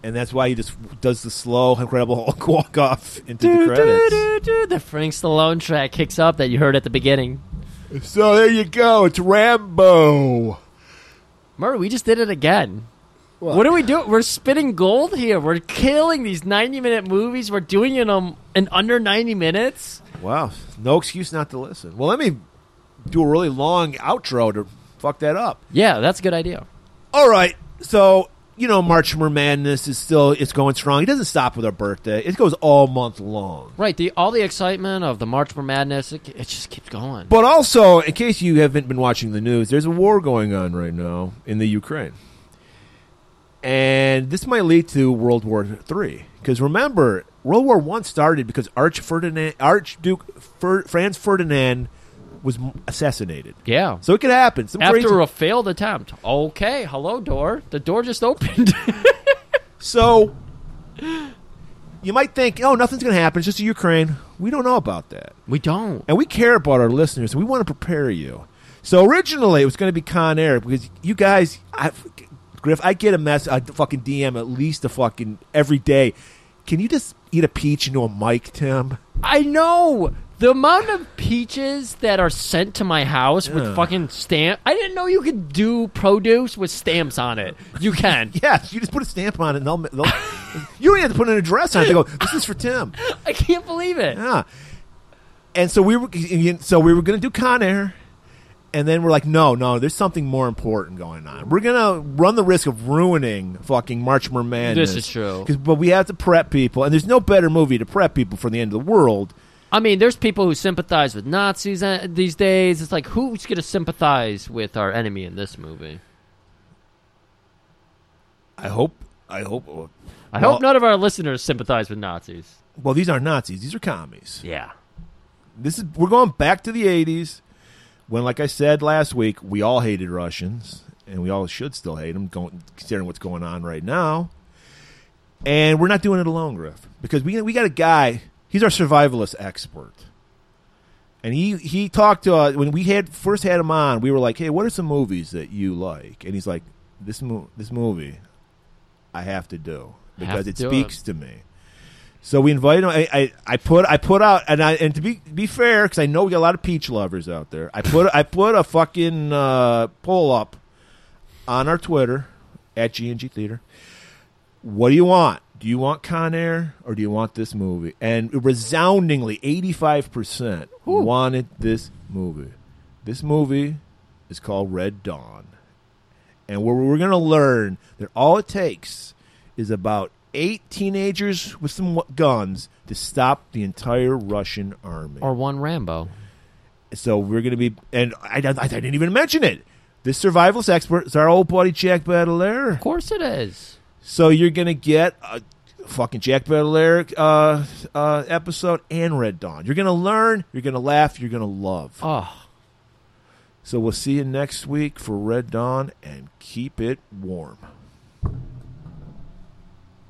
Speaker 3: And that's why he just does the slow, incredible Hulk walk off into the credits.
Speaker 2: The Frank Stallone track kicks up that you heard at the beginning.
Speaker 3: So there you go. It's Rambo.
Speaker 2: Murray, we just did it again. What, are we doing? We're spitting gold here. We're killing these 90 minute movies. We're doing it um, in under 90 minutes.
Speaker 3: Wow, no excuse not to listen. Well, let me do a really long outro to fuck that up.
Speaker 2: Yeah, that's a good idea.
Speaker 3: All right, so you know March for Madness is still it's going strong. It doesn't stop with our birthday. It goes all month long.
Speaker 2: Right, the all the excitement of the March for Madness, it, it just keeps going.
Speaker 3: But also, in case you haven't been watching the news, there's a war going on right now in the Ukraine. And this might lead to World War III. Because remember, World War One started because Arch Ferdinand, Archduke Fer, Franz Ferdinand was m- assassinated.
Speaker 2: yeah.
Speaker 3: So it could happen. Some
Speaker 2: After
Speaker 3: crazy-
Speaker 2: a failed attempt. Okay, hello door. The door just opened.
Speaker 3: So you might think, oh, nothing's going to happen. It's just a Ukraine. We don't know about that.
Speaker 2: we don't.
Speaker 3: And we care about our listeners. And we want to prepare you. So originally it was going to be Con Air because you guys, I, Griff, I get a mess, a fucking DM at least a fucking every day. Can you just eat a peach into a mic, Tim?
Speaker 2: I know the amount of peaches that are sent to my house with
Speaker 3: Yeah.
Speaker 2: fucking stamp. I didn't know you could do produce with stamps on it. You can.
Speaker 3: Yes, you just put a stamp on it and they'll. they'll you don't even have to put an address on it. They go, this is for Tim.
Speaker 2: I can't believe it.
Speaker 3: Yeah. Ah. And so we were so we were going to do Con Air, and then we're like, no, no, there's something more important going on. We're gonna run the risk of ruining fucking March Mer Madness.
Speaker 2: This is true.
Speaker 3: 'Cause- but we have to prep people, and there's no better movie to prep people for the end of the world.
Speaker 2: I mean, there's people who sympathize with Nazis uh, these days. It's like who's going to sympathize with our enemy in this movie?
Speaker 3: I hope. I hope. oh. Well,
Speaker 2: I hope none of our listeners sympathize with Nazis.
Speaker 3: Well, these are Nazis. These are commies.
Speaker 2: Yeah.
Speaker 3: This is we're going back to the '80s when, like I said last week, we all hated Russians, and we all should still hate them, going, considering what's going on right now. And we're not doing it alone, Griff, because we we got a guy. he's our survivalist expert. And he, he talked to us when we had first had him on. We were like, "Hey, what are some movies that you like?" And he's like, "This mo- this movie, I have to do because
Speaker 2: to
Speaker 3: it
Speaker 2: do it.
Speaker 3: speaks to me." So we invited him. I, I, I put I put out and I and to be be fair because I know we got a lot of peach lovers out there. I put I put a fucking uh, poll up on our Twitter at G and G Theater. What do you want? Do you want Con Air or do you want this movie? And resoundingly, eighty five percent wanted this movie. This movie is called Red Dawn, and where we're going to learn that all it takes is about eight teenagers with some w- guns to stop the entire Russian army.
Speaker 2: Or one Rambo.
Speaker 3: So we're going to be, and I, I, I didn't even mention it. This survivalist expert is our old buddy Jack Baudelaire.
Speaker 2: Of course it is.
Speaker 3: So you're going to get a fucking Jack Baudelaire uh, uh, episode and Red Dawn. You're going to learn, you're going to laugh, you're going to love.
Speaker 2: Oh,
Speaker 3: So we'll see you next week for Red Dawn and keep it warm.